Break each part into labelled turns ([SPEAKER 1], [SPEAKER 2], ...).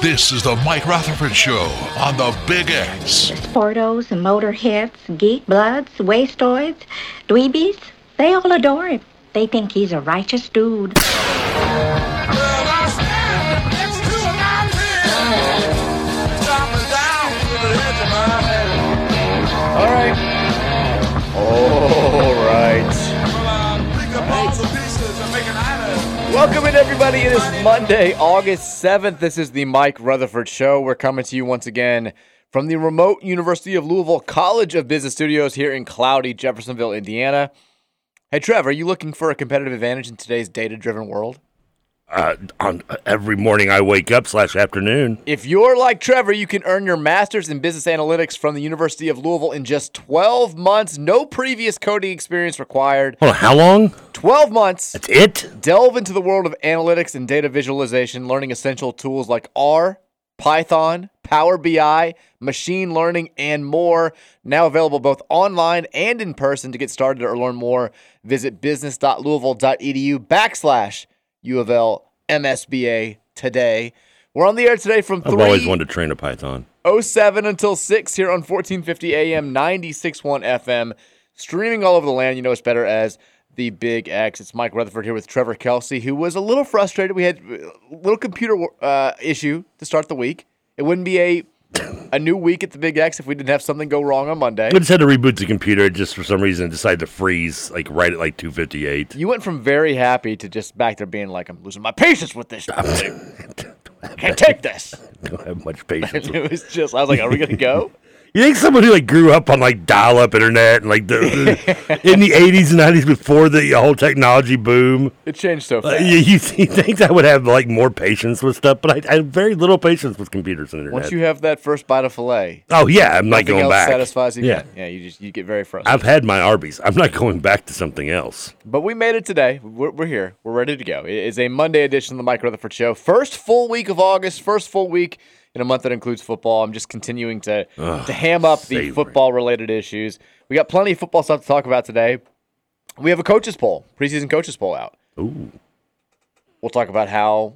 [SPEAKER 1] This is the Mike Rutherford Show on the Big X.
[SPEAKER 2] Sportos, motorheads, geek bloods, wastoids, dweebies, they all adore him. They think he's a righteous dude.
[SPEAKER 3] All right. All right. Welcome in, everybody. It is Monday, August 7th. This is the Mike Rutherford Show. We're coming to you once again from the remote University of Louisville College of Business Studios here in cloudy Jeffersonville, Indiana. Hey, Trevor, are you looking for a competitive advantage in today's data driven world?
[SPEAKER 4] uh, on every morning I wake up slash afternoon.
[SPEAKER 3] If you're like Trevor, you can earn your master's in business analytics from the University of Louisville in just 12 months. No previous coding experience required.
[SPEAKER 4] Hold on, how long?
[SPEAKER 3] 12 months.
[SPEAKER 4] That's it?
[SPEAKER 3] Delve into the world of analytics and data visualization, learning essential tools like R, Python, Power BI, machine learning, and more. Now available both online and in person. To get started or learn more, visit business.louisville.edu backslash U of L MSBA today. We're on the air today from
[SPEAKER 4] I've always wanted to train a Python.
[SPEAKER 3] 07 until 6 here on 1450 AM, 96.1 FM, streaming all over the land. You know us better as the Big X. It's Mike Rutherford here with Trevor Kelsey, who was a little frustrated. We had a little computer uh, issue to start the week. It wouldn't be a a new week at the Big X if we didn't have something go wrong on Monday.
[SPEAKER 4] We just had to reboot the computer. It just for some reason decided to freeze like right at like two fifty eight.
[SPEAKER 3] You went from very happy to just back there being like, I'm losing my patience with this. Can't take this.
[SPEAKER 4] I don't have much patience.
[SPEAKER 3] it was just I was like, Are we gonna go?
[SPEAKER 4] You think someone who like grew up on like dial up internet and like the, the in the eighties and nineties before the whole technology boom?
[SPEAKER 3] It changed so fast.
[SPEAKER 4] Uh, you, you, think I would have like more patience with stuff, but I, I, have very little patience with computers and internet.
[SPEAKER 3] Once you have that first bite of filet,
[SPEAKER 4] oh yeah, I'm not going
[SPEAKER 3] else
[SPEAKER 4] back.
[SPEAKER 3] Satisfies you.
[SPEAKER 4] Yeah,
[SPEAKER 3] yeah. You just you get very frustrated.
[SPEAKER 4] I've had my Arby's. I'm not going back to something else.
[SPEAKER 3] But we made it today. We're, we're here. We're ready to go. It is a Monday edition of the Mike Rutherford Show. First full week of August. First full week in a month that includes football. I'm just continuing to
[SPEAKER 4] Ugh,
[SPEAKER 3] to ham up the
[SPEAKER 4] savory.
[SPEAKER 3] football related issues. We got plenty of football stuff to talk about today. We have a coaches poll, preseason coaches poll out.
[SPEAKER 4] Ooh,
[SPEAKER 3] We'll talk about how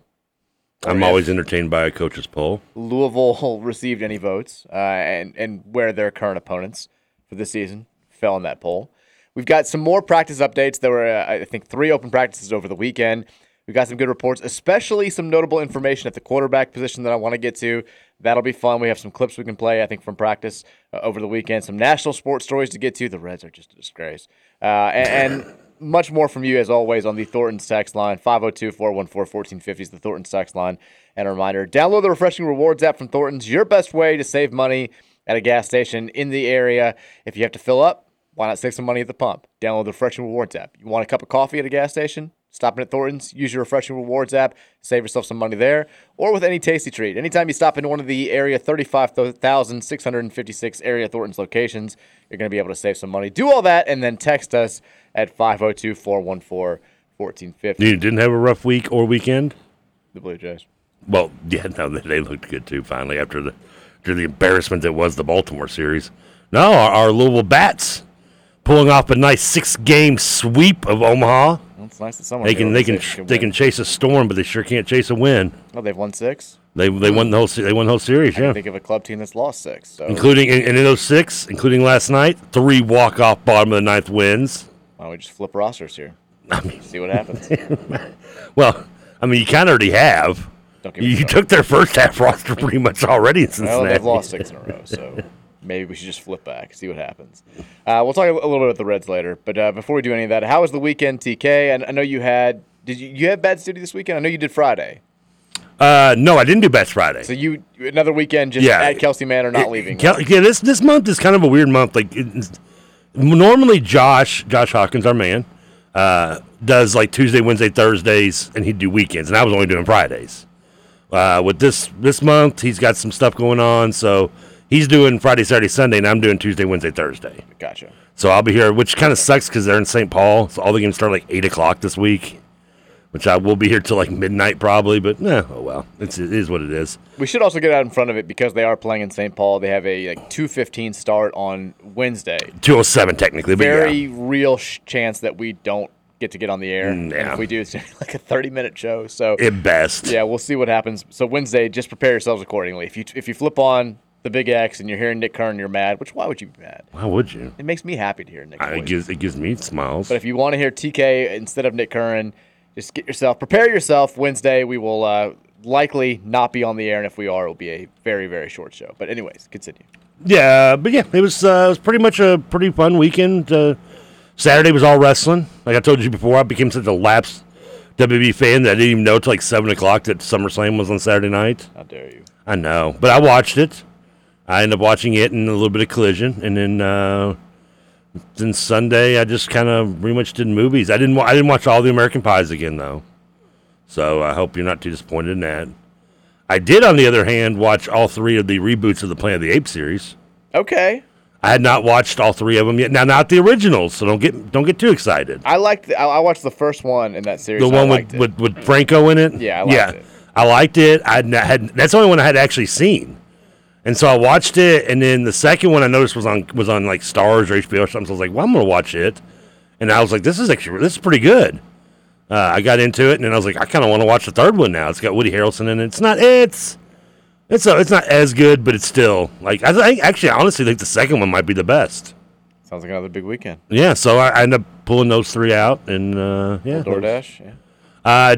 [SPEAKER 4] I'm always entertained by a coach's poll.
[SPEAKER 3] Louisville received any votes uh, and and where their current opponents for this season fell in that poll. We've got some more practice updates. There were uh, I think three open practices over the weekend. We got some good reports, especially some notable information at the quarterback position that I want to get to. That'll be fun. We have some clips we can play, I think, from practice uh, over the weekend. Some national sports stories to get to. The Reds are just a disgrace. Uh, and, and much more from you, as always, on the Thornton Sex line 502 414 1450 is the Thornton Sex line. And a reminder download the Refreshing Rewards app from Thornton's, your best way to save money at a gas station in the area. If you have to fill up, why not save some money at the pump? Download the Refreshing Rewards app. You want a cup of coffee at a gas station? Stop in at Thornton's, use your Refreshing Rewards app, save yourself some money there, or with any tasty treat. Anytime you stop into one of the area 35,656 area Thornton's locations, you're going to be able to save some money. Do all that and then text us at 502 414 1450.
[SPEAKER 4] You didn't have a rough week or weekend.
[SPEAKER 3] The Blue Jays.
[SPEAKER 4] Well, yeah, no, they looked good too. Finally, after the after the embarrassment that was the Baltimore series. No, our, our Louisville Bats pulling off a nice six game sweep of Omaha.
[SPEAKER 3] Well, it's nice that someone
[SPEAKER 4] They can they can they can chase a storm, but they sure can't chase a win.
[SPEAKER 3] Oh, they've won six.
[SPEAKER 4] They they won the whole se- they won the whole series,
[SPEAKER 3] I
[SPEAKER 4] yeah.
[SPEAKER 3] can think of a club team that's lost six. So
[SPEAKER 4] Including and, and in those six, including last night, three walk off bottom of the ninth wins.
[SPEAKER 3] why don't we just flip rosters here?
[SPEAKER 4] I mean,
[SPEAKER 3] See what happens.
[SPEAKER 4] well, I mean you kind of already have.
[SPEAKER 3] Don't give me
[SPEAKER 4] You
[SPEAKER 3] trouble.
[SPEAKER 4] took their first half roster pretty much already in Cincinnati.
[SPEAKER 3] Well, they've lost six in a row, so maybe we should just flip back, see what happens. Uh, we'll talk a little bit about the Reds later, but uh, before we do any of that, how was the weekend, TK? And I know you had did you, you have bad city this weekend? I know you did Friday,
[SPEAKER 4] Uh, no, I didn't do Bats Friday.
[SPEAKER 3] so you another weekend just
[SPEAKER 4] Yeah.
[SPEAKER 3] at Kelsey Manor, not leaving.
[SPEAKER 4] Kel- yeah, this this month is kind of a weird month. Like it- it's- normally, Josh Josh Hawkins, our man, uh, does like Tuesday, Wednesday, Thursdays, and he'd do weekends, and I was only doing Fridays. Uh, with this this month, he's got some stuff going on, so he's doing Friday, Saturday, Sunday, and I'm doing Tuesday, Wednesday, Thursday.
[SPEAKER 3] Gotcha.
[SPEAKER 4] So I'll be here, which kind of sucks because they're in St. Paul, so all the games start like eight o'clock this week, which I will be here till like midnight probably. But no, oh well, it's, it is what it is.
[SPEAKER 3] We should also get out in front of it because they are playing in St. Paul. They have a like two fifteen start on Wednesday.
[SPEAKER 4] Two oh seven technically, but yeah.
[SPEAKER 3] Very real sh- chance that we don't get to get on the air. And
[SPEAKER 4] Mm, Yeah.
[SPEAKER 3] If we do, it's gonna be like a thirty minute show. So
[SPEAKER 4] At best.
[SPEAKER 3] Yeah, we'll see what happens. So Wednesday, just prepare yourselves accordingly. If you if you flip on the Big X and you're hearing Nick Kern, you're mad. Which why would you be mad?
[SPEAKER 4] Why would you?
[SPEAKER 3] It makes me happy to hear Nick.
[SPEAKER 4] I, it gives it gives me smiles.
[SPEAKER 3] But if you want to hear TK instead of Nick Curran, just get yourself prepare yourself. Wednesday we will uh, likely not be on the air, and if we are, it will be a very very short show. But anyways, continue.
[SPEAKER 4] yeah, but yeah, it was uh, it was pretty much a pretty fun weekend. Uh, Saturday was all wrestling. Like I told you before, I became such a lapsed WWE fan that I didn't even know till like seven o'clock that SummerSlam was on Saturday night.
[SPEAKER 3] How dare you?
[SPEAKER 4] I know, but I watched it. I ended up watching it and a little bit of Collision, and then uh, then Sunday I just kind of pretty much did movies. I didn't wa- I didn't watch all the American Pies again though, so I hope you're not too disappointed in that. I did, on the other hand, watch all three of the reboots of the Planet of the Apes series.
[SPEAKER 3] Okay.
[SPEAKER 4] I had not watched all three of them yet. Now, not the originals, so don't get don't get too excited.
[SPEAKER 3] I liked. The, I, I watched the first one in that series.
[SPEAKER 4] The
[SPEAKER 3] and I
[SPEAKER 4] one
[SPEAKER 3] liked
[SPEAKER 4] with, with with Franco in it.
[SPEAKER 3] Yeah, I liked
[SPEAKER 4] yeah, I liked it. I had not- had that's the only one I had actually seen, and so I watched it. And then the second one I noticed was on was on like Stars or HBO or something. So I was like, well, I'm gonna watch it, and I was like, this is actually this is pretty good. Uh, I got into it, and then I was like, I kind of want to watch the third one now. It's got Woody Harrelson in it. It's not it's it's a, it's not as good, but it's still like I think actually I honestly think the second one might be the best.
[SPEAKER 3] it. Sounds like another big weekend.
[SPEAKER 4] Yeah, so I, I ended up pulling those three out, and uh, yeah,
[SPEAKER 3] Little DoorDash. Yeah.
[SPEAKER 4] Uh,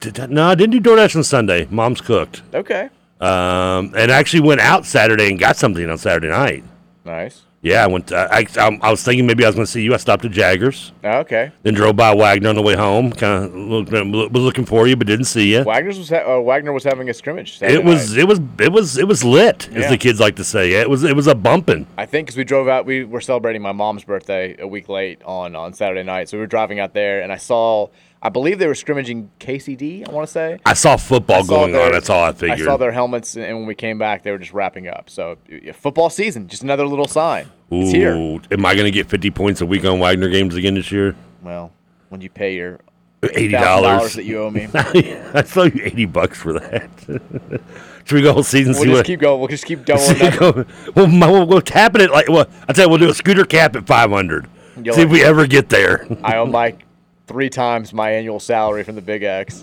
[SPEAKER 4] did I- no, I didn't do DoorDash on Sunday. Mom's cooked.
[SPEAKER 3] Okay.
[SPEAKER 4] Um, and I actually went out Saturday and got something on Saturday night.
[SPEAKER 3] Nice.
[SPEAKER 4] Yeah, I went. To, I, I um, I was thinking maybe I was going to see you. I stopped at Jaggers,
[SPEAKER 3] Okay.
[SPEAKER 4] then drove by Wagner on the way home. Kind of looked, was looking for you, but didn't see you.
[SPEAKER 3] Wagner's was ha- uh, Wagner was having a scrimmage. Saturday
[SPEAKER 4] It was
[SPEAKER 3] night.
[SPEAKER 4] it was it was it was lit, as
[SPEAKER 3] Yeah.
[SPEAKER 4] the kids like to say. It was it was a bumping.
[SPEAKER 3] I think because we drove out, we were celebrating my mom's birthday a week late on on Saturday night, so we were driving out there, and I saw. I believe they were scrimmaging KCD. I want to say.
[SPEAKER 4] I saw football
[SPEAKER 3] I saw
[SPEAKER 4] Oh, going
[SPEAKER 3] their-
[SPEAKER 4] on. That's all I figured.
[SPEAKER 3] I saw their helmets, and when we came back, they were just wrapping up. So yeah, football season, just another little sign. It's here.
[SPEAKER 4] Ooh, am I going to get fifty points a week on Wagner games again this year?
[SPEAKER 3] Well, when you pay your
[SPEAKER 4] eighty
[SPEAKER 3] $1,000
[SPEAKER 4] dollars
[SPEAKER 3] that you owe me.
[SPEAKER 4] I saw you eighty bucks for that. Should we go whole season?
[SPEAKER 3] We'll
[SPEAKER 4] see
[SPEAKER 3] just
[SPEAKER 4] what,
[SPEAKER 3] keep going. We'll just keep doubling
[SPEAKER 4] see
[SPEAKER 3] that.
[SPEAKER 4] go- We'll, we'll, we'll tap it at like. Well, I tell you, we'll do a scooter cap at five hundred.
[SPEAKER 3] You'll
[SPEAKER 4] See if
[SPEAKER 3] like-
[SPEAKER 4] we ever get there.
[SPEAKER 3] I owe Mike three times my annual salary from the Big X.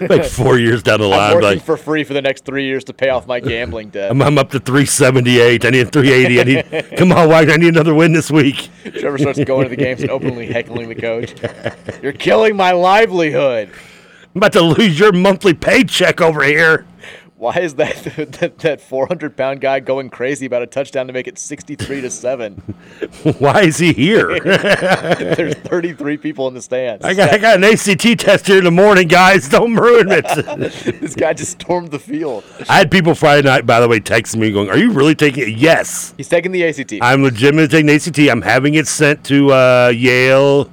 [SPEAKER 4] like four years down the
[SPEAKER 3] I'm
[SPEAKER 4] line,
[SPEAKER 3] working
[SPEAKER 4] like
[SPEAKER 3] for free for the next three years to pay off my gambling debt.
[SPEAKER 4] I'm, I'm up to three seventy eight. I need three eighty. I need. come on, Wagner. I need another win this week.
[SPEAKER 3] Trevor starts going to the games and openly heckling the coach. You're killing my livelihood.
[SPEAKER 4] I'm about to lose your monthly paycheck over here.
[SPEAKER 3] Why is that that, that 400 pound guy going crazy about a touchdown to make it 63 to seven?
[SPEAKER 4] Why is he here?
[SPEAKER 3] There's 33 people in the stands.
[SPEAKER 4] I got I got an ACT test here in the morning, guys. Don't ruin it.
[SPEAKER 3] this guy just stormed the field.
[SPEAKER 4] I had people Friday night, by the way, texting me going, "Are you really taking it?" Yes,
[SPEAKER 3] He's taking the ACT.
[SPEAKER 4] I'm legitimately taking the ACT. I'm having it sent to uh, Yale,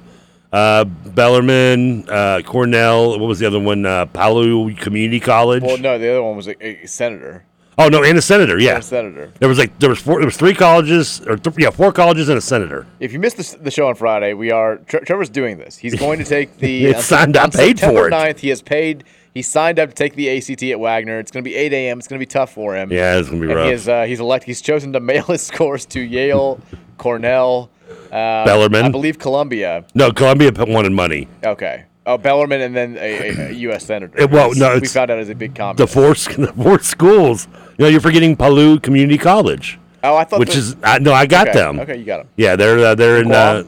[SPEAKER 4] uh, Bellarmine, uh, Cornell. What was the other one? Uh, Palu Community College.
[SPEAKER 3] well, no, the other one was a, a senator.
[SPEAKER 4] oh no, and a senator. Yeah,
[SPEAKER 3] A senator.
[SPEAKER 4] there was like there was four. There was three colleges, or th- yeah, four colleges and a senator.
[SPEAKER 3] If you missed the, s- the show on Friday, we are Tre- Trevor's doing this. He's going to take the uh,
[SPEAKER 4] It's signed
[SPEAKER 3] on
[SPEAKER 4] up, paid
[SPEAKER 3] September
[SPEAKER 4] for it.
[SPEAKER 3] 9th, he has paid. He signed up to take the ACT at Wagner. It's going to be 8 a.m. It's going to be tough for him.
[SPEAKER 4] Yeah, it's gonna be
[SPEAKER 3] And
[SPEAKER 4] rough.
[SPEAKER 3] he is, uh, he's elect. He's chosen to mail his scores to Yale, Cornell, uh,
[SPEAKER 4] Bellarmine?
[SPEAKER 3] I believe Columbia.
[SPEAKER 4] No, Columbia p- wanted money.
[SPEAKER 3] Okay. Oh, Bellarmine and then a, a, a U.S. senator.
[SPEAKER 4] It- well, no,
[SPEAKER 3] we
[SPEAKER 4] it's-
[SPEAKER 3] found out as a big
[SPEAKER 4] The
[SPEAKER 3] communist.
[SPEAKER 4] four sc- the four schools. No, you're forgetting Palu Community College.
[SPEAKER 3] oh, I thought
[SPEAKER 4] which
[SPEAKER 3] the-
[SPEAKER 4] is I, no, I got
[SPEAKER 3] Okay,
[SPEAKER 4] them.
[SPEAKER 3] Okay, you got them.
[SPEAKER 4] Yeah, they're uh, they're in. Uh,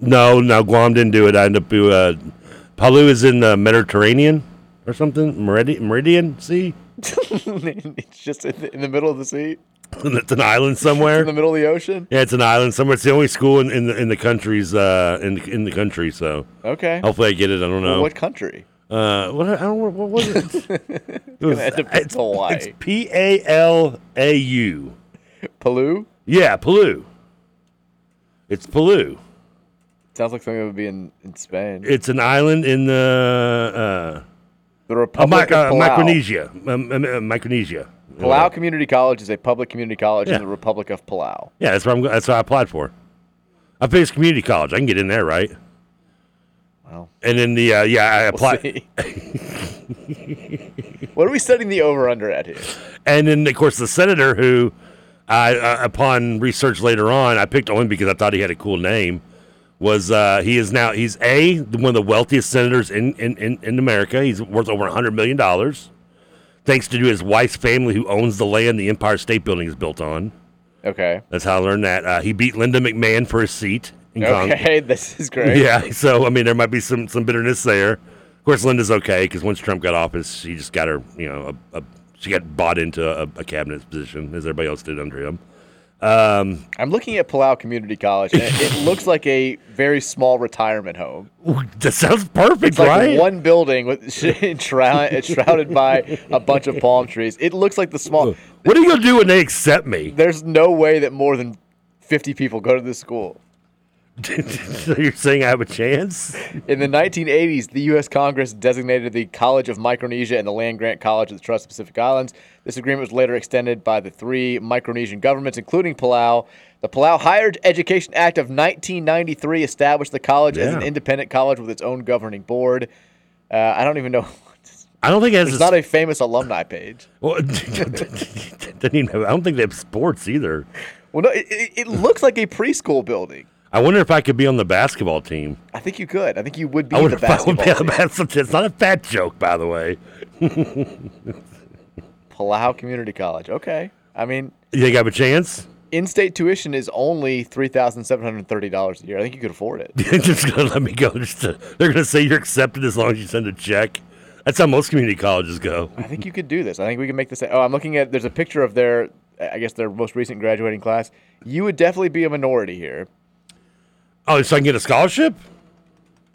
[SPEAKER 4] no, no, Guam didn't do it. I ended up uh, Palu is in the Mediterranean or something. Meridian, Meridian Sea.
[SPEAKER 3] it's just in the, in the middle of the sea.
[SPEAKER 4] it's an island somewhere
[SPEAKER 3] in the middle of the ocean.
[SPEAKER 4] Yeah, it's an island somewhere. It's the only school in, in the in the country's uh in in the country. So
[SPEAKER 3] Okay.
[SPEAKER 4] hopefully I get it. I don't know
[SPEAKER 3] Well, what country?
[SPEAKER 4] Uh, what I don't what was it? it was,
[SPEAKER 3] end up in
[SPEAKER 4] it's
[SPEAKER 3] Hawaii.
[SPEAKER 4] It's P A L A U.
[SPEAKER 3] Palau.
[SPEAKER 4] Yeah, Palau. It's Palau.
[SPEAKER 3] Sounds like something that would be in, in Spain.
[SPEAKER 4] It's an island in the uh,
[SPEAKER 3] the Republic of Palau.
[SPEAKER 4] Micronesia. Um, um, uh, Micronesia.
[SPEAKER 3] Palau Community College is a public community college
[SPEAKER 4] Yeah.
[SPEAKER 3] in the Republic of Palau.
[SPEAKER 4] Yeah, that's what I'm. go- That's what I applied for. I finished community college. I can get in there, right?
[SPEAKER 3] Wow.
[SPEAKER 4] And then the uh, yeah, I
[SPEAKER 3] We'll
[SPEAKER 4] applied.
[SPEAKER 3] see. what are we setting the over under at here?
[SPEAKER 4] And then, of course, the senator who, I, uh, upon research later on, I picked on him because I thought he had a cool name. Was uh, he is now he's a one of the wealthiest senators in in, in, in America. He's worth over hundred million dollars, thanks to his wife's family who owns the land the Empire State Building is built on.
[SPEAKER 3] Okay.
[SPEAKER 4] That's how I learned that. Uh, he beat Linda McMahon for his seat in Congress.
[SPEAKER 3] Okay, this is great.
[SPEAKER 4] Yeah, so I mean, there might be some some bitterness there. Of course, Linda's okay because once Trump got office, she just got her, you know, a, a, she got bought into a, a cabinet position as everybody else did under him. Um,
[SPEAKER 3] I'm looking at Palau Community College. And it it looks like a very small retirement home.
[SPEAKER 4] that sounds perfect,
[SPEAKER 3] It's like
[SPEAKER 4] right?
[SPEAKER 3] one building with entrou- it's shrouded by a bunch of palm trees. It looks like the small.
[SPEAKER 4] What are you gonna do when they accept me?
[SPEAKER 3] There's no way that more than 50 people go to this school.
[SPEAKER 4] so you're saying I have a chance?
[SPEAKER 3] In the 1980s, the U.S. Congress designated the College of Micronesia and the Land Grant College of the Trust of Pacific Islands. This agreement was later extended by the three Micronesian governments, including Palau. The Palau Higher Education Act of 1993 established the college as an
[SPEAKER 4] Yeah.
[SPEAKER 3] independent college with its own governing board. Uh, I don't even know.
[SPEAKER 4] I don't think it has
[SPEAKER 3] There's
[SPEAKER 4] a s-
[SPEAKER 3] not a famous alumni page.
[SPEAKER 4] Well, doesn't even have- I don't think they have sports either.
[SPEAKER 3] Well, no, it, it, it looks like a preschool building.
[SPEAKER 4] I wonder if I could be on the basketball team.
[SPEAKER 3] I think you could. I think you would be
[SPEAKER 4] I
[SPEAKER 3] the
[SPEAKER 4] wonder if I
[SPEAKER 3] basketball.
[SPEAKER 4] would be on the
[SPEAKER 3] team.
[SPEAKER 4] basketball team. It's not a fat joke, by the way.
[SPEAKER 3] Palau Community College. Okay. I mean,
[SPEAKER 4] you think I have a chance?
[SPEAKER 3] In-state tuition is only three thousand seven hundred thirty dollars a year. I think you could afford it.
[SPEAKER 4] They're just gonna let me go. Just to- they're gonna say you're accepted as long as you send a check. That's how most community colleges go.
[SPEAKER 3] I think you could do this. I think we can make this. Oh, I'm looking at. There's a picture of their. I guess their most recent graduating class. You would definitely be a minority here.
[SPEAKER 4] Oh, so I can get a scholarship?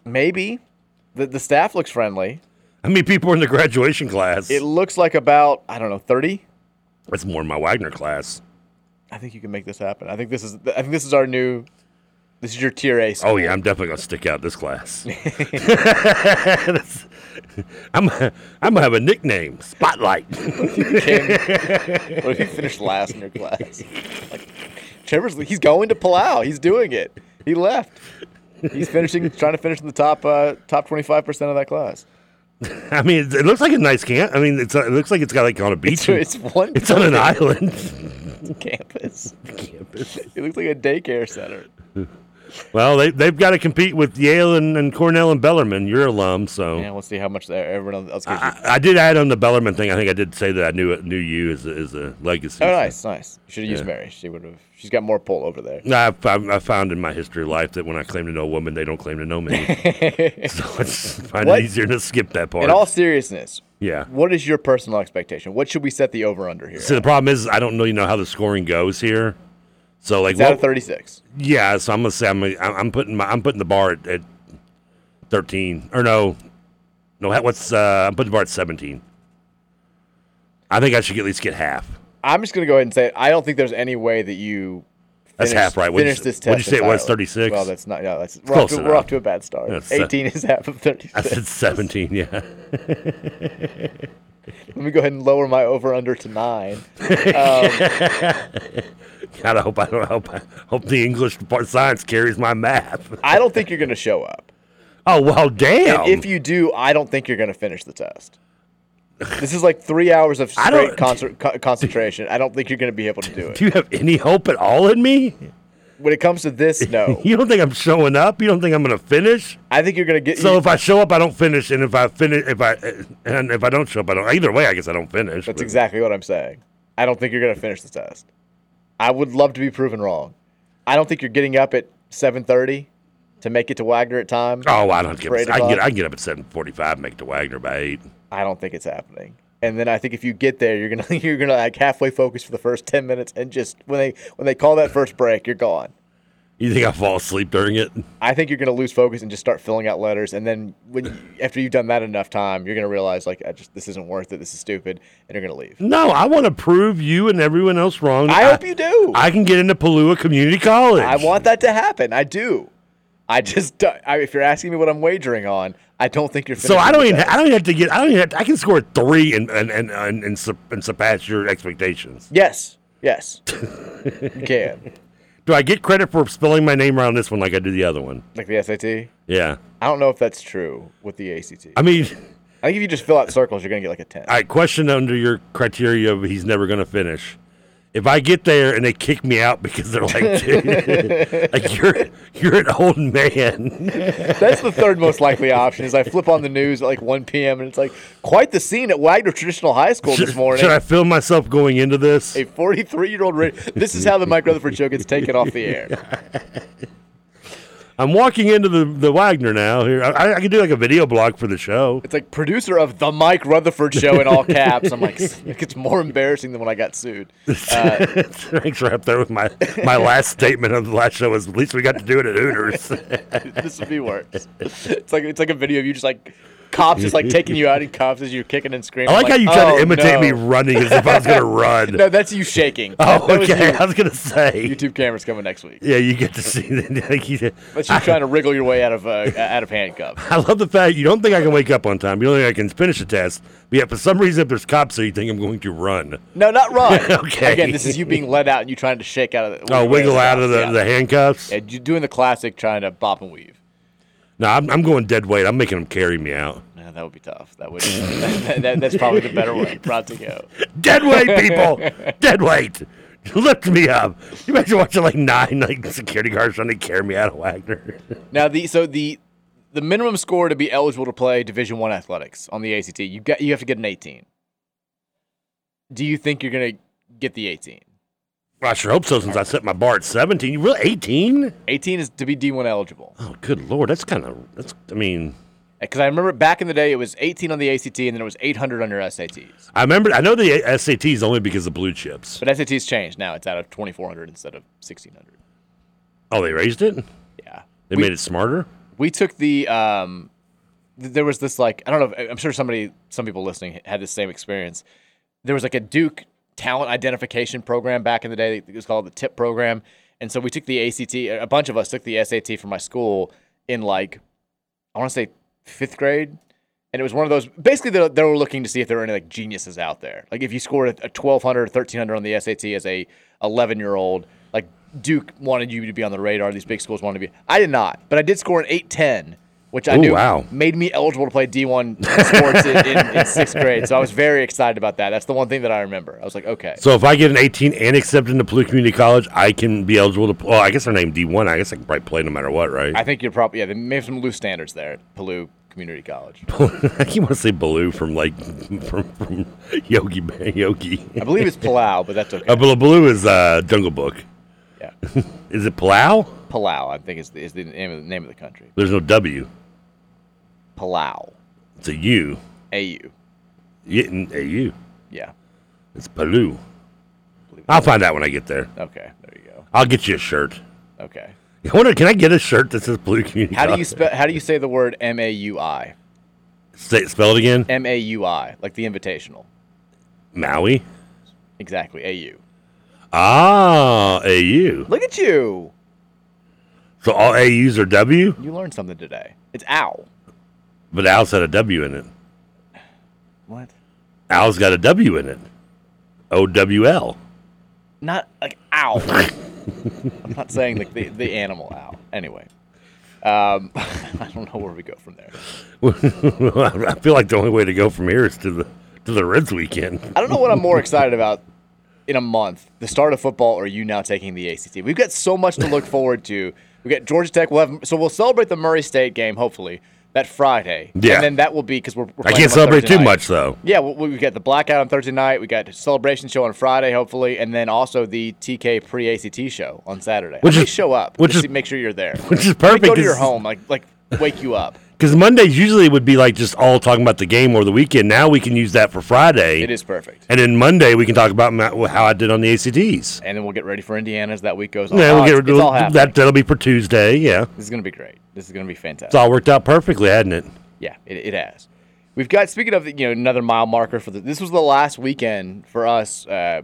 [SPEAKER 3] Maybe. The the staff looks friendly.
[SPEAKER 4] How many people were in the graduation class?
[SPEAKER 3] It looks like about I don't know thirty.
[SPEAKER 4] That's more than my Wagner class.
[SPEAKER 3] I think you can make this happen. I think this is. I think this is our new. This is your tier A. School.
[SPEAKER 4] Oh yeah, I'm definitely gonna stick out this class. That's- I'm I'm gonna have a nickname, Spotlight.
[SPEAKER 3] what if you finished last in your class? Like, Trevor's, he's going to Palau. He's doing it. He left. He's finishing, trying to finish in the top uh, top twenty five percent of that class.
[SPEAKER 4] I mean, it, it looks like a nice camp. I mean, it's it looks like it's got like on a beach. and-
[SPEAKER 3] it's one
[SPEAKER 4] It's on an
[SPEAKER 3] building.
[SPEAKER 4] island.
[SPEAKER 3] It's a campus. campus. It looks like a daycare center.
[SPEAKER 4] Well, they they've got to compete with Yale and, and Cornell and Bellarmine. You're alum, so.
[SPEAKER 3] Yeah, we'll see how much there- everyone else gives you.
[SPEAKER 4] Oh. I, I did add on the Bellarmine thing. I think I did say that I knew knew you as a, as a legacy.
[SPEAKER 3] Oh, nice, nice. You should have used
[SPEAKER 4] Yeah.
[SPEAKER 3] Mary. She would have. She's got more pull over there.
[SPEAKER 4] No, I, found- I found in my history of life that when I claim to know a woman, they don't claim to know me. so it's find
[SPEAKER 3] What-
[SPEAKER 4] it easier to skip that part.
[SPEAKER 3] In all seriousness,
[SPEAKER 4] yeah.
[SPEAKER 3] what is your personal expectation? What should we set the over under here?
[SPEAKER 4] So the problem is I don't really know how the scoring goes here. So like
[SPEAKER 3] It's out of
[SPEAKER 4] what-
[SPEAKER 3] thirty six.
[SPEAKER 4] Yeah, so I'm gonna say I'm gonna- I'm I'm putting my I'm putting the bar at, at thirteen or no, no what's uh, I'm putting the bar at seventeen. I think I should at least get half.
[SPEAKER 3] I'm just gonna go ahead and say it. I don't think there's any way that you.
[SPEAKER 4] That's
[SPEAKER 3] finish-
[SPEAKER 4] half right. What'd you
[SPEAKER 3] Finish
[SPEAKER 4] say-
[SPEAKER 3] this test.
[SPEAKER 4] what'd you say it was,
[SPEAKER 3] entirely.
[SPEAKER 4] 36?
[SPEAKER 3] Well, that's not. No, that's we're,
[SPEAKER 4] Close
[SPEAKER 3] off to, we're
[SPEAKER 4] enough.
[SPEAKER 3] off to a bad start.
[SPEAKER 4] That's, uh,
[SPEAKER 3] 18 is half of 36.
[SPEAKER 4] I said seventeen. Yeah.
[SPEAKER 3] Let me go ahead and lower my over under to nine.
[SPEAKER 4] God, I hope I don't hope I hope the English part science carries my math.
[SPEAKER 3] I don't think you're gonna show up.
[SPEAKER 4] Oh well, damn.
[SPEAKER 3] And if you do, I don't think you're gonna finish the test. This is like three hours of
[SPEAKER 4] I don't-
[SPEAKER 3] straight concert, co- concentration. I don't think you're gonna be able to do it.
[SPEAKER 4] do you have any hope at all in me?
[SPEAKER 3] When it comes to this, no.
[SPEAKER 4] You don't think I'm showing up? You don't think I'm gonna finish?
[SPEAKER 3] I think you're gonna get.
[SPEAKER 4] So if I show up, I don't finish, and if I finish, if I and if I don't show up, I don't. Either way, I guess I don't finish.
[SPEAKER 3] That's
[SPEAKER 4] but-
[SPEAKER 3] exactly what I'm saying. I don't think you're going to finish the test. I would love to be proven wrong. I don't think you're getting up at 7:30 to make it to Wagner at time.
[SPEAKER 4] Oh, I don't
[SPEAKER 3] for eight
[SPEAKER 4] get. I can get.
[SPEAKER 3] o'clock.
[SPEAKER 4] I can get up at seven forty-five, make it to Wagner by eight.
[SPEAKER 3] I don't think it's happening. And then I think if you get there, you're gonna you're gonna like halfway focus for the first ten minutes, and just when they when they call that first break, you're gone.
[SPEAKER 4] You think I fall asleep during it?
[SPEAKER 3] I think you're gonna lose focus and just start filling out letters, and then when you- after you've done that enough time, you're gonna realize like I just this isn't worth it. This is stupid, and you're gonna leave.
[SPEAKER 4] No, I want to prove you and everyone else wrong.
[SPEAKER 3] I hope you do.
[SPEAKER 4] I can get into Palua Community College.
[SPEAKER 3] I want that to happen. I do. I just don't- I, if you're asking me what I'm wagering on, I don't think you're.
[SPEAKER 4] so
[SPEAKER 3] finishing
[SPEAKER 4] I don't
[SPEAKER 3] with
[SPEAKER 4] even
[SPEAKER 3] that.
[SPEAKER 4] I don't even have to get I don't even have to, I can score three and and and and, and, sur- and surpass your expectations.
[SPEAKER 3] Yes. Yes. you can.
[SPEAKER 4] Do I get credit for spelling my name around this one like I do the other one?
[SPEAKER 3] Like the SAT.
[SPEAKER 4] Yeah.
[SPEAKER 3] I don't know if that's true with the ACT.
[SPEAKER 4] I mean,
[SPEAKER 3] I think if you just fill out circles, you're gonna get like a ten.
[SPEAKER 4] I question under your criteria of he's never going to finish. If I get there and they kick me out because they're like, dude, like you're you're an old man.
[SPEAKER 3] That's the third most likely option. Is I flip on the news at like 1 p.m. and it's like quite the scene at Wagner Traditional High School this morning.
[SPEAKER 4] Should I film myself going into this?
[SPEAKER 3] A 43 year old. This is how the Mike Rutherford show gets taken off the air.
[SPEAKER 4] I'm walking into the, the Wagner now. Here, I, I can do like a video blog for the show.
[SPEAKER 3] It's like producer of the Mike Rutherford show in all caps. I'm like, it gets more embarrassing than when I got sued. Uh,
[SPEAKER 4] Thanks for up there with my my last statement of the last show was at least we got to do it at Hooters.
[SPEAKER 3] this would be worse. It's like it's like a video of you just like cops just like taking you out and cops as you're kicking and
[SPEAKER 4] I
[SPEAKER 3] screaming.
[SPEAKER 4] like how you try
[SPEAKER 3] "Oh,
[SPEAKER 4] to imitate
[SPEAKER 3] no."
[SPEAKER 4] me running as if I was going to run.
[SPEAKER 3] No, that's you shaking.
[SPEAKER 4] Oh,
[SPEAKER 3] That was
[SPEAKER 4] okay.
[SPEAKER 3] you.
[SPEAKER 4] I was gonna say.
[SPEAKER 3] YouTube camera's coming next week.
[SPEAKER 4] Yeah, you get to see that. Like you,
[SPEAKER 3] That's you trying to wriggle your way out of uh, out of handcuffs.
[SPEAKER 4] I love the fact you don't think I can wake up on time. You don't think I can finish a test. But yet, for some reason, if there's cops there, you think I'm going to run.
[SPEAKER 3] No, not run.
[SPEAKER 4] Okay.
[SPEAKER 3] Again, this is you being let out and you trying to shake out of the.
[SPEAKER 4] Oh, wiggle out of the,
[SPEAKER 3] Yeah.
[SPEAKER 4] the handcuffs.
[SPEAKER 3] Yeah, you doing the classic, trying to bop and weave.
[SPEAKER 4] No, I'm, I'm going dead weight. I'm making them carry me out.
[SPEAKER 3] Yeah, that would be tough. That would. that, that- that's probably the better way. Not to go.
[SPEAKER 4] Dead weight, people. dead weight. Lift me up. You imagine watching like nine like security guards trying to carry me out of Wagner.
[SPEAKER 3] Now the so the the minimum score to be eligible to play Division One athletics on the ACT, you got you have to get an 18. Do you think you're gonna get the 18?
[SPEAKER 4] I sure hope so. Since I set my bar at 17, you really 18?
[SPEAKER 3] 18 is to be D1 eligible.
[SPEAKER 4] Oh, good lord, that's kind of that's. I mean.
[SPEAKER 3] Because I remember back in the day, it was 18 on the ACT, and then it was 800 on your SATs.
[SPEAKER 4] I remember. I know the SATs only because of blue chips.
[SPEAKER 3] But SATs changed now; it's out of 2400 instead of 1600.
[SPEAKER 4] Oh, they raised it.
[SPEAKER 3] Yeah.
[SPEAKER 4] They
[SPEAKER 3] We-
[SPEAKER 4] made it smarter.
[SPEAKER 3] we took the um th- there was this like i don't know if, i'm sure somebody some people listening had the same experience there was like a duke talent identification program back in the day it was called the tip program and so we took the act a bunch of us took the sat from my school in like i want to say fifth grade and it was one of those basically they, they were looking to see if there were any like geniuses out there like if you scored a, a 1200 or 1300 on the sat as a 11 year old like duke wanted you to be on the radar these big schools wanted to be i did not but i did score an 810 which i
[SPEAKER 4] Ooh,
[SPEAKER 3] knew
[SPEAKER 4] wow.
[SPEAKER 3] made me eligible to play d1 sports in, in, in sixth grade so i was very excited about that that's the one thing that i remember i was like okay
[SPEAKER 4] So if I get an 18 and accepted into Purdue Community College, I can be eligible to. Well, I guess they're named D1. I guess I can probably play no matter what, right?
[SPEAKER 3] i think you're probably yeah they may have some loose standards there at Palouse community college
[SPEAKER 4] I keep want to say Baloo from like from, from Yogi Bear- Yogi.
[SPEAKER 3] i believe it's palau but that's okay
[SPEAKER 4] Uh, Bal- Baloo is uh, Jungle Book.
[SPEAKER 3] Yeah.
[SPEAKER 4] is it Palau?
[SPEAKER 3] palau i think is the, is the name of the name of the country
[SPEAKER 4] There's no W.
[SPEAKER 3] palau
[SPEAKER 4] It's a U.
[SPEAKER 3] au
[SPEAKER 4] Yeah, n- A U.
[SPEAKER 3] yeah
[SPEAKER 4] It's Baloo. I'll find out when I get there.
[SPEAKER 3] Okay, there you go.
[SPEAKER 4] I'll get you a shirt.
[SPEAKER 3] Okay.
[SPEAKER 4] I wonder, can I get a shirt that says Blue Community
[SPEAKER 3] How do you
[SPEAKER 4] College?
[SPEAKER 3] spell? How do you say the word M A U I?
[SPEAKER 4] Say, spell it again?
[SPEAKER 3] M A U I, like the invitational.
[SPEAKER 4] Maui.
[SPEAKER 3] Exactly. A U.
[SPEAKER 4] Ah, AU.
[SPEAKER 3] Look at you.
[SPEAKER 4] So all AUs are W,
[SPEAKER 3] You learned something today. It's owl.
[SPEAKER 4] but Al's had a W in it.
[SPEAKER 3] What?
[SPEAKER 4] Al's got a W in it. O W L.
[SPEAKER 3] Not like owl. I'm not saying like the, the animal owl. Anyway, um, I don't know where we go from there.
[SPEAKER 4] I feel like the only way to go from here is to the to the Reds weekend.
[SPEAKER 3] I don't know what I'm more excited about in a month: the start of football or you now taking the ACT. We've got so much to look forward to. We got Georgia Tech. We'll have so we'll celebrate the Murray State game hopefully that Friday.
[SPEAKER 4] Yeah.
[SPEAKER 3] And then that will be because we're, we're
[SPEAKER 4] I
[SPEAKER 3] playing
[SPEAKER 4] can't
[SPEAKER 3] them on
[SPEAKER 4] celebrate
[SPEAKER 3] Thursday
[SPEAKER 4] too
[SPEAKER 3] night.
[SPEAKER 4] much though.
[SPEAKER 3] Yeah, we, we got the blackout on Thursday night. We got celebration show on Friday, hopefully, and then also the TK pre ACT show on Saturday.
[SPEAKER 4] Which
[SPEAKER 3] Please
[SPEAKER 4] is-
[SPEAKER 3] show up.
[SPEAKER 4] which
[SPEAKER 3] Just
[SPEAKER 4] is-
[SPEAKER 3] make sure you're there.
[SPEAKER 4] which is
[SPEAKER 3] Let me
[SPEAKER 4] perfect,
[SPEAKER 3] Go to your
[SPEAKER 4] 'cause-
[SPEAKER 3] home, like like wake you up.
[SPEAKER 4] Because Mondays usually would be like just all talking about the game or the weekend. Now we can use that for Friday.
[SPEAKER 3] It is perfect.
[SPEAKER 4] And then Monday we can talk about ma- how I did on the ACDs.
[SPEAKER 3] And then we'll get ready for Indiana as that week goes on.
[SPEAKER 4] Yeah,
[SPEAKER 3] Oh,
[SPEAKER 4] we'll get
[SPEAKER 3] it's, it's all happening.
[SPEAKER 4] that. That'll be for Tuesday. Yeah,
[SPEAKER 3] This is going to be great. This is going to be fantastic.
[SPEAKER 4] it's all worked out perfectly, hadn't it?
[SPEAKER 3] Yeah, it, it has. We've got speaking of you know another mile marker for the, this was the last weekend for us uh,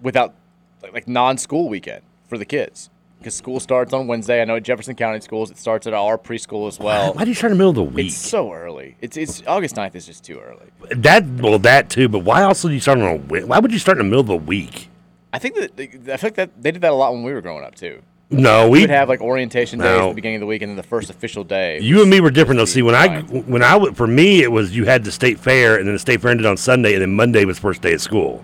[SPEAKER 3] without like, like non-school weekend for the kids because school starts on Wednesday. I know at Jefferson County schools it starts at our preschool as well.
[SPEAKER 4] Why do you try in the middle of the week?
[SPEAKER 3] It's so early. It's it's August 9th is just too early.
[SPEAKER 4] That well, that too. But why else would you start on a? we- Why would you start in the middle of the week?
[SPEAKER 3] I think that I think that they did that a lot when we were growing up too.
[SPEAKER 4] No,
[SPEAKER 3] we
[SPEAKER 4] we
[SPEAKER 3] would have like orientation days at
[SPEAKER 4] No.
[SPEAKER 3] the beginning of the week and then the first official day.
[SPEAKER 4] You and me were different though. See, when I when I w- for me it was you had the state fair, and then the state fair ended on Sunday, and then Monday was first day of school.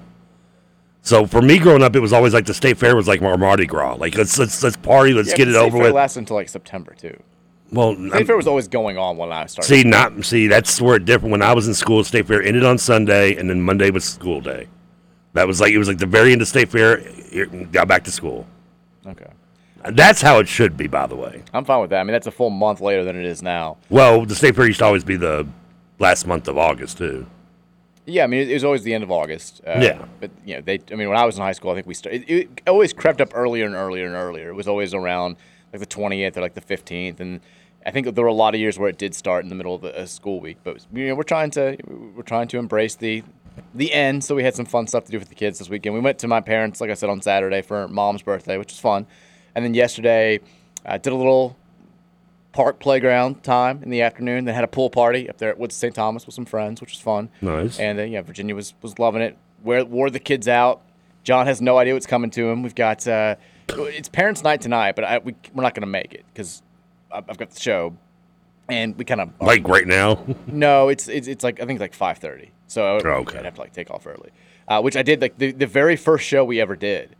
[SPEAKER 4] So for me growing up, it was always like the state fair was like our Mardi Gras. Like let's let's let's party, let's
[SPEAKER 3] Yeah,
[SPEAKER 4] get
[SPEAKER 3] but
[SPEAKER 4] it
[SPEAKER 3] State
[SPEAKER 4] over
[SPEAKER 3] Fair
[SPEAKER 4] with.
[SPEAKER 3] Lasts until like September too.
[SPEAKER 4] well,
[SPEAKER 3] State
[SPEAKER 4] I'm-
[SPEAKER 3] fair was always going on when I started.
[SPEAKER 4] see, not see that's where it different. When I was in school, state fair ended on Sunday, and then Monday was school day. That was like it was like the very end of state fair. It got back to school.
[SPEAKER 3] Okay.
[SPEAKER 4] That's how it should be, by the way.
[SPEAKER 3] I'm fine with that. I mean, that's a full month later than it is now.
[SPEAKER 4] Well, the state fair used to always be the last month of August too.
[SPEAKER 3] Yeah, I mean, it, it was always the end of August. Uh,
[SPEAKER 4] Yeah.
[SPEAKER 3] But, you know, they, I mean, when I was in high school, I think we started, it, it always crept up earlier and earlier and earlier. It was always around like the 20th or like the 15th. And I think there were a lot of years where it did start in the middle of a, a school week. But, you know, we're trying to, we're trying to embrace the, the end. So we had some fun stuff to do with the kids this weekend. We went to my parents, like I said, on Saturday for mom's birthday, which was fun. And then yesterday, I did a little park playground time in the afternoon. Then had a pool party up there at Woods St. Thomas with some friends, which was fun.
[SPEAKER 4] Nice.
[SPEAKER 3] And uh, yeah, Virginia was was loving it. Where wore the kids out. John has no idea what's coming to him. We've got uh, it's parents' night tonight, but I, we we're not gonna make it because I've I've got the show, and we kind of
[SPEAKER 4] Like right now.
[SPEAKER 3] no, it's it's, it's like I think it's like five thirty. So I would,
[SPEAKER 4] Oh,
[SPEAKER 3] I'd have to like take off early, uh, which I did like the, the very first show we ever did.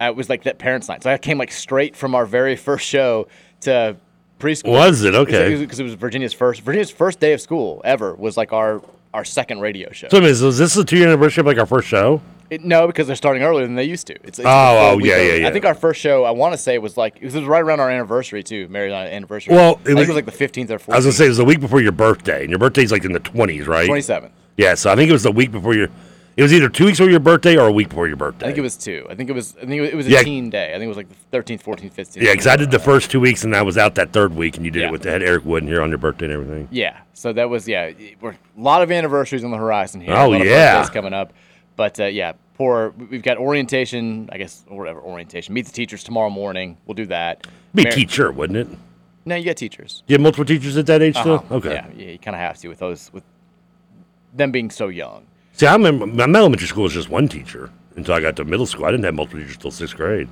[SPEAKER 3] Uh, it was like that parents' night, so I came like straight from our very first show to preschool.
[SPEAKER 4] Was it? Okay.
[SPEAKER 3] Because it was Virginia's first Virginia's first day of school ever was like our our second radio show.
[SPEAKER 4] So, I mean, is is this the two year anniversary of like our first show?
[SPEAKER 3] It- no, because they're starting earlier than they used to. It's, it's
[SPEAKER 4] Oh,
[SPEAKER 3] before
[SPEAKER 4] oh,
[SPEAKER 3] we
[SPEAKER 4] yeah,
[SPEAKER 3] go.
[SPEAKER 4] yeah,
[SPEAKER 3] I
[SPEAKER 4] yeah.
[SPEAKER 3] think our first show, I want to say, was like it was right around our anniversary too, Mary's anniversary.
[SPEAKER 4] Well, it
[SPEAKER 3] I think
[SPEAKER 4] was-
[SPEAKER 3] it was like the fifteenth or
[SPEAKER 4] I was
[SPEAKER 3] fourteenth.
[SPEAKER 4] gonna say it was the week before your birthday, and your birthday's like in the twenties, right?
[SPEAKER 3] 27th.
[SPEAKER 4] Yeah, so I think it was the week before your. It was either two weeks before your birthday or a week before your
[SPEAKER 3] I
[SPEAKER 4] birthday.
[SPEAKER 3] think it was two. I think it was. I think it was- it was a
[SPEAKER 4] Yeah.
[SPEAKER 3] teen day. I think it was like the thirteenth, fourteenth, fifteenth.
[SPEAKER 4] Yeah, because I did the first two weeks, and I was out that third week, and you did it with had Eric Wood in here on your birthday and everything.
[SPEAKER 3] Yeah. So that was yeah. it- We're a lot of anniversaries on the horizon here. a
[SPEAKER 4] Oh,
[SPEAKER 3] lot of
[SPEAKER 4] yeah.
[SPEAKER 3] birthdays coming up. But uh, yeah, poor. We've got orientation. I guess or whatever orientation. Meet the teachers tomorrow morning. We'll do that.
[SPEAKER 4] Be
[SPEAKER 3] Mar-
[SPEAKER 4] teacher, wouldn't it?
[SPEAKER 3] No, you got teachers.
[SPEAKER 4] You had multiple teachers at that age
[SPEAKER 3] Uh-huh.
[SPEAKER 4] still. Okay.
[SPEAKER 3] Yeah, yeah, you kind of have to with those with them being so young.
[SPEAKER 4] See, I remember my elementary school was just one teacher until I got to middle school. I didn't have multiple teachers till sixth grade.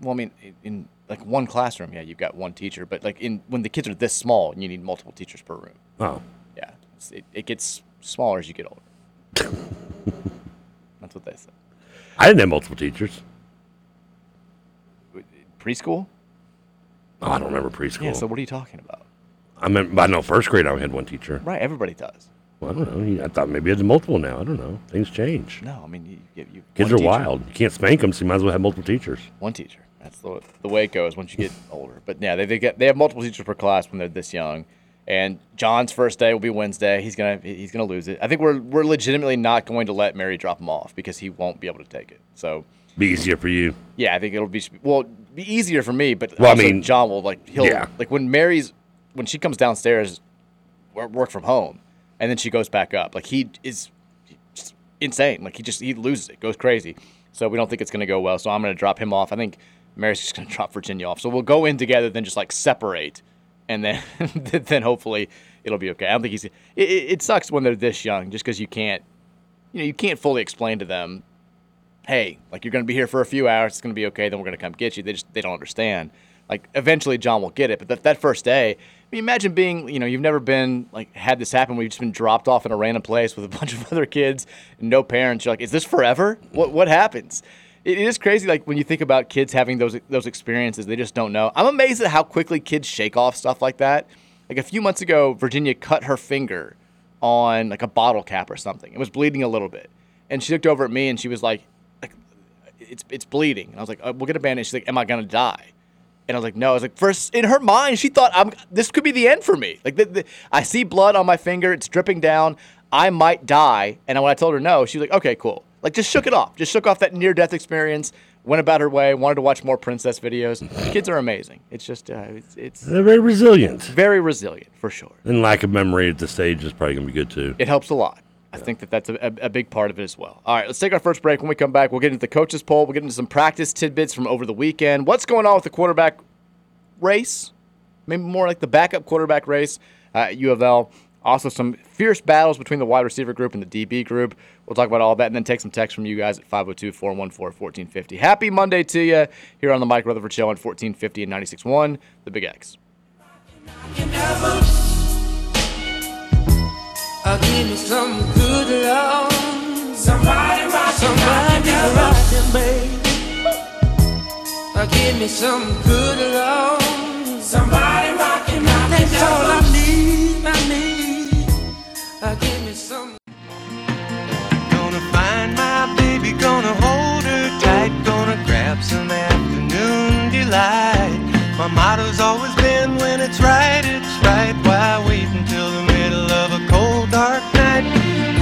[SPEAKER 3] Well, I mean, i- in like one classroom, yeah, you've got one teacher. But like in when the kids are this small, you need multiple teachers per room.
[SPEAKER 4] Oh,
[SPEAKER 3] Yeah, it's- it, it gets smaller as you get older. That's what they said.
[SPEAKER 4] I didn't have multiple teachers.
[SPEAKER 3] Preschool?
[SPEAKER 4] Oh, I don't remember preschool.
[SPEAKER 3] Yeah. So what are you talking about?
[SPEAKER 4] I mean, I know first grade I only had one teacher.
[SPEAKER 3] Right. Everybody does.
[SPEAKER 4] Well, I don't know. I thought maybe it's multiple now. I don't know. Things change.
[SPEAKER 3] No, I mean you. you, you
[SPEAKER 4] Kids
[SPEAKER 3] one
[SPEAKER 4] are
[SPEAKER 3] teacher-
[SPEAKER 4] wild. You can't spank them, so you might as well have multiple teachers.
[SPEAKER 3] One teacher. That's the, the way it goes once you get older. But yeah, they they, get, they have multiple teachers per class when they're this young. And John's first day will be Wednesday. He's gonna he- he's gonna lose it. I think we're we're legitimately not going to let Mary drop him off because he won't be able to take it. So
[SPEAKER 4] Be easier for you.
[SPEAKER 3] Yeah, I think it'll be well be easier for me, but
[SPEAKER 4] Well, I
[SPEAKER 3] also
[SPEAKER 4] mean,
[SPEAKER 3] John will like he'll
[SPEAKER 4] yeah.
[SPEAKER 3] like when Mary's when she comes downstairs, wor- work from home, and then she goes back up. Like he is just insane. Like he just he loses it, goes crazy. So we don't think it's gonna go well. So I'm gonna drop him off. I think Mary's just gonna drop Virginia off. So we'll go in together, then just like separate, and then then hopefully it'll be okay. I don't think he's. It, it it sucks when they're this young, just because you can't you know, you can't fully explain to them, hey, like you're going to be here for a few hours, it's going to be okay, then we're going to come get you. They just they don't understand. Like eventually John will get it, but that, that first day, I mean, imagine being, you know, you've never been like had this happen where you've just been dropped off in a random place with a bunch of other kids and no parents. You're like, is this forever? What what happens? It it is crazy, like when you think about kids having those those experiences, they just don't know. I'm amazed at how quickly kids shake off stuff like that. Like a few months ago, Virginia cut her finger on like a bottle cap or something. It was bleeding a little bit, and she looked over at me and she was like, like it's it's bleeding. And I was like, uh, we'll get a bandage. She's like, am I gonna die? And I was like, no. I was like, first in her mind, she thought I'm. This could be the end for me. Like, the, the, I see blood on my finger. It's dripping down. I might die. And when I told her no, she was like, okay, cool. Like, just shook it off. Just shook off that near death experience. Went about her way. Wanted to watch more princess videos. Kids are amazing. It's just, uh, it's, it's
[SPEAKER 4] They're very resilient.
[SPEAKER 3] very resilient for sure.
[SPEAKER 4] And lack of memory at this stage is probably going to be good too.
[SPEAKER 3] It helps a lot. I think that that's a, a, a big part of it as well. All right, let's take our first break. When we come back, we'll get into the coaches poll. We'll get into some practice tidbits from over the weekend. What's going on with the quarterback race? Maybe more like the backup quarterback race uh, at U of L. Also, some fierce battles between the wide receiver group and the DB group. We'll talk about all that and then take some text from you guys at 502 414 1450. Happy Monday to you here on the Mike Rutherford Show on 1450 and 96.1, The Big X.
[SPEAKER 5] I'll give me some good love. Somebody rock Somebody rock it, baby. I'll give me some good love. Somebody rock it, That's all I need, I need. I'll give me some. Gonna find my baby, gonna hold her tight. Gonna grab some afternoon delight. My motto's always been when it's right, it's right. Why wait until the middle of a cold, dark night?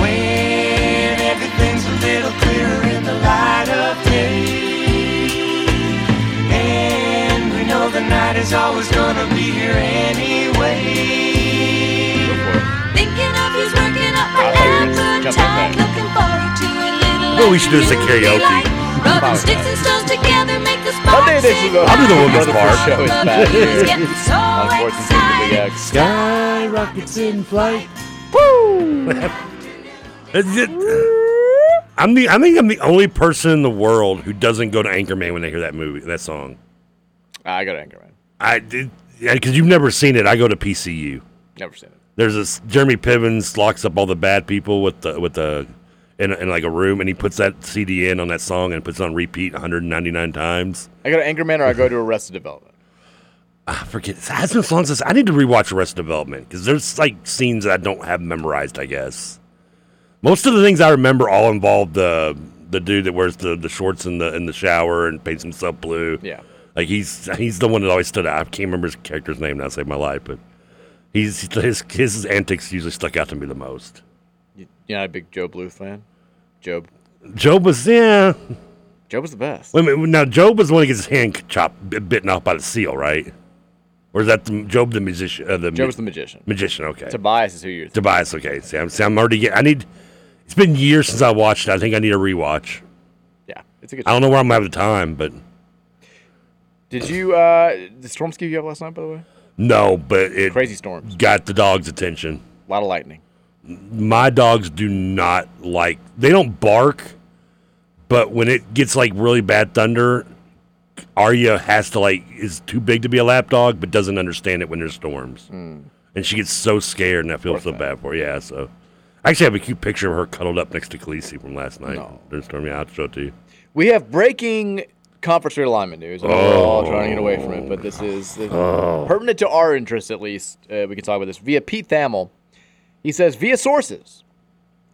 [SPEAKER 5] When everything's a little clearer in the light of day. And we know the night is always gonna be here anyway. Thinking of you's working up my appetite. Looking forward to a little.
[SPEAKER 4] What we should do is a karaoke.
[SPEAKER 5] Rubbing sticks and stones together make the sparks.
[SPEAKER 3] Monday edition of
[SPEAKER 4] I'll do the women's
[SPEAKER 3] Rutherford
[SPEAKER 4] part.
[SPEAKER 3] Show is back here on 1450 The Big X.
[SPEAKER 4] Sky rockets in flight.
[SPEAKER 5] Woo!
[SPEAKER 4] Is it- uh, I'm the. I think I'm the only person in the world who doesn't go to Anchorman when they hear that movie, that song.
[SPEAKER 3] Ah, I go to Anchorman.
[SPEAKER 4] I did because you've never seen it. I go to PCU.
[SPEAKER 3] Never seen it.
[SPEAKER 4] There's this Jeremy Pivens locks up all the bad people with the with the in, in like a room, and he puts that CD in on that song and puts it on repeat 199 times.
[SPEAKER 3] I go to Anchorman or I go to Arrested Development.
[SPEAKER 4] I Ah, forget. It has been so long since I need to rewatch Arrested Development because there's like scenes that I don't have memorized. I guess most of the things I remember all involved the the dude that wears the, the shorts in the in the shower and paints himself blue.
[SPEAKER 3] Yeah.
[SPEAKER 4] like he's he's the one that always stood out. I can't remember his character's name now. Saved my life, but he's his his antics usually stuck out to me the most.
[SPEAKER 3] You, you're not a big Joe Blue fan? Job.
[SPEAKER 4] Job was yeah.
[SPEAKER 3] Job was the best.
[SPEAKER 4] Wait a minute. Now Job was the one that gets his hand chopped, bit- bitten off by the seal, right? Or is that the, Job the musician? Uh, the mu-
[SPEAKER 3] Job's the magician.
[SPEAKER 4] Magician. Okay.
[SPEAKER 3] Tobias is who you're.
[SPEAKER 4] Tobias. Okay. See, I'm, see, I'm already getting. I need. It's been years since I watched. it. I think I need a rewatch.
[SPEAKER 3] yeah, it's a good.
[SPEAKER 4] I don't know where I'm gonna have the time, but
[SPEAKER 3] Did you? uh Did storms give you up last night? By the way,
[SPEAKER 4] no. But it
[SPEAKER 3] Crazy storms.
[SPEAKER 4] got the dog's attention.
[SPEAKER 3] a lot of lightning.
[SPEAKER 4] My dogs do not like. They don't bark, but when it gets like really bad thunder, Arya has to like is too big to be a lap dog, but doesn't understand it when there's storms.
[SPEAKER 3] Hmm.
[SPEAKER 4] And she gets so scared, and I feel so bad for her. Yeah, so I actually have a cute picture of her cuddled up next to Khaleesi from last night. During storm. Yeah, I'll show it to you.
[SPEAKER 3] We have breaking conference realignment news. and We're all trying to get away from it, but this is this is
[SPEAKER 4] Oh.
[SPEAKER 3] pertinent to our interests at least. Uh, we can talk about this via Pete Thamel. He says via sources.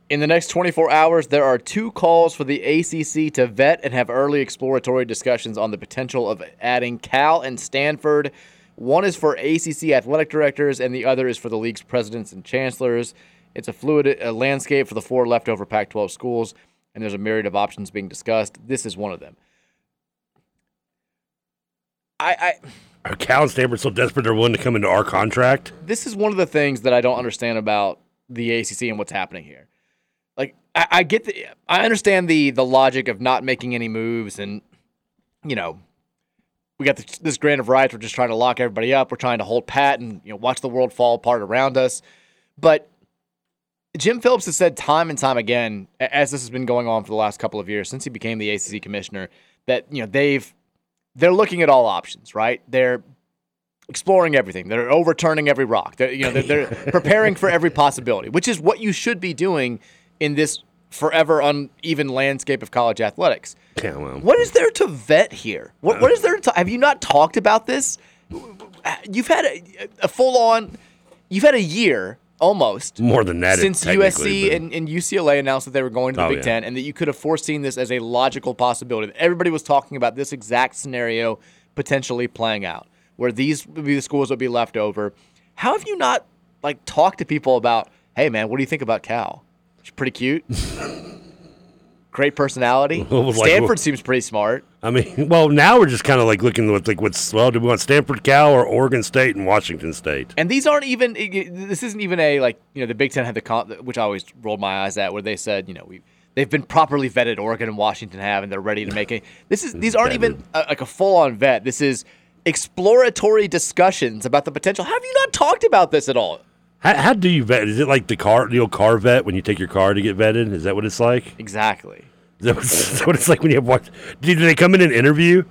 [SPEAKER 3] In the next 24 hours, there are two calls for the ACC to vet and have early exploratory discussions on the potential of adding Cal and Stanford. One is for ACC athletic directors, and the other is for the league's presidents and chancellors. It's a fluid uh, landscape for the four leftover Pac 12 schools, and there's a myriad of options being discussed. This is one of them. I, I
[SPEAKER 4] Are Cal and Stanford so desperate they're willing to come into our contract?
[SPEAKER 3] this is one of the things that I don't understand about the ACC and what's happening here. Like, I, I get the, I understand the the logic of not making any moves, and you know, we got this, this grant of rights. We're just trying to lock everybody up. We're trying to hold pat and you know watch the world fall apart around us. But Jim Phillips has said time and time again, a- as this has been going on for the last couple of years since he became the ACC commissioner, that you know they've they're looking at all options, right? They're exploring everything. They're overturning every rock. They're, you know, they're, they're preparing for every possibility, which is what you should be doing in this forever uneven landscape of college athletics.
[SPEAKER 4] Yeah, well,
[SPEAKER 3] What is there to vet here? What, what is there? To, have you not talked about this? You've had a, a full on. You've had a year almost
[SPEAKER 4] more than that. it-
[SPEAKER 3] since
[SPEAKER 4] technically,
[SPEAKER 3] USC
[SPEAKER 4] but-
[SPEAKER 3] and, and UCLA announced that they were going to the
[SPEAKER 4] Oh,
[SPEAKER 3] Big
[SPEAKER 4] yeah.
[SPEAKER 3] Ten, and that you could have foreseen this as a logical possibility. Everybody was talking about this exact scenario potentially playing out, where these would be the schools would be left over. How have you not like talked to people about, hey man, what do you think about Cal? She's pretty cute. Great personality.
[SPEAKER 4] Like,
[SPEAKER 3] Stanford seems pretty smart.
[SPEAKER 4] I mean, well, now we're just kind of like looking at like what's well, do we want Stanford, Cal, or Oregon State and Washington State?
[SPEAKER 3] And these aren't even. it- it- This isn't even a like you know the Big Ten had the con- which I always rolled my eyes at where they said you know we they've been properly vetted Oregon and Washington have and they're ready to make it. This is these aren't even uh like a full on vet. This is exploratory discussions about the potential. Have you not talked about this at all?
[SPEAKER 4] How, how do you vet? Is it like the car, the old car vet when you take your car to get vetted? Is that what it's like?
[SPEAKER 3] Exactly.
[SPEAKER 4] Is that what, is that what it's like when you have what? Do, do they come in and interview?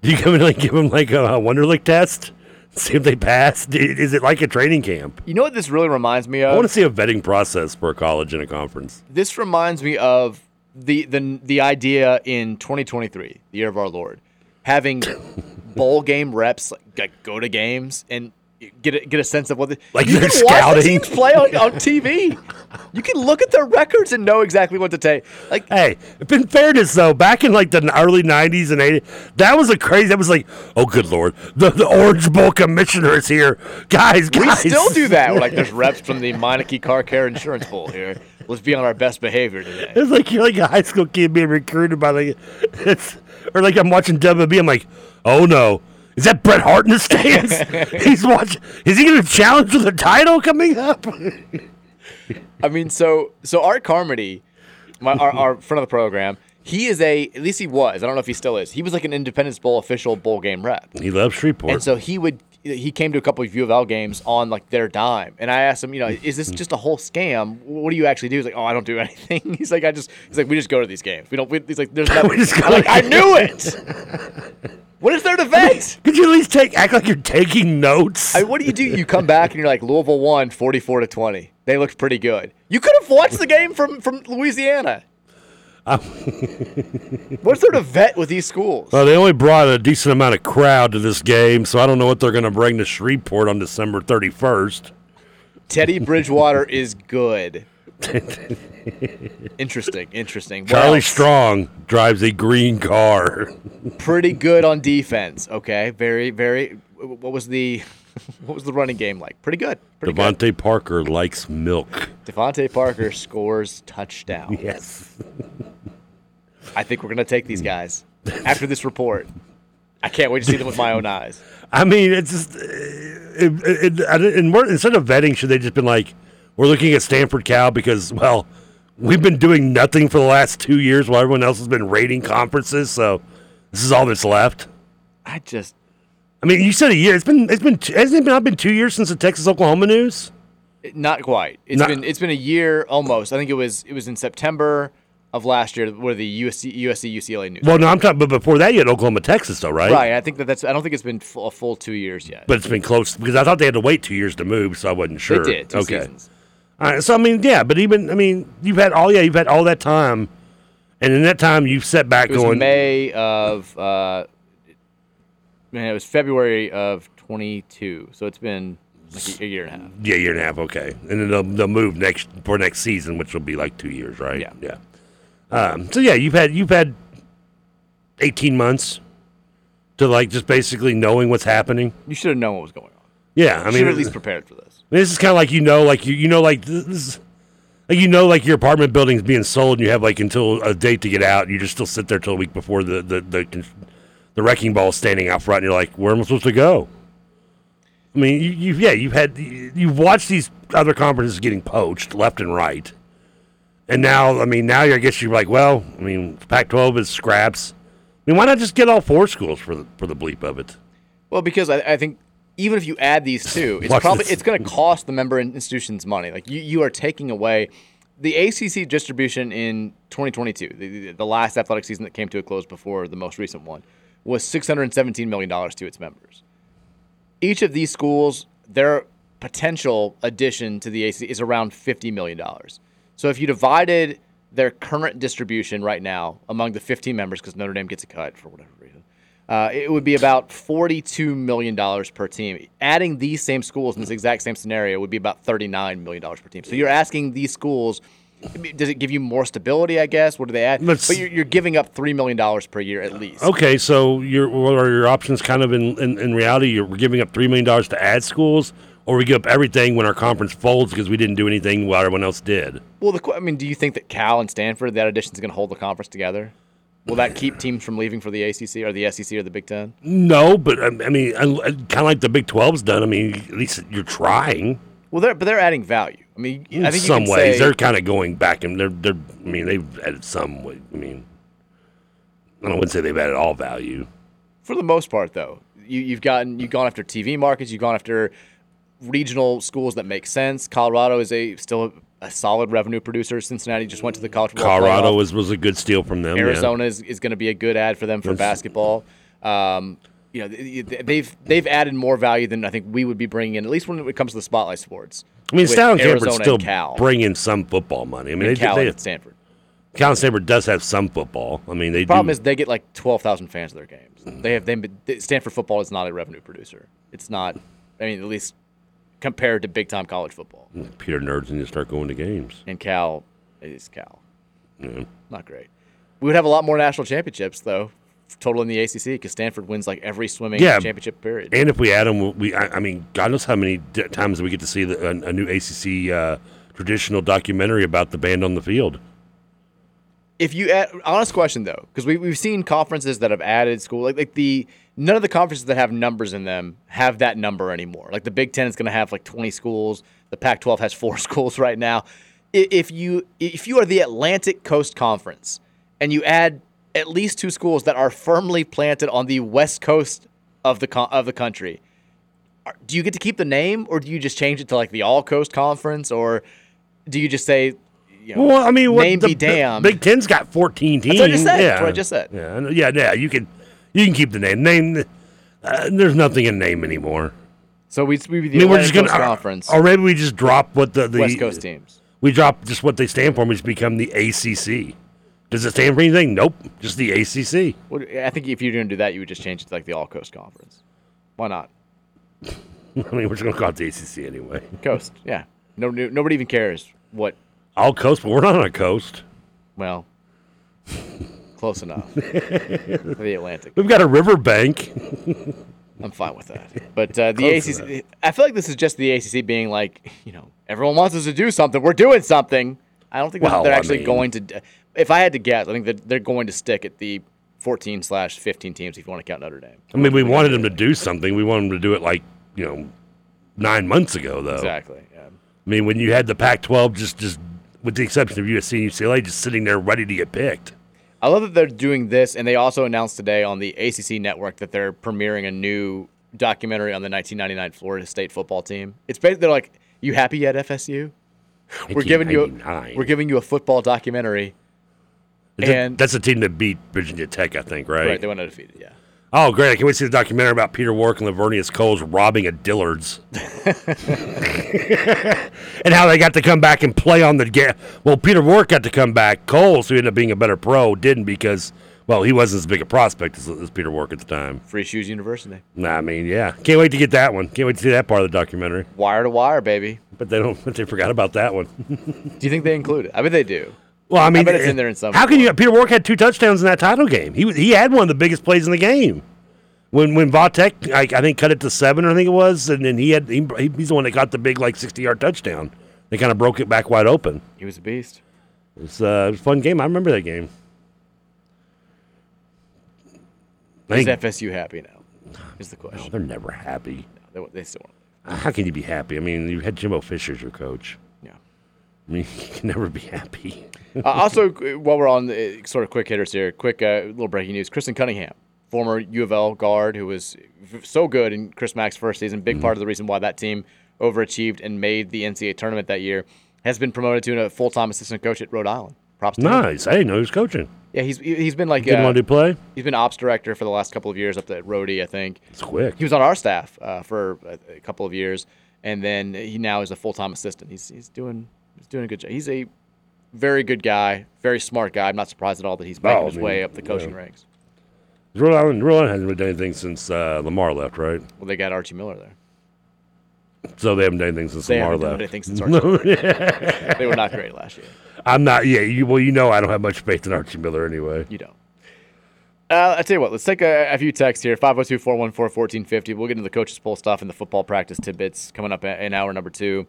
[SPEAKER 4] Do you come in and like give them like a, a Wonderlic test? See if they pass? Do- Is it like a training camp?
[SPEAKER 3] You know what this really reminds me
[SPEAKER 4] I
[SPEAKER 3] of?
[SPEAKER 4] want to see a vetting process for a college and a conference.
[SPEAKER 3] This reminds me of the the the idea in 2023, the year of our Lord, having bowl game reps like, like, go to games and get a, get a sense of what the,
[SPEAKER 4] Like
[SPEAKER 3] you
[SPEAKER 4] they're
[SPEAKER 3] can watch the
[SPEAKER 4] scouting.
[SPEAKER 3] teams play on, on TV. You can look at their records and know exactly what to take. Like
[SPEAKER 4] Hey, in fairness though, back in like the early '90s and '80s, that was a crazy. That was like, oh good lord, the, the Orange Bowl commissioner is here, guys.
[SPEAKER 3] we
[SPEAKER 4] guys.
[SPEAKER 3] still do that. We're like there's reps from the Meineke Car Care Insurance Bowl here. Let's be on our best behavior today.
[SPEAKER 4] It's like you're like a high school kid being recruited by like, it's, or like I'm watching WB. I'm like, oh no, is that Bret Hart in the stands? He's watching. Is he going to challenge for the title coming up?
[SPEAKER 3] I mean, so so Art Carmody, my our, our friend of the program, he is a at least he was. I don't know if he still is. He was like an Independence Bowl official bowl game rep,
[SPEAKER 4] he loves Shreveport.
[SPEAKER 3] and so he would he came to a couple of U of L games on like their dime. And I asked him, you know,
[SPEAKER 4] Mm.
[SPEAKER 3] is this just a whole scam? What do you actually do? He's like, oh, I don't do anything. He's like, I just he's like, we just go to these games. We don't. We, he's like, there's nothing.
[SPEAKER 4] We just go
[SPEAKER 3] I'm like,
[SPEAKER 4] to-
[SPEAKER 3] I knew it. What is there to vet?
[SPEAKER 4] Could you at least take act like you're taking notes?
[SPEAKER 3] I mean, what do you do? You come back and you're like, Louisville won 44 to 20. They looked pretty good. You could have watched the game from from Louisiana. What sort of vet with these schools?
[SPEAKER 4] Well, they only brought a decent amount of crowd to this game, so I don't know what they're going to bring to Shreveport on December 31st.
[SPEAKER 3] Teddy Bridgewater is good. Interesting, interesting. What
[SPEAKER 4] Charlie
[SPEAKER 3] else?
[SPEAKER 4] Strong drives a green car.
[SPEAKER 3] pretty good on defense. Okay, very, very. What was the what was the running game like? Pretty good. Pretty good.
[SPEAKER 4] Devontae Parker likes milk.
[SPEAKER 3] Devontae Parker scores touchdown.
[SPEAKER 4] Yes.
[SPEAKER 3] I think we're gonna take
[SPEAKER 4] Hmm.
[SPEAKER 3] these guys after this report. I can't wait to see them with my own eyes.
[SPEAKER 4] I mean, it's just uh, it, it, I didn't- and we're, instead of vetting, should they just been like, we're looking at Stanford Cal because well, we've been doing nothing for the last two years while everyone else has been raiding conferences, so this is all that's left.
[SPEAKER 3] I just
[SPEAKER 4] I mean, you said a year. It's been it's been two- hasn't it not been two years since the Texas Oklahoma news?
[SPEAKER 3] Not quite. It's
[SPEAKER 4] Not-
[SPEAKER 3] been it's been a year almost. I think it was it was in September of last year where the USC USC UCLA news.
[SPEAKER 4] Well, no, I'm talking. But before that, you had Oklahoma, Texas, though, right?
[SPEAKER 3] Right. I think that that's. I don't think it's been full, a full two years yet.
[SPEAKER 4] But it's been close because I thought they had to wait two years to move, so I wasn't sure.
[SPEAKER 3] They did. Two
[SPEAKER 4] okay.
[SPEAKER 3] seasons.
[SPEAKER 4] All right, so I mean, yeah, but even I mean, you've had all yeah, you've had all that time, and in that time, you've set back
[SPEAKER 3] It was
[SPEAKER 4] going.
[SPEAKER 3] May of. Uh, man, it was February of twenty two. So it's been like a, a year and a half.
[SPEAKER 4] Yeah, year and a half. Okay, and then they'll, they'll move next for next season, which will be like two years, right?
[SPEAKER 3] Yeah.
[SPEAKER 4] yeah. Um, so yeah, you've had you've had eighteen months to like just basically knowing what's happening.
[SPEAKER 3] You should have known what was going on.
[SPEAKER 4] Yeah,
[SPEAKER 3] You
[SPEAKER 4] I mean,
[SPEAKER 3] should have at least prepared for this.
[SPEAKER 4] I mean, This is kind of like you know, like you you know, like this is like you know, like your apartment building's being sold, and you have like until a date to get out, and you just still sit there till a week before the the the, the wrecking ball is standing out front, and you're like, where am I supposed to go? I mean, you, you've yeah, you've had you've watched these other conferences getting poached left and right, and now I mean, now you're, I guess you're like, well, I mean, Pac-12 is scraps. I mean, why not just get all four schools for the for the bleep of it?
[SPEAKER 3] Well, because I, I think even if you add these two, it's
[SPEAKER 4] Watch
[SPEAKER 3] probably
[SPEAKER 4] this.
[SPEAKER 3] it's going to cost the member in- institutions money. Like you, you are taking away the ACC distribution in 2022, the- the, the last athletic season that came to a close before the most recent one, was 617 million dollars to its members. Each of these schools, their potential addition to the ACC is around 50 million dollars. So if you divided their current distribution right now among the 15 members, because Notre Dame gets a cut for whatever reason. Uh, it would be about $42 million per team. Adding these same schools in this exact same scenario would be about $39 million per team. So you're asking these schools I mean, does it give you more stability? I guess. What do they add?
[SPEAKER 4] Let's-
[SPEAKER 3] but you're, you're giving up three million dollars per year at least.
[SPEAKER 4] Okay, so your well, are your options kind of in, in, in reality? You're we're giving up three million dollars to ad schools, or we give up everything when our conference folds because we didn't do anything while everyone else did.
[SPEAKER 3] Well, the, qu- I mean, do you think that Cal and Stanford that addition is going to hold the conference together? Will that keep teams from leaving for the ACC or the SEC or the Big Ten?
[SPEAKER 4] No, but um, I mean, kind of like the Big 12's done. I mean, at least you're trying.
[SPEAKER 3] Well, they're but they're adding value. I mean,
[SPEAKER 4] In
[SPEAKER 3] I think
[SPEAKER 4] some
[SPEAKER 3] you can
[SPEAKER 4] ways,
[SPEAKER 3] say,
[SPEAKER 4] they're kind of going back and they're they're. I mean, they've added some. wa- I mean, I wouldn't say they've added all value.
[SPEAKER 3] for the most part though. You, you've gotten you've gone after TV markets. You've gone after regional schools that make sense. Colorado is a still a, solid revenue producer. Cincinnati just went to the college. football
[SPEAKER 4] Colorado
[SPEAKER 3] playoff.
[SPEAKER 4] was was a good steal from them. Oh, yeah.
[SPEAKER 3] Arizona is, is going to be a good ad for them for
[SPEAKER 4] That's-
[SPEAKER 3] basketball. Um, you know, th- th- they've they've added more value than I think we would be bringing in, at least when it comes to the spotlight sports.
[SPEAKER 4] I mean,
[SPEAKER 3] with
[SPEAKER 4] Stout and
[SPEAKER 3] Arizona
[SPEAKER 4] Stanford still
[SPEAKER 3] and Cal.
[SPEAKER 4] bring in some football money. I mean,
[SPEAKER 3] And
[SPEAKER 4] they,
[SPEAKER 3] Cal
[SPEAKER 4] they,
[SPEAKER 3] and Stanford.
[SPEAKER 4] Cal and Stanford does have some football. I mean, they
[SPEAKER 3] The problem
[SPEAKER 4] do.
[SPEAKER 3] is they get like twelve thousand fans to their games. They have they Stanford football is not a revenue producer. It's not. I mean, at least compared to big time college football.
[SPEAKER 4] Peter nerds need to start going to games.
[SPEAKER 3] And Cal is Cal.
[SPEAKER 4] Yeah.
[SPEAKER 3] Not great. We would have a lot more national championships though, total in the ACC because Stanford wins like every swimming
[SPEAKER 4] Yeah,
[SPEAKER 3] championship period.
[SPEAKER 4] And if we add them, we I, I mean, God knows how many d- times we get to see the, a, a new ACC uh, traditional documentary about the band on the field.
[SPEAKER 3] If you add, honest question though, because we we've seen conferences that have added school like like the none of the conferences that have numbers in them have that number anymore. Like the Big Ten is going to have like twenty schools. The Pac-12 has four schools right now. I- If you if you are the Atlantic Coast Conference and you add at least two schools that are firmly planted on the west coast of the con- of the country, are- do you get to keep the name or do you just change it to like the All Coast Conference or do you just say? You know,
[SPEAKER 4] well, I mean, what,
[SPEAKER 3] name
[SPEAKER 4] the,
[SPEAKER 3] be
[SPEAKER 4] the
[SPEAKER 3] damned.
[SPEAKER 4] Big Ten's got fourteen teams.
[SPEAKER 3] That's what I just said.
[SPEAKER 4] Yeah.
[SPEAKER 3] That's what I just said.
[SPEAKER 4] Yeah, I know- yeah, yeah. You can, you can keep the name. Name. Uh, there's nothing in name anymore.
[SPEAKER 3] So we'd, we'd be the
[SPEAKER 4] I mean, we're
[SPEAKER 3] Atlantic
[SPEAKER 4] just gonna,
[SPEAKER 3] Coast
[SPEAKER 4] or-
[SPEAKER 3] Conference.
[SPEAKER 4] or maybe we just drop what the, the
[SPEAKER 3] West Coast teams.
[SPEAKER 4] We drop just what they stand for. and We just become the ACC. Does it stand for anything? Nope. Just the ACC.
[SPEAKER 3] What, I think if you're going to do that, you would just change it to like the All Coast Conference. Why not?
[SPEAKER 4] I mean, we're just gonna call it the ACC anyway.
[SPEAKER 3] Coast. Yeah. No, no- nobody even cares what.
[SPEAKER 4] All coast, but we're not on a coast.
[SPEAKER 3] Well, close enough. the Atlantic.
[SPEAKER 4] We've got a riverbank.
[SPEAKER 3] I'm fine with that. But uh, the
[SPEAKER 4] Close
[SPEAKER 3] ACC. I feel like this is just the ACC being like, you know, everyone wants us to do something. We're doing something. I don't think that
[SPEAKER 4] Well,
[SPEAKER 3] they're
[SPEAKER 4] I
[SPEAKER 3] actually
[SPEAKER 4] mean-
[SPEAKER 3] going to. If I had to guess, I think that they're going to stick at the 14 slash 15 teams if you want to count Notre Dame.
[SPEAKER 4] I mean, we wanted them to do something. We wanted them to do it like you know, nine months ago though.
[SPEAKER 3] Exactly. Yeah.
[SPEAKER 4] I mean, when you had the Pac-12, just just with the exception of USC and UCLA, just sitting there ready to get picked.
[SPEAKER 3] I love that they're doing this, and they also announced today on the ACC network that they're premiering a new documentary on the 1999 Florida State football team. It's basically they're like, "You happy yet, FSU? We're giving you a,
[SPEAKER 4] 1999.
[SPEAKER 3] we're giving you a football documentary."
[SPEAKER 4] Is that-
[SPEAKER 3] And-
[SPEAKER 4] that's the team that beat Virginia Tech, I think, right?
[SPEAKER 3] Right, they went undefeated. Yeah,
[SPEAKER 4] Oh, great! I can't wait to see the documentary about Peter Wark and Lavernius Coles robbing a Dillard's, and how they got to come back and play on the game. Well, Peter Wark got to come back. Coles, who ended up being a better pro, didn't because well, he wasn't as big a prospect as, as Peter Wark at the time.
[SPEAKER 3] Free Shoes University,
[SPEAKER 4] Nah, I mean, yeah, can't wait to get that one. Can't wait to see that part of the documentary.
[SPEAKER 3] wire to wire, baby.
[SPEAKER 4] But they don't. But they forgot about that one.
[SPEAKER 3] Do you think they include it? I bet they do.
[SPEAKER 4] Well, I mean, eh,
[SPEAKER 3] bet it's in there in some.
[SPEAKER 4] How can you? Peter Wark had two touchdowns in that title game. He was- he had one of the biggest plays in the game. When when Vatek, I, I think, cut it to seven, I think it was, and then he had he, he's the one that got the big like sixty yard touchdown. They kind of broke it back wide open.
[SPEAKER 3] He was a beast.
[SPEAKER 4] It was, uh, it was a fun game. I remember that game. I
[SPEAKER 3] Is
[SPEAKER 4] think-
[SPEAKER 3] FSU happy now? Is the question.
[SPEAKER 4] Oh, they're never happy.
[SPEAKER 3] They, they still want.
[SPEAKER 4] How can you be happy? I mean, you had Jimbo Fisher as your coach.
[SPEAKER 3] Yeah.
[SPEAKER 4] I mean, you can never be happy.
[SPEAKER 3] uh, also, qu- while we're on the, uh, sort of quick hitters here, quick uh, little breaking news: Kristen Cunningham, former U of L guard, who was v- so good in Chris Mack's first season, big part of
[SPEAKER 4] Mm-hmm.
[SPEAKER 3] the reason why that team overachieved and made the NCAA tournament that year, has been promoted to a full-time assistant coach at Rhode Island. Props to him.
[SPEAKER 4] nice. I didn't know he was coaching.
[SPEAKER 3] Yeah, he's he- he's been like
[SPEAKER 4] Didn't
[SPEAKER 3] uh,
[SPEAKER 4] want to play.
[SPEAKER 3] He's been ops director for the last couple of years up at Rhodey, I think.
[SPEAKER 4] It's quick.
[SPEAKER 3] He was on our staff uh, for a, a couple of years, and then he now is a full time assistant. He's he's doing he's doing a good job. He's a very good guy, very smart guy. I'm not surprised at all that he's making
[SPEAKER 4] Oh, I
[SPEAKER 3] his
[SPEAKER 4] mean,
[SPEAKER 3] way up the coaching
[SPEAKER 4] yeah.
[SPEAKER 3] ranks.
[SPEAKER 4] Rhode Island, Rhode Island hasn't really done anything since uh, Lamar left, right?
[SPEAKER 3] Well, they got Archie Miller there.
[SPEAKER 4] so they haven't done anything since
[SPEAKER 3] They
[SPEAKER 4] Lamar
[SPEAKER 3] haven't done
[SPEAKER 4] left.
[SPEAKER 3] anything since Archie. They were not great last year.
[SPEAKER 4] I'm not. Yeah. You, well, you know, I don't have much faith in Archie Miller anyway.
[SPEAKER 3] You don't. Uh, I tell you what, let's take a, a few texts here 502 414 1450. We'll get into the coaches' poll stuff and the football practice tidbits coming up in hour number two.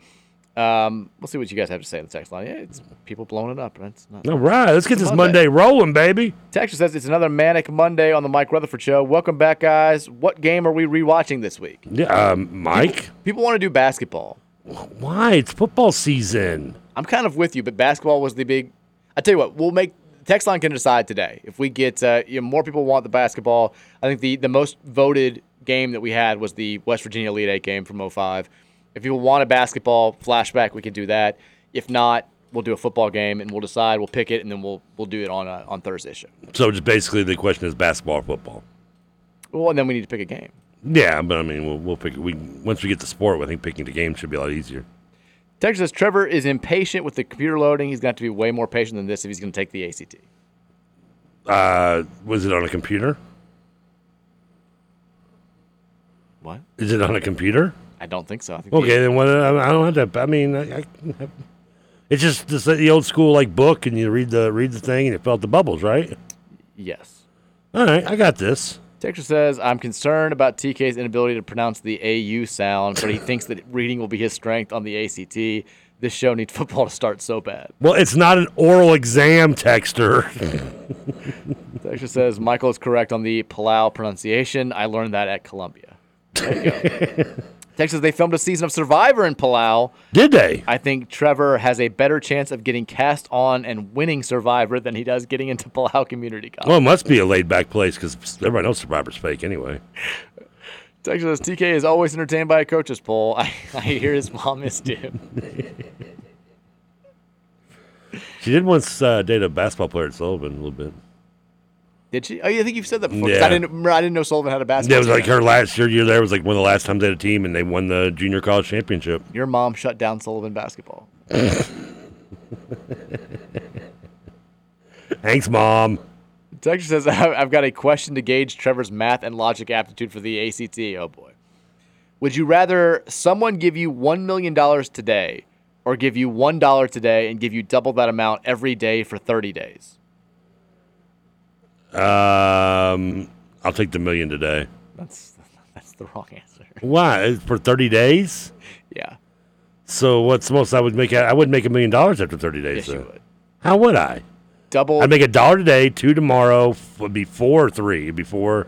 [SPEAKER 3] Um, we'll see what you guys have to say in the text line. Yeah, it's people blowing it up. That's not
[SPEAKER 4] All right, let's get
[SPEAKER 3] It's
[SPEAKER 4] this
[SPEAKER 3] a
[SPEAKER 4] Monday rolling, baby.
[SPEAKER 3] Texture says it's another manic Monday on the Mike Rutherford Show. Welcome back, guys. What game are we rewatching this week?
[SPEAKER 4] Yeah, um, Mike.
[SPEAKER 3] People want to do basketball.
[SPEAKER 4] Why? It's football season.
[SPEAKER 3] I'm kind of with you, but basketball was the big. I tell you what, we'll make text line can decide today if we get uh, you know, more people want the basketball. I think the the most voted game that we had was the West Virginia Elite Eight game from 05. If people want a basketball flashback, we can do that. If not, we'll do a football game and we'll decide. We'll pick it and then we'll we'll do it on uh, on Thursday show.
[SPEAKER 4] So just basically the question is basketball or football.
[SPEAKER 3] Well, and then we need to pick a game.
[SPEAKER 4] Yeah, but I mean, we'll, we'll pick. We once we get to sport, I think picking the game should be a lot easier.
[SPEAKER 3] Texas says Trevor is impatient with the computer loading. He's got to be way more patient than this if he's going to take the ACT.
[SPEAKER 4] Uh, was it on a computer?
[SPEAKER 3] What?
[SPEAKER 4] Is it on a computer?
[SPEAKER 3] I don't think so. I think the-
[SPEAKER 4] Okay, then what? I I don't have to. I mean, I, I, it's just this, the old school like book, and you read the read the thing, and it felt the bubbles, right?
[SPEAKER 3] Yes.
[SPEAKER 4] All right, I got this.
[SPEAKER 3] Texture says, I'm concerned about TK's inability to pronounce the AU sound, but he thinks that reading will be his strength on the ACT. This show needs football to start so bad.
[SPEAKER 4] Well, it's not an oral exam, texter.
[SPEAKER 3] Texture says, Michael is correct on the Palau pronunciation. I learned that at Columbia. There you go. Texas, they filmed a season of Survivor in Palau.
[SPEAKER 4] Did they?
[SPEAKER 3] I think Trevor has a better chance of getting cast on and winning Survivor than he does getting into Palau Community College.
[SPEAKER 4] Well, it must be a laid back place because everybody knows Survivor's fake anyway.
[SPEAKER 3] Texas says, TK is always entertained by a coach's poll. I, I hear his mom missed him.
[SPEAKER 4] She did once uh, date a basketball player at Sullivan a little bit.
[SPEAKER 3] Did she? Oh, yeah, I think you've said that before. 'cause I
[SPEAKER 4] Yeah.
[SPEAKER 3] didn't. remember- I didn't know Sullivan had a basketball.
[SPEAKER 4] it was like
[SPEAKER 3] team.
[SPEAKER 4] her last year. Year there was like one of the last times they had a team, and they won the junior college championship.
[SPEAKER 3] Your mom shut down Sullivan basketball.
[SPEAKER 4] Thanks, mom.
[SPEAKER 3] Texture says "I- I've got a question to gauge Trevor's math and logic aptitude for the ACT. Oh boy. Would you rather someone give you one million dollars today, or give you one dollar today and give you double that amount every day for thirty days?
[SPEAKER 4] Um, I'll take the million today.
[SPEAKER 3] That's that's the wrong answer.
[SPEAKER 4] Why for thirty days?
[SPEAKER 3] Yeah.
[SPEAKER 4] So what's the most I would make? I would make a million dollars after thirty
[SPEAKER 3] Yes,
[SPEAKER 4] days.
[SPEAKER 3] you
[SPEAKER 4] though. How would I?
[SPEAKER 3] Double.
[SPEAKER 4] I'd make a dollar today, two tomorrow. f- Would be four or three. It'd be four,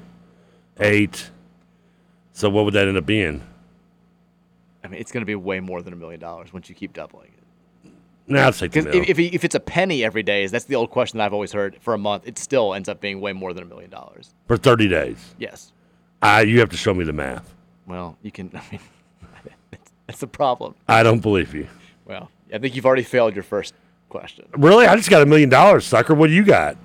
[SPEAKER 4] eight. So what would that end up being?
[SPEAKER 3] I mean, it's going to be way more than a million dollars once you keep doubling it.
[SPEAKER 4] Nah, I'd take the
[SPEAKER 3] Because
[SPEAKER 4] middle.
[SPEAKER 3] if, if, if it's a penny every day, that's the old question that I've always heard for a month. It still ends up being way more than a million dollars.
[SPEAKER 4] for thirty days.
[SPEAKER 3] Yes.
[SPEAKER 4] I, you have to show me the math.
[SPEAKER 3] Well, you can. I mean, that's, that's the problem.
[SPEAKER 4] I don't believe you.
[SPEAKER 3] Well, I think you've already failed your first question.
[SPEAKER 4] Really? I just got a million dollars, sucker. What do you got?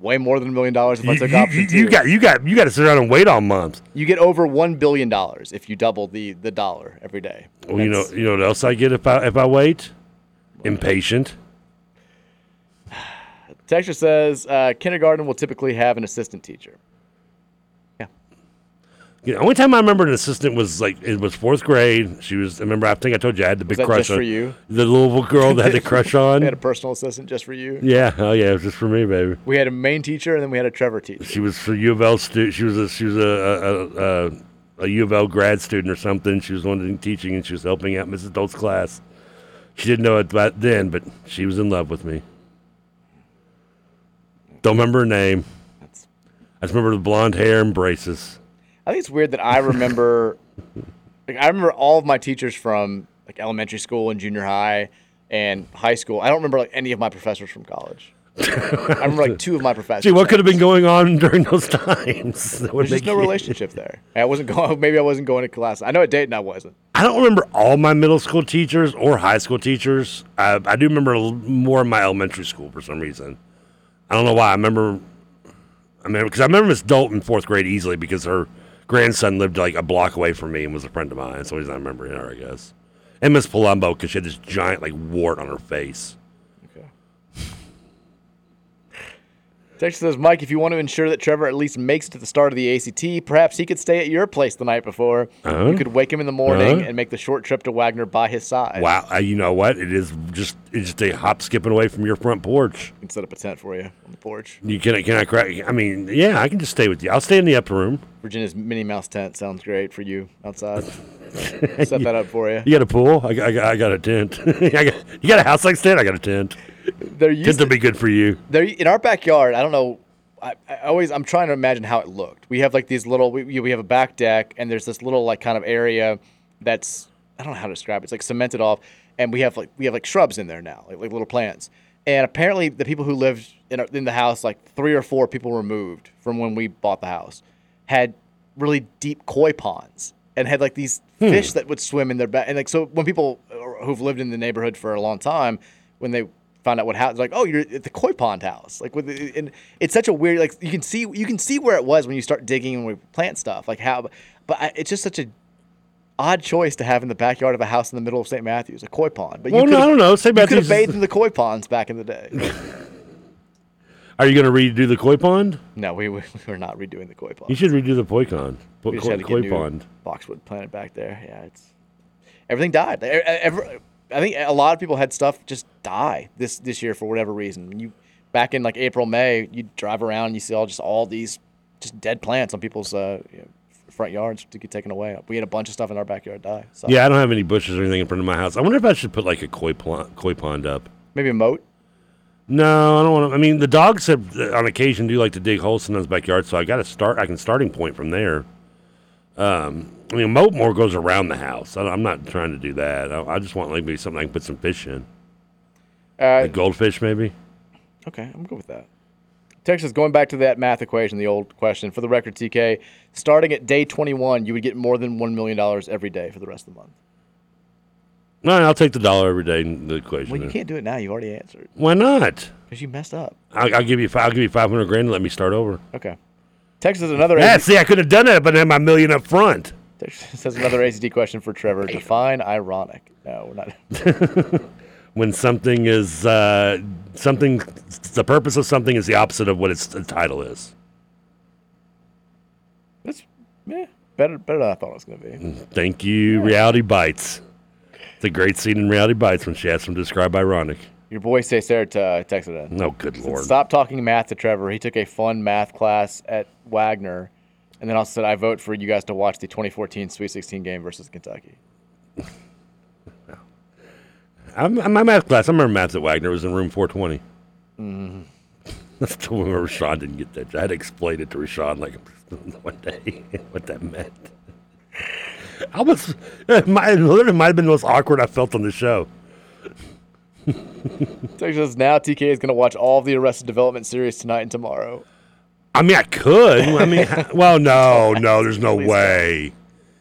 [SPEAKER 3] Way more than a million dollars if I
[SPEAKER 4] You,
[SPEAKER 3] took
[SPEAKER 4] you-
[SPEAKER 3] option
[SPEAKER 4] you-
[SPEAKER 3] two.
[SPEAKER 4] you got you got you got to sit around and wait all month.
[SPEAKER 3] You get over one billion dollars if you double the the dollar every day.
[SPEAKER 4] Well, you know you know what else I get if I if I wait? Impatient.
[SPEAKER 3] Texture says uh, kindergarten will typically have an assistant teacher.
[SPEAKER 4] You know, only time I remember an assistant was like it was fourth grade. She was. I remember. I think I told you I had the
[SPEAKER 3] Was
[SPEAKER 4] big
[SPEAKER 3] that
[SPEAKER 4] crush
[SPEAKER 3] just
[SPEAKER 4] on
[SPEAKER 3] for you?
[SPEAKER 4] the Louisville girl that had the crush
[SPEAKER 3] We had a
[SPEAKER 4] on.
[SPEAKER 3] personal assistant just for you.
[SPEAKER 4] Yeah. Oh yeah. It was just for me, baby.
[SPEAKER 3] We had a main teacher and then we had a Trevor teacher.
[SPEAKER 4] She was for U of L stu- She was a she was a a, a, a a U of L grad student or something. She was one of the teaching and she was helping out Mrs. Dolt's class. She didn't know it about then, but she was in love with me. Don't remember her name. I just remember the blonde hair and braces.
[SPEAKER 3] I think it's weird that I remember, like, I remember all of my teachers from like elementary school and junior high and high school. I don't remember like any of my professors from college. I remember like two of my professors.
[SPEAKER 4] Gee, what could have been going on during those times? That would
[SPEAKER 3] There's just
[SPEAKER 4] make
[SPEAKER 3] no
[SPEAKER 4] you-
[SPEAKER 3] relationship there. I wasn't going. Maybe I wasn't going to class. I know at Dayton I wasn't.
[SPEAKER 4] I don't remember all my middle school teachers or high school teachers. I, I do remember a l- more of my elementary school for some reason. I don't know why. I remember, I mean, because I remember Miss Dolt in fourth grade easily because her grandson lived like a block away from me and was a friend of mine. So he's not remembering her, I guess. And Miss Palumbo because she had this giant like wart on her face.
[SPEAKER 3] Texas says, Mike, if you want to ensure that Trevor at least makes it to the start of the ACT, perhaps he could stay at your place the night before.
[SPEAKER 4] Uh-huh.
[SPEAKER 3] You could wake him in the morning
[SPEAKER 4] Uh-huh.
[SPEAKER 3] and make the short trip to Wagner by his side.
[SPEAKER 4] Wow, uh, you know what? It is just it's just a hop skipping away from your front porch.
[SPEAKER 3] I can set up a tent for you on the porch.
[SPEAKER 4] You can can I crack? I mean, yeah, I can just stay with you. I'll stay in the upper room.
[SPEAKER 3] Virginia's Minnie Mouse tent sounds great for you outside. set that up for you.
[SPEAKER 4] You got a pool? I, got- I, got- I got a tent. I got, you got a house like tent? I got a tent.
[SPEAKER 3] There used
[SPEAKER 4] Tent
[SPEAKER 3] to-
[SPEAKER 4] would be good for you.
[SPEAKER 3] there in our backyard i don't know I, I always i'm trying to imagine how it looked we have like these little we, we have a back deck and there's this little like kind of area that's i don't know how to describe it it's like cemented off and we have like we have like shrubs in there now like, like little plants and apparently the people who lived in, our, in the house like three or four people removed from when we bought the house had really deep koi ponds and had like these
[SPEAKER 6] Hmm.
[SPEAKER 3] fish that would swim in their back. And like, so when people uh, who've lived in the neighborhood for a long time, when they found out what house, like, oh, you're at the koi pond house. Like, with the, and it's such a weird, like, you can see, you can see where it was when you start digging and we plant stuff. Like, how, but I, it's just such a odd choice to have in the backyard of a house in the middle of St. Matthews, a koi pond. But
[SPEAKER 4] Well,
[SPEAKER 3] you
[SPEAKER 4] no,
[SPEAKER 3] could've-
[SPEAKER 4] I don't know. St.
[SPEAKER 3] You could
[SPEAKER 4] Matthews
[SPEAKER 3] have
[SPEAKER 4] is-
[SPEAKER 3] bathed in the koi ponds back in the day.
[SPEAKER 4] Are you going to redo the koi pond?
[SPEAKER 3] no, we, we were not redoing the koi pond.
[SPEAKER 4] You should redo the koi pond.
[SPEAKER 3] We
[SPEAKER 4] Koi,
[SPEAKER 3] just had to get
[SPEAKER 4] koi
[SPEAKER 3] new
[SPEAKER 4] pond.
[SPEAKER 3] Boxwood planted back there. Yeah, it's everything died. E- e- ever- I think a lot of people had stuff just die this this year for whatever reason. You back in like April, May, you drive around, and you see all just all these just dead plants on people's uh, you know, front yards to get taken away. We had a bunch of stuff in our backyard die. So
[SPEAKER 4] Yeah, I don't have any bushes or anything in front of my house. I wonder if I should put like a koi pond, koi pond up.
[SPEAKER 3] maybe a moat.
[SPEAKER 4] No, I don't want to. I mean, the dogs have, uh, on occasion do like to dig holes in his backyard, so I got to start. I can starting point from there. Um, I mean, moat more goes around the house. I, I'm not trying to do that. I, I just want like maybe something I can put some fish in.
[SPEAKER 3] Uh,
[SPEAKER 4] Like goldfish, maybe.
[SPEAKER 3] Okay, I'm good with that. Texas, going back to that math equation, the old question. For the record, TK, starting at day 21, you would get more than $1 million every day for the rest of the month.
[SPEAKER 4] No, I'll take the dollar every day in the equation.
[SPEAKER 3] Well, you
[SPEAKER 4] there.
[SPEAKER 3] can't do it now. You already answered.
[SPEAKER 4] Why not?
[SPEAKER 3] Because you messed up.
[SPEAKER 4] I'll, I'll give you. fi- I'll give you five hundred grand. and Let me start over.
[SPEAKER 3] Okay. Texas is another.
[SPEAKER 4] Yeah,
[SPEAKER 3] ACD
[SPEAKER 4] see, I could have done that, but I had my million up front.
[SPEAKER 3] Texas has another ACD question for Trevor. Define ironic. No, we're not.
[SPEAKER 4] when something is uh, something, the purpose of something is the opposite of what its the title is.
[SPEAKER 3] That's yeah, better better than I thought it was going to
[SPEAKER 4] Mm.
[SPEAKER 3] be.
[SPEAKER 4] Thank you, Reality Bites. It's a great scene in Reality Bites when she has him describe ironic.
[SPEAKER 3] Your boy Cesar to uh, Texas.
[SPEAKER 4] No, Oh, good lord.
[SPEAKER 3] Stop talking math to Trevor. He took a fun math class at Wagner, and then also said, "I vote for you guys to watch the 2014 Sweet 16 game versus Kentucky."
[SPEAKER 4] I'm, I'm- my math class. I remember math at Wagner. It was in room 420.
[SPEAKER 3] Mm.
[SPEAKER 4] That's the one where Rashad didn't get that. I had to explain it to Rashad like one day what that meant. I was it might, it literally might have been the most awkward I felt on the show.
[SPEAKER 3] Texas now TK is going to watch all of the Arrested Development series tonight and tomorrow.
[SPEAKER 4] I mean, I could. I mean, well, no, no, there's no way.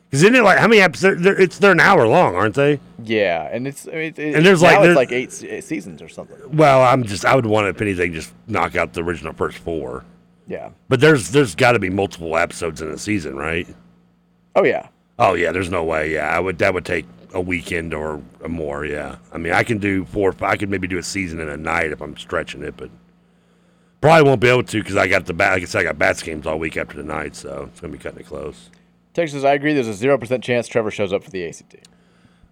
[SPEAKER 4] Because isn't it like how many episodes? They're, it's they're an hour long, aren't they?
[SPEAKER 3] Yeah, and it's I mean, it,
[SPEAKER 4] And there's
[SPEAKER 3] now
[SPEAKER 4] like-
[SPEAKER 3] it's
[SPEAKER 4] there's-
[SPEAKER 3] like eight, se- eight seasons or something.
[SPEAKER 4] Well, I'm just I would want if anything just knock out the original first four.
[SPEAKER 3] Yeah.
[SPEAKER 4] But there's there's got to be multiple episodes in a season, right?
[SPEAKER 3] Oh yeah.
[SPEAKER 4] Oh yeah, there's no way. Yeah, I would that would take a weekend or more. Yeah, I mean I can do four. or five- I could maybe do a season in a night if I'm stretching it, but probably won't be able to because I got the bat. Like I said, I got bats games all week after tonight, so it's gonna be cutting it close.
[SPEAKER 3] Texas, I agree. There's a zero percent chance Trevor shows up for the ACT.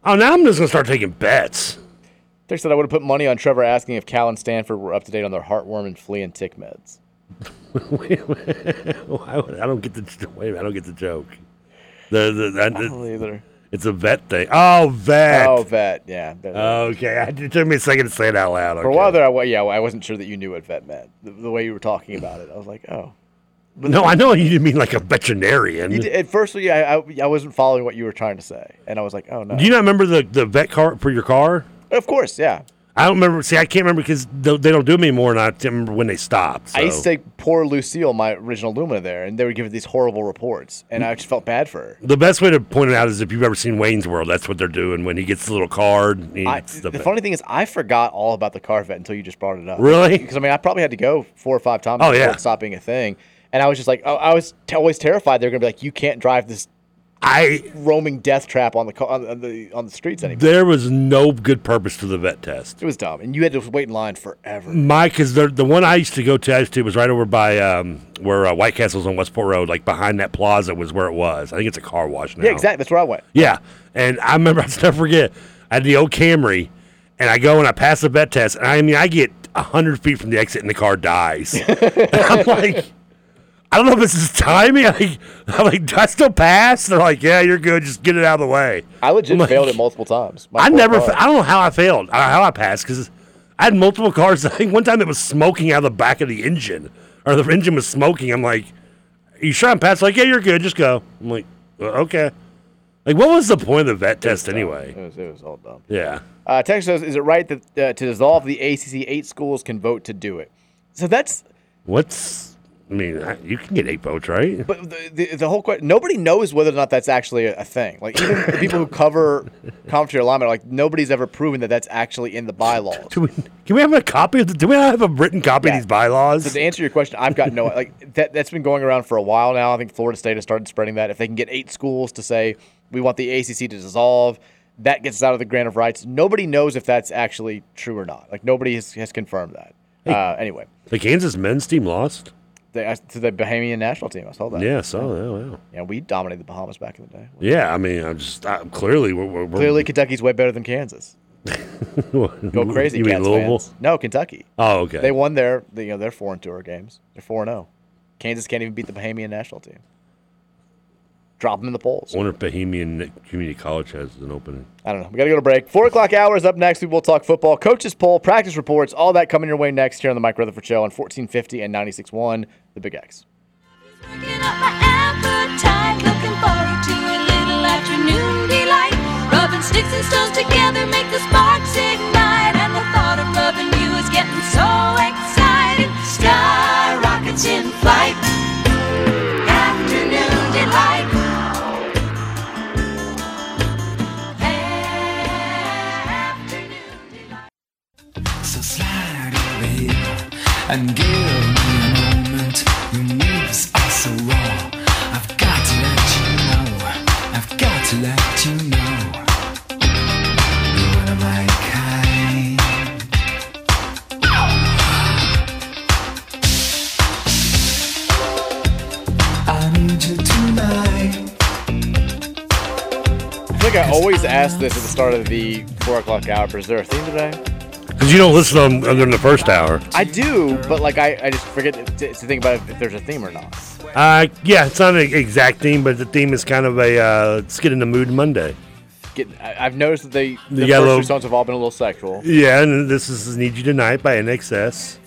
[SPEAKER 4] Oh, now I'm just gonna start taking bets.
[SPEAKER 3] Texas, I would have put money on Trevor asking if Cal and Stanford were up to date on their heartworm and flea and tick meds.
[SPEAKER 4] Why would- I don't get the wait. a minute, I don't get the joke. The, the, that-
[SPEAKER 3] I don't either.
[SPEAKER 4] It's a vet thing. Oh, vet.
[SPEAKER 3] Oh, vet. Yeah. there-
[SPEAKER 4] Okay, I- it took me a second to say it out loud.
[SPEAKER 3] For a
[SPEAKER 4] Uh, okay.
[SPEAKER 3] while there, I, wa- yeah, I wasn't sure that you knew what vet meant. The, the way you were talking about it, I was like, oh.
[SPEAKER 4] No, I know you didn't mean like a veterinarian.
[SPEAKER 3] You did, at first, yeah, I, I wasn't following what you were trying to say, and I was like, oh no.
[SPEAKER 4] Do you not remember the, the vet car for your car?
[SPEAKER 3] Of course, yeah.
[SPEAKER 4] I don't remember. See, I can't remember because they, they don't do them anymore, and I can't remember when they stopped. So.
[SPEAKER 3] I used to take poor Lucille, my original Lumina, there, and they would give her these horrible reports, and I just felt bad for her.
[SPEAKER 4] the best way to point it out is if you've ever seen Wayne's World, that's what they're doing when he gets the little card. and he
[SPEAKER 3] I,
[SPEAKER 4] gets
[SPEAKER 3] the
[SPEAKER 4] vet.
[SPEAKER 3] funny thing is, I forgot all about the car vet until you just brought it up.
[SPEAKER 4] Really?
[SPEAKER 3] Because I mean, I probably had to go four or five times
[SPEAKER 4] Oh,
[SPEAKER 3] before
[SPEAKER 4] yeah.
[SPEAKER 3] it stopped being a thing, and I was just like, oh, I was t- always terrified they're gonna be like, you can't drive this
[SPEAKER 4] I
[SPEAKER 3] roaming death trap on the co- on, on the on the streets anymore.
[SPEAKER 4] There was no good purpose to the vet test.
[SPEAKER 3] It was dumb, and you had to wait in line forever.
[SPEAKER 4] My, because the the one I used to go to, I used to was right over by um, where uh, White Castle's on Westport Road, like behind that plaza was where it was. I think it's a car wash now.
[SPEAKER 3] Yeah, exactly. That's where I went.
[SPEAKER 4] Yeah, and I remember I'll never forget. I had the old Camry, and I go and I pass the vet test, and I mean I get hundred feet from the exit, and the car dies. And I'm like. I don't know if this is timing. Like, I'm like, do I still pass? They're like, yeah, you're good. Just get it out of the way.
[SPEAKER 3] I legit
[SPEAKER 4] I'm like,
[SPEAKER 3] failed it multiple times. My
[SPEAKER 4] I
[SPEAKER 3] poor
[SPEAKER 4] never.
[SPEAKER 3] car.
[SPEAKER 4] fa- I don't know how I failed. I don't know how I passed because I had multiple cars. I think one time it was smoking out of the back of the engine, or the engine was smoking. I'm like, you sure I'm passed? Like, yeah, you're good. Just go. I'm like, "Uh, okay. Like, what was the point of the vet test anyway?
[SPEAKER 3] It was, it was all dumb.
[SPEAKER 4] Yeah.
[SPEAKER 3] Uh, Texas says, is it right that uh, to dissolve the ACC, eight schools can vote to do it? So that's
[SPEAKER 4] What's? I mean, I- you can get eight votes, right?
[SPEAKER 3] but the, the, the whole question. Nobody knows whether or not that's actually a, a thing. Like even the people who cover commentary alignment, are like nobody's ever proven that that's actually in the bylaws.
[SPEAKER 4] Do we, can we have a copy of the? Do we have a written copy of these bylaws?
[SPEAKER 3] So to answer your question, I've got no like that. That's been going around for a while now. I think Florida State has started spreading that. If they can get eight schools to say we want the ACC to dissolve, that gets us out of the grant of rights. Nobody knows if that's actually true or not. Like nobody has, has confirmed that. Uh, anyway,
[SPEAKER 4] The Kansas men's team lost.
[SPEAKER 3] they, uh, to the Bahamian national team, I saw that.
[SPEAKER 4] Yeah, so yeah, wow.
[SPEAKER 3] Yeah, we dominated the Bahamas back in the day.
[SPEAKER 4] Yeah, I mean, I'm just I, clearly we're, we're, we're
[SPEAKER 3] Clearly, Kentucky's way better than Kansas. Go crazy,
[SPEAKER 4] You mean
[SPEAKER 3] Cats
[SPEAKER 4] Louisville?
[SPEAKER 3] fans. No, Kentucky.
[SPEAKER 4] Oh, okay.
[SPEAKER 3] They won their you know their foreign tour games. They're four zero. Kansas can't even beat the Bahamian national team. Drop them in the polls.
[SPEAKER 4] I wonder if Bohemian Community College has an opening.
[SPEAKER 3] I don't know. We got to go to break. Four o'clock hours up next. We will talk football, coaches poll, practice reports, all that coming your way next here on the Mike Rutherford Show on 1450 and 96.1, The Big X.
[SPEAKER 6] Looking forward to a little afternoon delight. Rubbing sticks and stones together make the sparks ignite. And the thought of rubbing you is getting so exciting. Sky rockets in flight. Afternoon delight.
[SPEAKER 5] So slide over here and give me a moment. Your moves are so raw. I've got to let you know. I've got to let you know. You're one of my kind. I need you tonight.
[SPEAKER 3] I think I always ask this at the start of the four o'clock hour, but is there a theme today?
[SPEAKER 4] Because you don't listen to them other than the first hour.
[SPEAKER 3] I do, but like I, I just forget to, to think about if there's a theme or not.
[SPEAKER 4] Uh, yeah, it's not an exact theme, but the theme is kind of a uh, let's get in the mood Monday.
[SPEAKER 3] Get, I, I've noticed that they, the
[SPEAKER 4] You got a
[SPEAKER 3] first
[SPEAKER 4] little-
[SPEAKER 3] two songs have all been a little sexual.
[SPEAKER 4] Yeah, and this is Need You Tonight by NXS.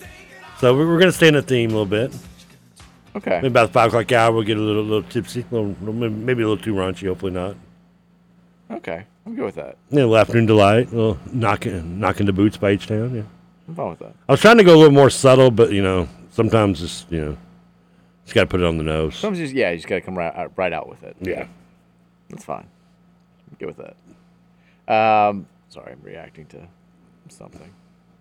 [SPEAKER 4] So we- we're going to stay in the theme a little bit.
[SPEAKER 3] Okay.
[SPEAKER 4] Maybe about the five o'clock hour, we'll get a little little tipsy, a little, little- maybe a little too raunchy. Hopefully not.
[SPEAKER 3] Okay, I'm good with that.
[SPEAKER 4] Yeah, a little afternoon delight, a little knocking knocking the boots by each town. Yeah.
[SPEAKER 3] I'm fine with that.
[SPEAKER 4] I was trying to go a little more subtle, but you know, sometimes just you know, just got to put it on the nose.
[SPEAKER 3] Sometimes you just, yeah, you just gotta come right, uh, right out with it.
[SPEAKER 4] Yeah.
[SPEAKER 3] That's fine. I'm good with that. Um, sorry, I'm reacting to something.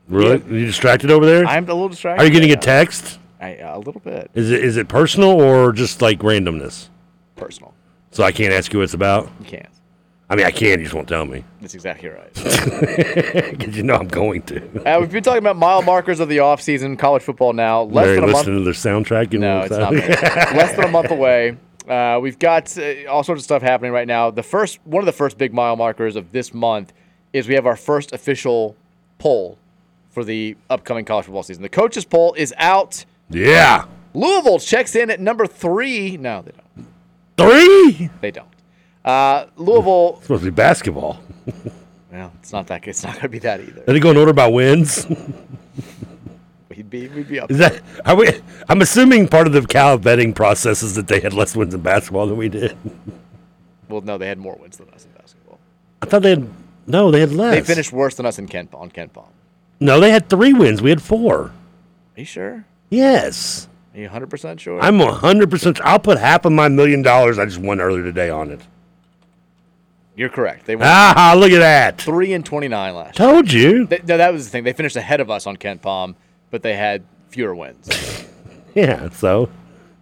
[SPEAKER 4] Really? Are you distracted over there?
[SPEAKER 3] I'm a little distracted.
[SPEAKER 4] Are you getting a
[SPEAKER 3] right now.
[SPEAKER 4] text?
[SPEAKER 3] I, uh, a little bit
[SPEAKER 4] Is it is it personal or just like randomness?
[SPEAKER 3] personal.
[SPEAKER 4] So I can't ask you what it's about.
[SPEAKER 3] You can't.
[SPEAKER 4] I mean, I can. You just won't tell me
[SPEAKER 3] That's exactly right.
[SPEAKER 4] because you know I'm going to.
[SPEAKER 3] uh, we've been talking about mile markers of the offseason, college football now. Less
[SPEAKER 4] Mary
[SPEAKER 3] than a month.
[SPEAKER 4] listening to their soundtrack. You know
[SPEAKER 3] No,
[SPEAKER 4] what
[SPEAKER 3] it's
[SPEAKER 4] I'm
[SPEAKER 3] not.
[SPEAKER 4] saying?
[SPEAKER 3] Less than a month away. Uh, we've got uh, all sorts of stuff happening right now. The first, one of the first big mile markers of this month is we have our first official poll for the upcoming college football season. The coaches poll is out.
[SPEAKER 4] yeah.
[SPEAKER 3] Louisville checks in at number three. No, they don't.
[SPEAKER 4] Three.
[SPEAKER 3] They don't. Uh, Louisville.
[SPEAKER 4] Supposed to be basketball.
[SPEAKER 3] Well, it's not that. It's not going to be that either.
[SPEAKER 4] Did it go in order by wins?
[SPEAKER 3] We'd be we'd be up.
[SPEAKER 4] Is that are we? I'm assuming part of the cow betting process is that they had less wins in basketball than we did.
[SPEAKER 3] Well, no, they had more wins than us in basketball.
[SPEAKER 4] I thought they had no, they had less.
[SPEAKER 3] They finished worse than us in Ken on Ken Palm.
[SPEAKER 4] No, they had three wins. We had four.
[SPEAKER 3] Are you sure?
[SPEAKER 4] Yes,
[SPEAKER 3] Are you 100 percent sure?
[SPEAKER 4] I'm 100. percent I'll put half of my million dollars I just won earlier today on it.
[SPEAKER 3] You're correct. They went
[SPEAKER 4] Ah, look at that!
[SPEAKER 3] three and 29 last. year.
[SPEAKER 4] Told you.
[SPEAKER 3] They, no, that was the thing. They finished ahead of us on Ken Palm, but they had fewer wins.
[SPEAKER 4] Yeah, so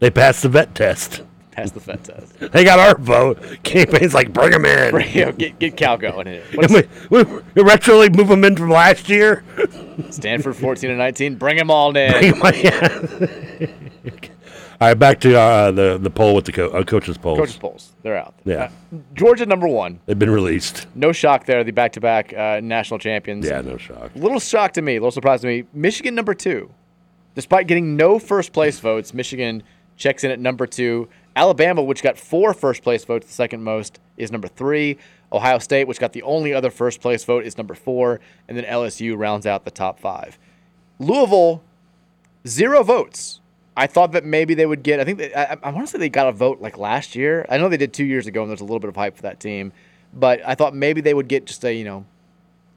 [SPEAKER 4] they passed the vet test.
[SPEAKER 3] Pass the fed test.
[SPEAKER 4] They got our vote. Campaign's like, bring him in.
[SPEAKER 3] Bring- yo, get, get Cal going here. What
[SPEAKER 4] And
[SPEAKER 3] is
[SPEAKER 4] we,
[SPEAKER 3] it?
[SPEAKER 4] we, we retroly move him in from last year.
[SPEAKER 3] Stanford 14 and 19. Bring them all in.
[SPEAKER 4] Bring 'em all- yeah. All right, back to uh, the the poll with the co- uh, coaches polls.
[SPEAKER 3] Coaches polls. They're out.
[SPEAKER 4] Yeah,
[SPEAKER 3] Uh, Georgia number one.
[SPEAKER 4] they've been released.
[SPEAKER 3] No shock there. The back-to-back uh, national champions.
[SPEAKER 4] Yeah, no shock.
[SPEAKER 3] Little shock to me. Little surprise to me. Michigan number two. Despite getting no first place votes, Michigan checks in at number two. Alabama, which got four first place votes, the second most, is number three. Ohio State, which got the only other first place vote, is number four. And then LSU rounds out the top five. Louisville, zero votes. I thought that maybe they would get. I think they, I, I want to say they got a vote like last year. I know they did two years ago, and there's a little bit of hype for that team. But I thought maybe they would get just a you know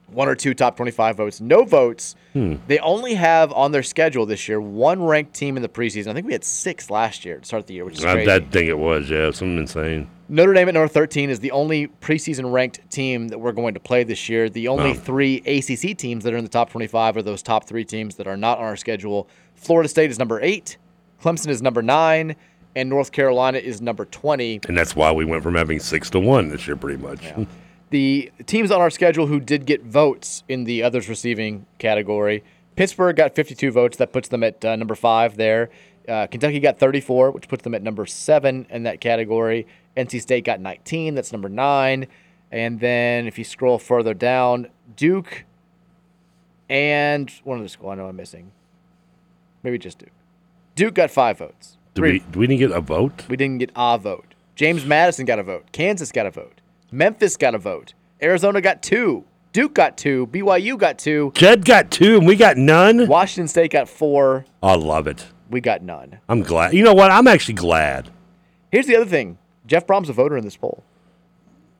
[SPEAKER 3] one or two top 25 votes. No votes.
[SPEAKER 4] Hmm.
[SPEAKER 3] They only have on their schedule this year one ranked team in the preseason. I think we had six last year to start the year, which is
[SPEAKER 4] I,
[SPEAKER 3] crazy.
[SPEAKER 4] that thing it was. Yeah, something insane.
[SPEAKER 3] Notre Dame at number 13 is the only preseason ranked team that we're going to play this year. The only
[SPEAKER 4] Wow.
[SPEAKER 3] three ACC teams that are in the top 25 are those top three teams that are not on our schedule. Florida State is number eight, Clemson is number nine, and North Carolina is number 20.
[SPEAKER 4] And that's why we went from having six to one this year, pretty much.
[SPEAKER 3] The teams on our schedule who did get votes in the others receiving category Pittsburgh got 52 votes. That puts them at uh, number five there. Uh, Kentucky got 34, which puts them at number seven in that category. NC State got 19. That's number nine. And then if you scroll further down, Duke and one other school I know I'm missing. Maybe just Duke. Duke got five votes.
[SPEAKER 4] Did we, we didn't get a vote?
[SPEAKER 3] We didn't get a vote. James Madison got a vote. Kansas got a vote. Memphis got a vote. Arizona got two. Duke got two. BYU got two.
[SPEAKER 4] Jed got two, and we got none.
[SPEAKER 3] Washington State got four.
[SPEAKER 4] I love it.
[SPEAKER 3] We got none.
[SPEAKER 4] I'm glad. You know what? I'm actually glad.
[SPEAKER 3] Here's the other thing. Jeff Brom's a voter in this poll.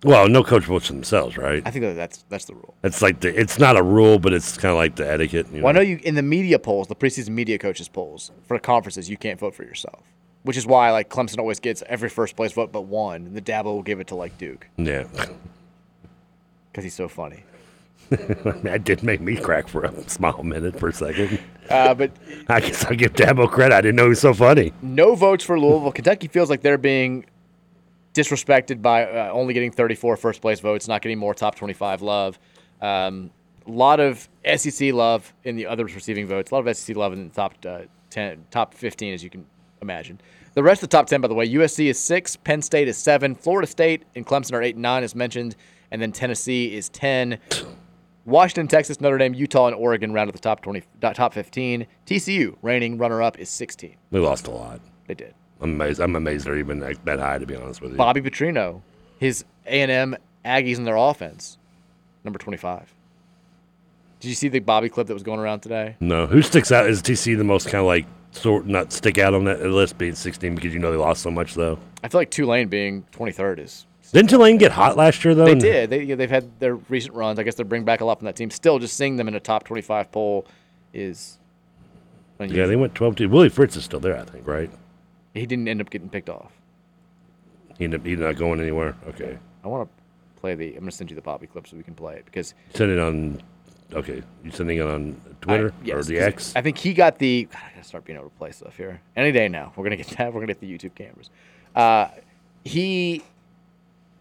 [SPEAKER 4] Well, no coach votes themselves, right?
[SPEAKER 3] I think that that's that's the rule.
[SPEAKER 4] It's like the, it's not a rule, but it's kind of like the etiquette. You know?
[SPEAKER 3] Well, I know you in the media polls, the preseason media coaches polls for conferences, you can't vote for yourself, which is why like Clemson always gets every first place vote but one, and the Dabo will give it to like Duke
[SPEAKER 4] Yeah,
[SPEAKER 3] because he's so funny.
[SPEAKER 4] that did make me crack for a small minute for a second.
[SPEAKER 3] Uh, but
[SPEAKER 4] I guess I'll give Dabo credit. I didn't know he was so funny.
[SPEAKER 3] No votes for Louisville. Kentucky feels like they're being disrespected by uh, only getting 34 first place votes, not getting more top 25 love. Um, A lot of SEC love in the others receiving votes. A lot of SEC love in the top uh, 10, top 15, as you can imagine. The rest of the top 10, by the way, USC is six, Penn State is seven, Florida State and Clemson are eight and nine, as mentioned, and then Tennessee is 10. Washington, Texas, Notre Dame, Utah, and Oregon round of the top 20, top 15. TCU, reigning runner up, is 16.
[SPEAKER 4] We lost a lot.
[SPEAKER 3] They did.
[SPEAKER 4] I'm amazed. I'm amazed they're even that, that high, to be honest with you.
[SPEAKER 3] Bobby Petrino, his A and M Aggies in their offense, number twenty five. Did you see the Bobby clip that was going around today?
[SPEAKER 4] No, who sticks out is TC the most kind of like sort not stick out on that list being 16 because you know they lost so much though.
[SPEAKER 3] I feel like Tulane being twenty third is.
[SPEAKER 4] Didn't Tulane get hot last year though?
[SPEAKER 3] They
[SPEAKER 4] And-
[SPEAKER 3] did. They yeah, they've had their recent runs. I guess they're bringing back a lot from that team. Still, just seeing them in a top twenty five poll is.
[SPEAKER 4] Yeah, they went 12 to. Willie Fritz is still there, I think, right?
[SPEAKER 3] He didn't end up getting picked off.
[SPEAKER 4] He ended up he's not going anywhere. Okay,
[SPEAKER 3] I want to play the. I'm gonna send you the Bobby clip so we can play it because
[SPEAKER 4] send it on. Okay, you sending it on Twitter
[SPEAKER 3] I, yes,
[SPEAKER 4] or the
[SPEAKER 3] 'cause
[SPEAKER 4] X?
[SPEAKER 3] I think he got the. God, I gotta start being able to play stuff here. Any day now, we're gonna get that. We're gonna get the YouTube cameras. Uh, he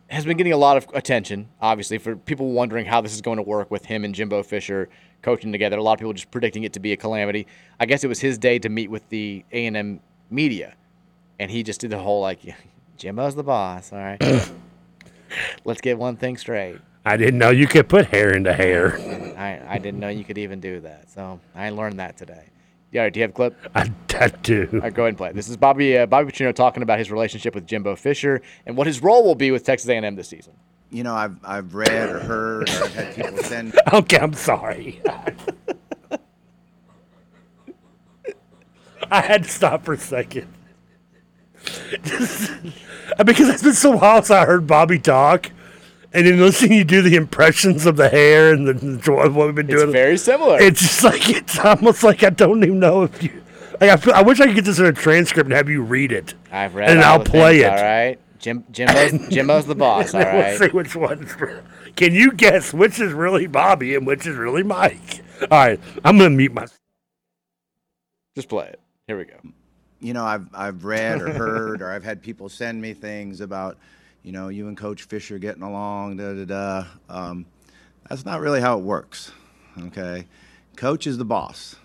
[SPEAKER 3] has been getting a lot of attention, obviously, for people wondering how this is going to work with him and Jimbo Fisher coaching together. A lot of people just predicting it to be a calamity. I guess it was his day to meet with the A and M media, and he just did the whole like, Jimbo's the boss. All right, let's get one thing straight.
[SPEAKER 4] I didn't know you could put hair into hair.
[SPEAKER 3] I, I didn't know you could even do that. So I learned that today. Yeah, do you have a clip?
[SPEAKER 4] I that too.
[SPEAKER 3] All right, go ahead and play. it. This is Bobby uh, Bobby Petrino talking about his relationship with Jimbo Fisher and what his role will be with Texas A&M this season.
[SPEAKER 7] you know, I've I've read or heard or I've had people send.
[SPEAKER 4] Okay, I'm sorry. I had to stop for a second. Just- because it's been so while since I heard Bobby talk. And then listening you do the impressions of the hair and the, the what we've been doing. It's
[SPEAKER 3] very similar.
[SPEAKER 4] It's just like it's almost like I don't even know if you like I feel, I wish I could get this in a transcript and have you read it.
[SPEAKER 3] I've read
[SPEAKER 4] and
[SPEAKER 3] all
[SPEAKER 4] I'll
[SPEAKER 3] the
[SPEAKER 4] play
[SPEAKER 3] things,
[SPEAKER 4] it.
[SPEAKER 3] All right, Jim Jimbo's, Jimbo's the boss. All
[SPEAKER 4] And we'll
[SPEAKER 3] right,
[SPEAKER 4] see which one's real. Can you guess which is really Bobby and which is really Mike? All right, I'm gonna mute my.
[SPEAKER 3] just play it. Here we go.
[SPEAKER 7] you know, I've I've read or heard or I've had people send me things about, you know, you and Coach Fisher getting along, da da da. Um, that's not really how it works. Okay, Coach is the boss.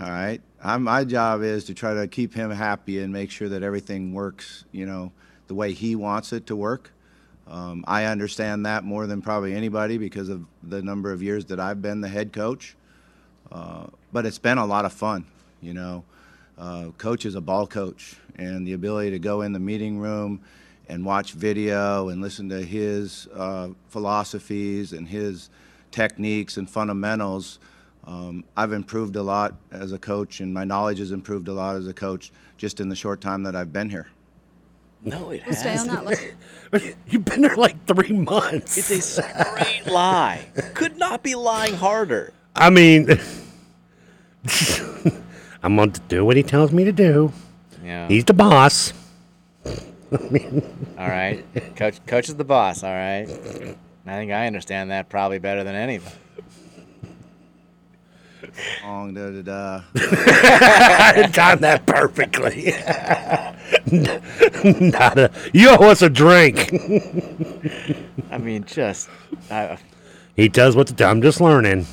[SPEAKER 7] All right, I'm, my job is to try to keep him happy and make sure that everything works. You know, the way he wants it to work. Um, I understand that more than probably anybody because of the number of years that I've been the head coach. Uh, but it's been a lot of fun, you know. Uh, coach is a ball coach, and the ability to go in the meeting room and watch video and listen to his uh, philosophies and his techniques and fundamentals. Um, I've improved a lot as a coach, and my knowledge has improved a lot as a coach just in the short time that I've been here.
[SPEAKER 4] No, it
[SPEAKER 8] Stay on that look.
[SPEAKER 4] You've been there like three months.
[SPEAKER 3] It's a straight lie. Could not be lying harder.
[SPEAKER 4] I mean, I'm going to do what he tells me to do.
[SPEAKER 3] Yeah.
[SPEAKER 4] He's the boss. I mean,
[SPEAKER 3] All right, coach. Coach is the boss. All right. I think I understand that probably better than anybody.
[SPEAKER 7] Long da da da.
[SPEAKER 4] I timed that perfectly. Not a, you owe us a drink.
[SPEAKER 3] I mean, just I,
[SPEAKER 4] he does what to do. I'm just learning.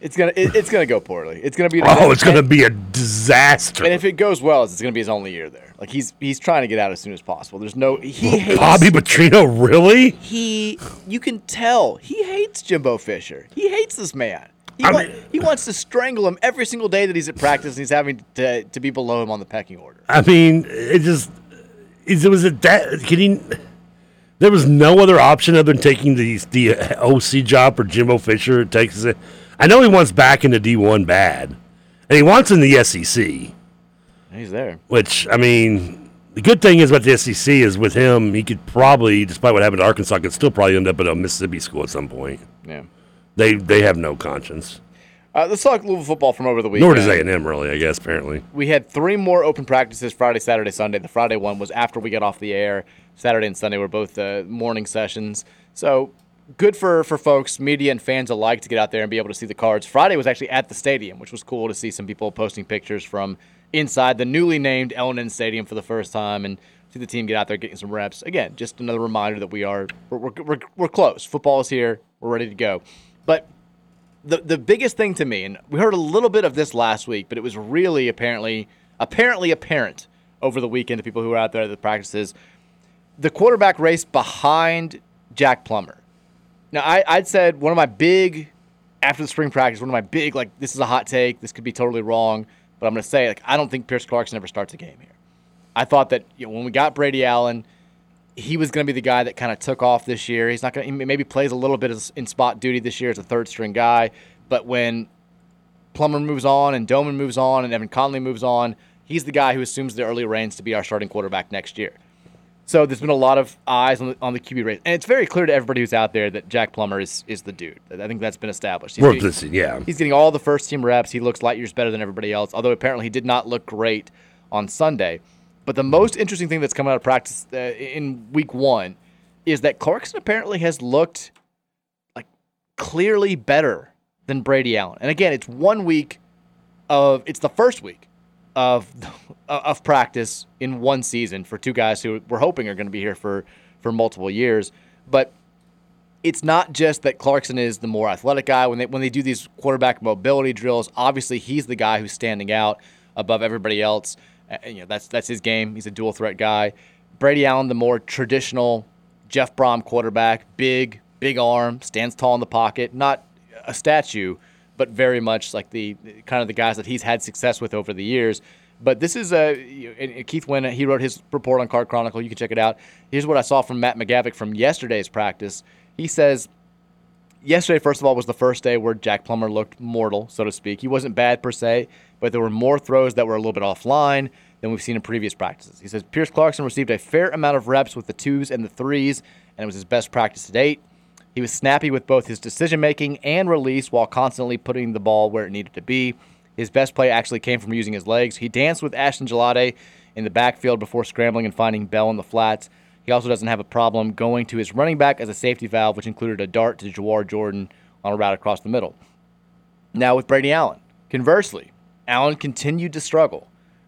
[SPEAKER 3] it's gonna it, it's gonna go poorly. It's gonna be
[SPEAKER 4] Oh, it's going to be a disaster.
[SPEAKER 3] And if it goes well, it's gonna be his only year there. Like he's he's trying to get out as soon as possible. There's no he hates
[SPEAKER 4] Bobby Petrino, really?
[SPEAKER 3] He you can tell he hates Jimbo Fisher. He hates this man. He, wa- he wants to strangle him every single day that he's at practice, and he's having to, to be below him on the pecking order.
[SPEAKER 4] I mean, it just is. It was a that can he? There was no other option other than taking the the OC job or Jimbo Fisher at Texas. I know he wants back into D one bad, and he wants in the SEC.
[SPEAKER 3] He's there.
[SPEAKER 4] Which I mean, the good thing is about the SEC is with him, he could probably, despite what happened to Arkansas, could still probably end up at a Mississippi school at some point.
[SPEAKER 3] Yeah.
[SPEAKER 4] They they have no conscience.
[SPEAKER 3] Uh, let's talk Louisville football from over the weekend.
[SPEAKER 4] Nor does A and M really, I guess. Apparently,
[SPEAKER 3] We had three more open practices Friday, Saturday, Sunday. The Friday one was after we got off the air. Saturday and Sunday were both uh, morning sessions. So good for, for folks, media and fans alike, to get out there and be able to see the cards. Friday was actually at the stadium, which was cool to see some people posting pictures from inside the newly named LNN Stadium for the first time and see the team get out there getting some reps. Again, just another reminder that we are we're, we're, we're, we're close. Football is here. We're ready to go. But the the biggest thing to me, and we heard a little bit of this last week, but it was really apparently apparently apparent over the weekend to people who were out there at the practices. The quarterback race behind Jack Plummer. Now I, I'd said one of my big after the spring practice, one of my big like this is a hot take, this could be totally wrong, but I'm gonna say like I don't think Pierce Clarkson ever starts a game here. I thought that you know, when we got Brady Allen, he was going to be the guy that kind of took off this year. He's not going to he maybe plays a little bit as- in spot duty this year as a third string guy, but when Plummer moves on and Doman moves on and Evan Conley moves on, he's the guy who assumes the early reins to be our starting quarterback next year. So there's been a lot of eyes on the, on the QB race, and it's very clear to everybody who's out there that Jack Plummer is is the dude. I think that's been established.
[SPEAKER 4] Well,
[SPEAKER 3] getting-
[SPEAKER 4] this- yeah.
[SPEAKER 3] he's getting all the first team reps. He looks light years better than everybody else. Although apparently he did not look great on Sunday. But the most interesting thing that's come out of practice uh, in week one is that Clarkson apparently has looked like clearly better than Brady Allen. And again, it's one week of it's the first week of of practice in one season for two guys who we're hoping are going to be here for for multiple years. But it's not just that Clarkson is the more athletic guy. When they when they do these quarterback mobility drills, obviously he's the guy who's standing out above everybody else. Uh, And, you know that's that's his game. He's a dual threat guy. Brady Allen, the more traditional Jeff Brom quarterback, big big arm, stands tall in the pocket, not a statue, but very much like the kind of the guys that he's had success with over the years. But this is a you- and- and Keith Wynn. He wrote his report on Card Chronicle. You can check it out. Here's what I saw from Matt McGavick from yesterday's practice. He says yesterday, first of all, was the first day where Jack Plummer looked mortal, so to speak. He wasn't bad per se, but there were more throws that were a little bit offline than we've seen in previous practices. He says Pierce Clarkson received a fair amount of reps with the twos and the threes, and it was his best practice to date. He was snappy with both his decision making and release while constantly putting the ball where it needed to be. His best play actually came from using his legs. He danced with Ashton Gelade in the backfield before scrambling and finding Bell in the flats. He also doesn't have a problem going to his running back as a safety valve, which included a dart to Jawar Jordan on a route across the middle. Now with Brady Allen. Conversely, Allen continued to struggle.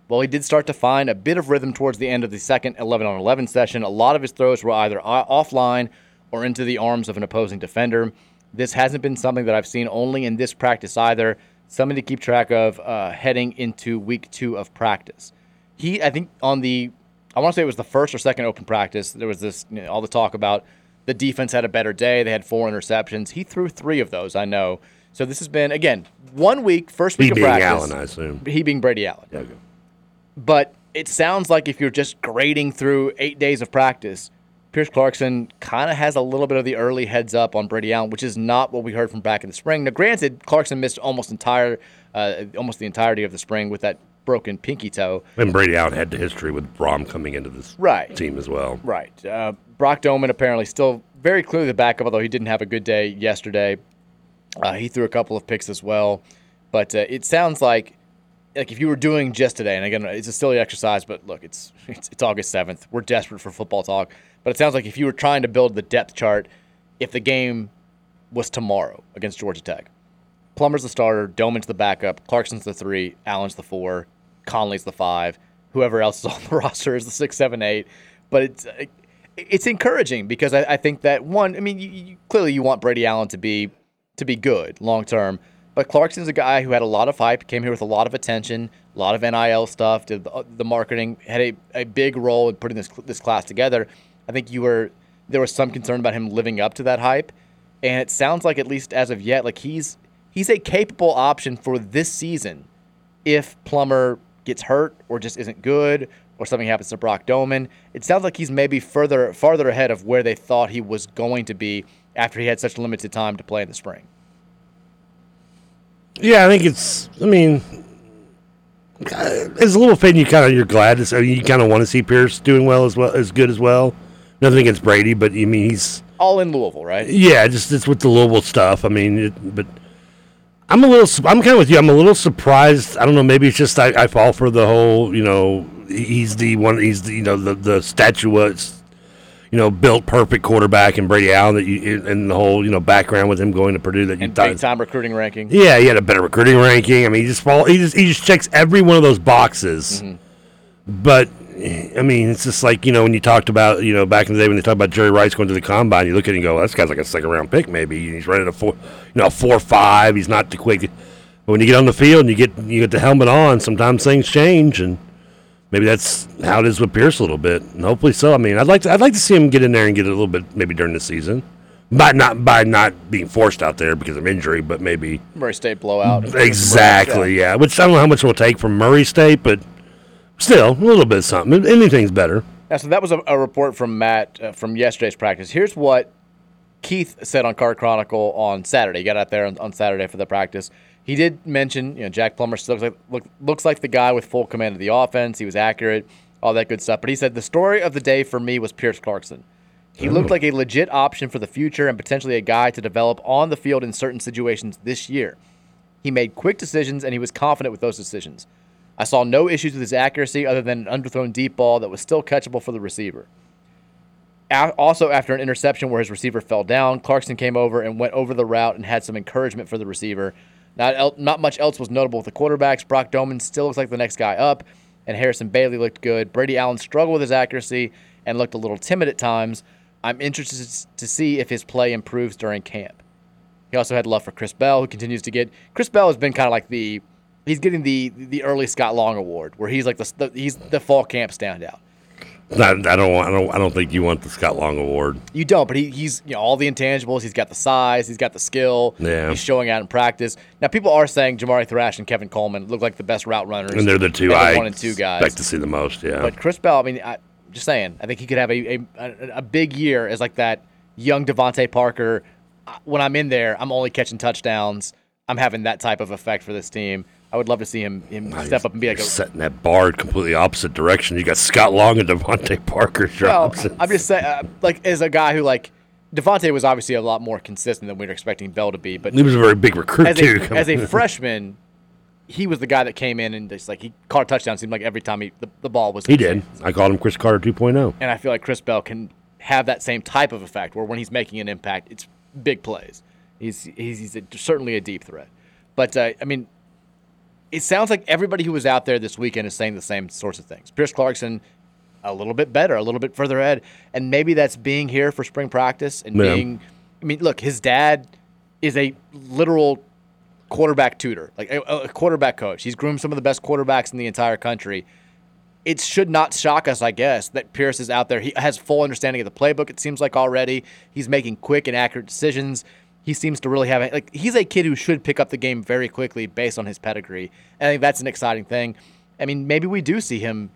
[SPEAKER 3] While he did start to find a bit of rhythm towards the end of the second 11 on 11 session, a lot of his throws were either o- offline or into the arms of an opposing defender. This hasn't been something that I've seen only in this practice either. Something to keep track of uh, heading into week two of practice. He, I think, on the, I want to say it was the first or second open practice, there was this, you know, all the talk about the defense had a better day. They had four interceptions. He threw three of those, I know. So this has been, again, one week, first
[SPEAKER 4] He
[SPEAKER 3] week of
[SPEAKER 4] being
[SPEAKER 3] practice.
[SPEAKER 4] Allen, I assume.
[SPEAKER 3] He being Brady Allen. But it sounds like if you're just grading through eight days of practice, Pierce Clarkson kind of has a little bit of the early heads up on Brady Allen, which is not what we heard from back in the spring. Now, granted, Clarkson missed almost entire, uh, almost the entirety of the spring with that broken pinky toe.
[SPEAKER 4] And Brady Allen had the history with Brom coming into this
[SPEAKER 3] Right.
[SPEAKER 4] team as well.
[SPEAKER 3] Right. Uh, Brock Doman apparently still very clearly the backup, although he didn't have a good day yesterday. Uh, he threw a couple of picks as well, but uh, it sounds like like if you were doing just today, and again, it's a silly exercise, but look, it's it's, it's August seventh. We're desperate for football talk, but it sounds like if you were trying to build the depth chart, if the game was tomorrow against Georgia Tech, Plummer's the starter, Doman's the backup, Clarkson's the three, Allen's the four, Conley's the five, whoever else is on the roster is the six, seven, eight. But it's uh, it's encouraging because I, I think that one, I mean, you, you, clearly you want Brady Allen to be to be good long term, but Clarkson's a guy who had a lot of hype, came here with a lot of attention, a lot of NIL stuff, did the, uh, the marketing, had a, a big role in putting this this class together. I think you were there was some concern about him living up to that hype, and it sounds like at least as of yet, like he's he's a capable option for this season if Plummer gets hurt or just isn't good or something happens to Brock Doman. It sounds like he's maybe further farther ahead of where they thought he was going to be after he had such limited time to play in the spring.
[SPEAKER 4] Yeah, I think it's. I mean, it's a little thing you kind of you're glad to see. you kind of want to see Pierce doing well as well as good as well. Nothing against Brady, but I mean he's
[SPEAKER 3] All in Louisville, right?
[SPEAKER 4] yeah, just it's with the Louisville stuff. I mean, it, but I'm a little. su- I'm kind of with you. I'm a little surprised. I don't know. Maybe it's just I, I fall for the whole. You know, he's the one. He's the you know the the statuettes. You know, built perfect quarterback and Brady Allen that you and the whole you know background with him going to Purdue that you
[SPEAKER 3] And
[SPEAKER 4] thought
[SPEAKER 3] big time recruiting ranking.
[SPEAKER 4] yeah, he had a better recruiting ranking. I mean, he just fall. He just he just checks every one of those boxes. But I mean, it's just like you know when you talked about you know back in the day when they talked about Jerry Rice going to the combine, you look at it and go, "This guy's like a second round pick, maybe." He's running a four, you know, a four five. He's not too quick. But when you get on the field and you get you get the helmet on, sometimes things change, and maybe that's how it is with Pierce a little bit. And hopefully so. I mean, I'd like to I'd like to see him get in there and get a little bit maybe during the season, by not by not being forced out there because of injury, but maybe.
[SPEAKER 3] Murray State blowout.
[SPEAKER 4] Exactly, yeah. Which I don't know how much we'll take from Murray State, but still, a little bit of something. Anything's better.
[SPEAKER 3] Now, so that was a, a report from Matt uh, from yesterday's practice. Here's what Keith said on Car Chronicle on Saturday. He got out there on, on Saturday for the practice. He did mention, you know, Jack Plummer still looks like, look, looks like the guy with full command of the offense. He was accurate, all that good stuff. But he said the story of the day for me was Pierce Clarkson. He looked like a legit option for the future and potentially a guy to develop on the field in certain situations this year. He made quick decisions and he was confident with those decisions. I saw no issues with his accuracy other than an underthrown deep ball that was still catchable for the receiver. A- Also, after an interception where his receiver fell down, Clarkson came over and went over the route and had some encouragement for the receiver. Not, el- not much else was notable with the quarterbacks. Brock Doman still looks like the next guy up, and Harrison Bailey looked good. Brady Allen struggled with his accuracy and looked a little timid at times. I'm interested s- to see if his play improves during camp. He also had love for Chris Bell, who continues to get. Chris Bell has been kind of like the, he's getting the the early Scott Long Award, where he's like the, the he's the fall camp standout.
[SPEAKER 4] I, I don't want. I don't. I don't think you want the Scott Long Award.
[SPEAKER 3] You don't, but he, he's you know all the intangibles. He's got the size. He's got the skill.
[SPEAKER 4] Yeah.
[SPEAKER 3] He's showing out in practice. Now people are saying Jamari Thrash and Kevin Coleman look like the best route runners,
[SPEAKER 4] And they're the two
[SPEAKER 3] and
[SPEAKER 4] I
[SPEAKER 3] one and two guys.
[SPEAKER 4] expect to see the most. Yeah.
[SPEAKER 3] But Chris Bell, I mean, I, just saying, I think he could have a, a, a, a big year as like that young Devonte Parker. Uh, When I'm in there, I'm only catching touchdowns. I'm having that type of effect for this team. I would love to see him, him step up and be like
[SPEAKER 4] Ah, You're
[SPEAKER 3] a.
[SPEAKER 4] setting that bar completely opposite direction. You got Scott Long and Devontae Parker
[SPEAKER 3] Well,
[SPEAKER 4] drops.
[SPEAKER 3] I'm just saying, uh, like, as a guy who, like, Devontae was obviously a lot more consistent than we were expecting Bell to be, but
[SPEAKER 4] he was a very big recruit
[SPEAKER 3] as
[SPEAKER 4] too.
[SPEAKER 3] a, as a freshman, he was the guy that came in and just like he caught a touchdown. Seemed like every time he the, the ball was
[SPEAKER 4] he did. I called him Chris Carter oh. 2.0.
[SPEAKER 3] And I feel like Chris Bell can have that same type of effect where when he's making an impact, it's big plays. He's he's, he's a, certainly a deep threat. But uh, I mean, it sounds like everybody who was out there this weekend is saying the same sorts of things. Pierce Clarkson, a little bit better, a little bit further ahead, and maybe that's being here for spring practice and
[SPEAKER 4] Yeah.
[SPEAKER 3] being. I mean, look, his dad is a literal quarterback tutor, like a, a quarterback coach. He's groomed some of the best quarterbacks in the entire country. It should not shock us, I guess, that Pierce is out there. He has full understanding of the playbook. It seems like already he's making quick and accurate decisions. He seems to really have it. Like he's a kid who should pick up the game very quickly based on his pedigree. And I think that's an exciting thing. I mean, maybe we do see him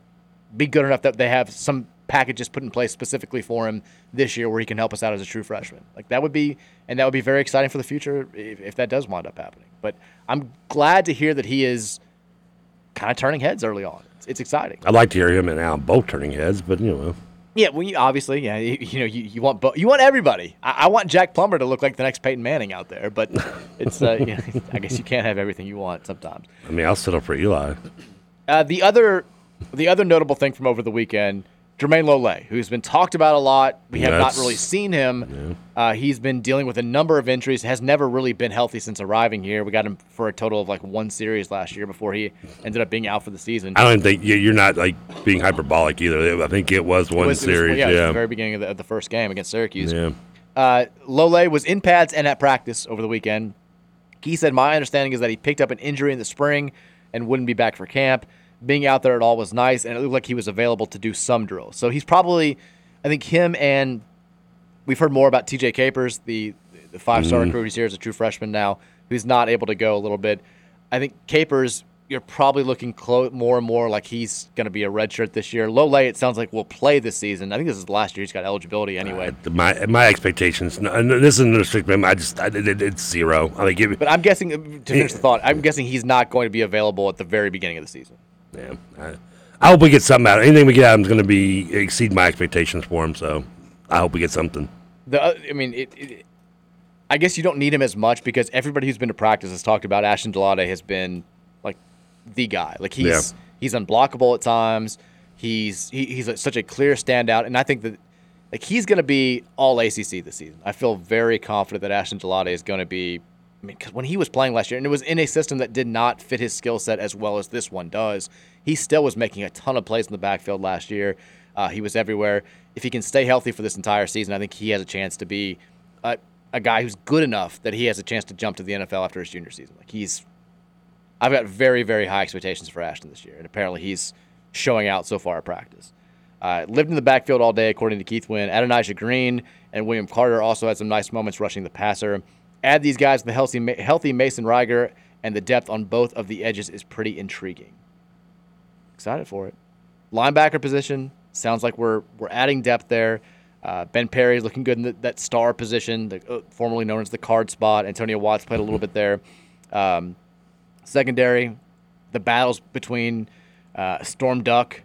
[SPEAKER 3] be good enough that they have some packages put in place specifically for him this year where he can help us out as a true freshman. Like that would be, and that would be very exciting for the future if, if that does wind up happening. But I'm glad to hear that he is kind of turning heads early on. It's, it's exciting.
[SPEAKER 4] I'd like to hear him and Al both turning heads, but you know.
[SPEAKER 3] Yeah, well, you, obviously, yeah, you, you know, you, you want bo- you want everybody. I, I want Jack Plummer to look like the next Peyton Manning out there, but it's uh, you know, I guess you can't have everything you want sometimes.
[SPEAKER 4] I mean, I'll sit up for Eli.
[SPEAKER 3] Uh, the other, the other notable thing from over the weekend, Jermaine Lole, who's been talked about a lot. We have not
[SPEAKER 4] That's-
[SPEAKER 3] really seen him. Uh, he's been dealing with a number of injuries. Has never really been healthy since arriving here. We got him for a total of like one series last year before he ended up being out for the season.
[SPEAKER 4] I don't even think you- you're not like being hyperbolic either. I think it was one
[SPEAKER 3] It was- it was-
[SPEAKER 4] series.
[SPEAKER 3] yeah, it was
[SPEAKER 4] yeah.
[SPEAKER 3] the very beginning of the, of the first game against Syracuse.
[SPEAKER 4] yeah.
[SPEAKER 3] Uh, Lole was in pads and at practice over the weekend. He said, My understanding is that he picked up an injury in the spring and wouldn't be back for camp. Being out there at all was nice, and it looked like he was available to do some drills. So he's probably, I think him and we've heard more about TJ Capers, the, the five star
[SPEAKER 4] Mhm.
[SPEAKER 3] recruit who's here as a true freshman now, who's not able to go a little bit. I think Capers, you're probably looking clo- more and more like he's going to be a redshirt this year. Lole, it sounds like, will play this season. I think this is the last year he's got eligibility anyway.
[SPEAKER 4] My my expectations. no- no, This isn't a strict. I just I, it, it's zero. I mean, give it.
[SPEAKER 3] But I'm guessing uh, to finish the thought, I'm guessing he's not going to be available at the very beginning of the season.
[SPEAKER 4] Yeah, I, I hope we get something out. of it. Anything we get out of him is going to be exceed my expectations for him. So I hope we get something.
[SPEAKER 3] The oth- I mean, it, it, I guess you don't need him as much because everybody who's been to practice has talked about Ashton Delade has been like the guy. Like he's
[SPEAKER 4] Yeah.
[SPEAKER 3] he's unblockable at times. He's he, he's a, such a clear standout, and I think that like he's going to be all ACC this season. I feel very confident that Ashton Delade is going to be. I mean, because when he was playing last year, and it was in a system that did not fit his skill set as well as this one does, he still was making a ton of plays in the backfield last year. Uh, he was everywhere. If he can stay healthy for this entire season, I think he has a chance to be a, a guy who's good enough that he has a chance to jump to the NFL after his junior season. Like he's I've got very, very high expectations for Ashton this year, and apparently he's showing out so far at practice. Uh, lived in the backfield all day, according to Keith Wynn. Adonijah Green and William Carter also had some nice moments rushing the passer. Add these guys to the healthy, Ma- healthy Mason Reiger, and the depth on both of the edges is pretty intriguing. Excited for it. Linebacker position sounds like we're we're adding depth there. Uh, ben Perry's looking good in the, that star position, the, uh, formerly known as the card spot. Antonio Watts played a little bit there. Um, secondary, the battles between uh, Storm Duck,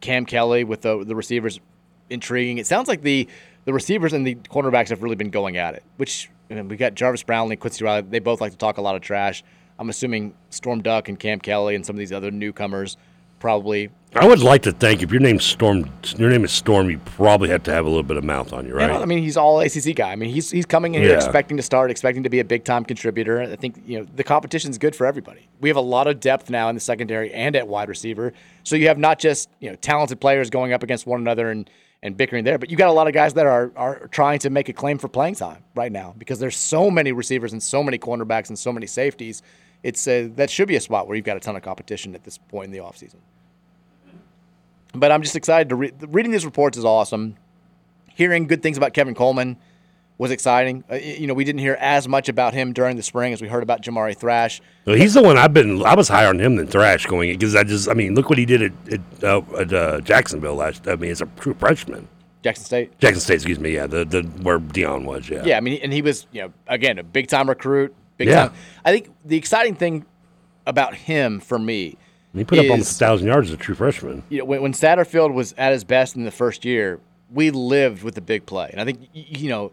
[SPEAKER 3] Cam Kelly with the, the receivers intriguing. It sounds like the the receivers and the cornerbacks have really been going at it. Which I mean, we got Jarvis Brownlee, Quincy Riley. They both like to talk a lot of trash. I'm assuming Storm Duck and Cam Kelly and some of these other newcomers probably.
[SPEAKER 4] I would like to think if your name's Storm, your name is Storm, you probably have to have a little bit of mouth on you,
[SPEAKER 3] Yeah,
[SPEAKER 4] right?
[SPEAKER 3] I mean, he's all ACC guy. I mean, he's he's coming in here
[SPEAKER 4] Yeah.
[SPEAKER 3] expecting to start, expecting to be a big time contributor. I think you know the competition's good for everybody. We have a lot of depth now in the secondary and at wide receiver, so you have not just you know talented players going up against one another and and bickering there, but you got a lot of guys that are are trying to make a claim for playing time right now because there's so many receivers and so many cornerbacks and so many safeties. It's a, that should be a spot where you've got a ton of competition at this point in the offseason. But I'm just excited to read. Reading these reports is awesome hearing good things about Kevin Coleman was exciting. Uh, y- you know, we didn't hear as much about him during the spring as we heard about Jamari Thrash.
[SPEAKER 4] Well, he's the one I've been. I was higher on him than Thrash going because I just. I mean, look what he did at at, uh, at uh, Jacksonville last. I mean, as a true freshman.
[SPEAKER 3] Jackson State.
[SPEAKER 4] Jackson State, excuse me. Yeah, the, the where Dion was. Yeah.
[SPEAKER 3] Yeah. I mean, and he was, you know, again, a big time recruit. Big
[SPEAKER 4] Yeah.
[SPEAKER 3] time. I think the exciting thing about him for me,
[SPEAKER 4] He put up
[SPEAKER 3] is-
[SPEAKER 4] almost a thousand yards as a true freshman.
[SPEAKER 3] you know, when, when Satterfield was at his best in the first year, we lived with the big play. And I think, y- you know,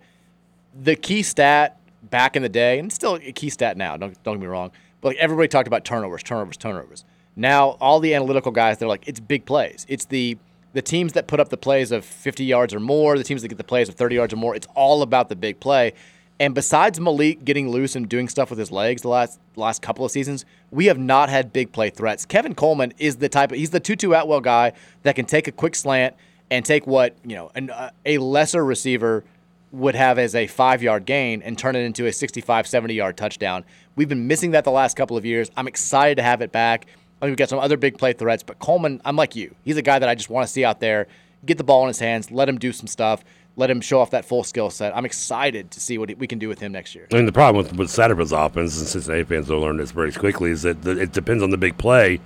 [SPEAKER 3] the key stat back in the day, and it's still a key stat now, don't, don't get me wrong, but like everybody talked about turnovers, turnovers, turnovers. Now, all the analytical guys, they're like, it's big plays. It's the the teams that put up the plays of 50 yards or more, the teams that get the plays of 30 yards or more. It's all about the big play. And besides Malik getting loose and doing stuff with his legs the last last couple of seasons, we have not had big play threats. Kevin Coleman is the type of he's the Tutu Atwell guy that can take a quick slant and take what you know an, uh, a lesser receiver would have as a five yard gain and turn it into a 65, 70 yard touchdown. We've been missing that the last couple of years. I'm excited to have it back. I think we've got some other big play threats, but Coleman, I'm like you. He's a guy that I just want to see out there. Get the ball in his hands, let him do some stuff, let him show off that full skill set. I'm excited to see what we can do with him next year.
[SPEAKER 4] I mean, the problem with, with Satterfield's offense, and Cincinnati fans will learn this very quickly, is that the, it depends on the big play,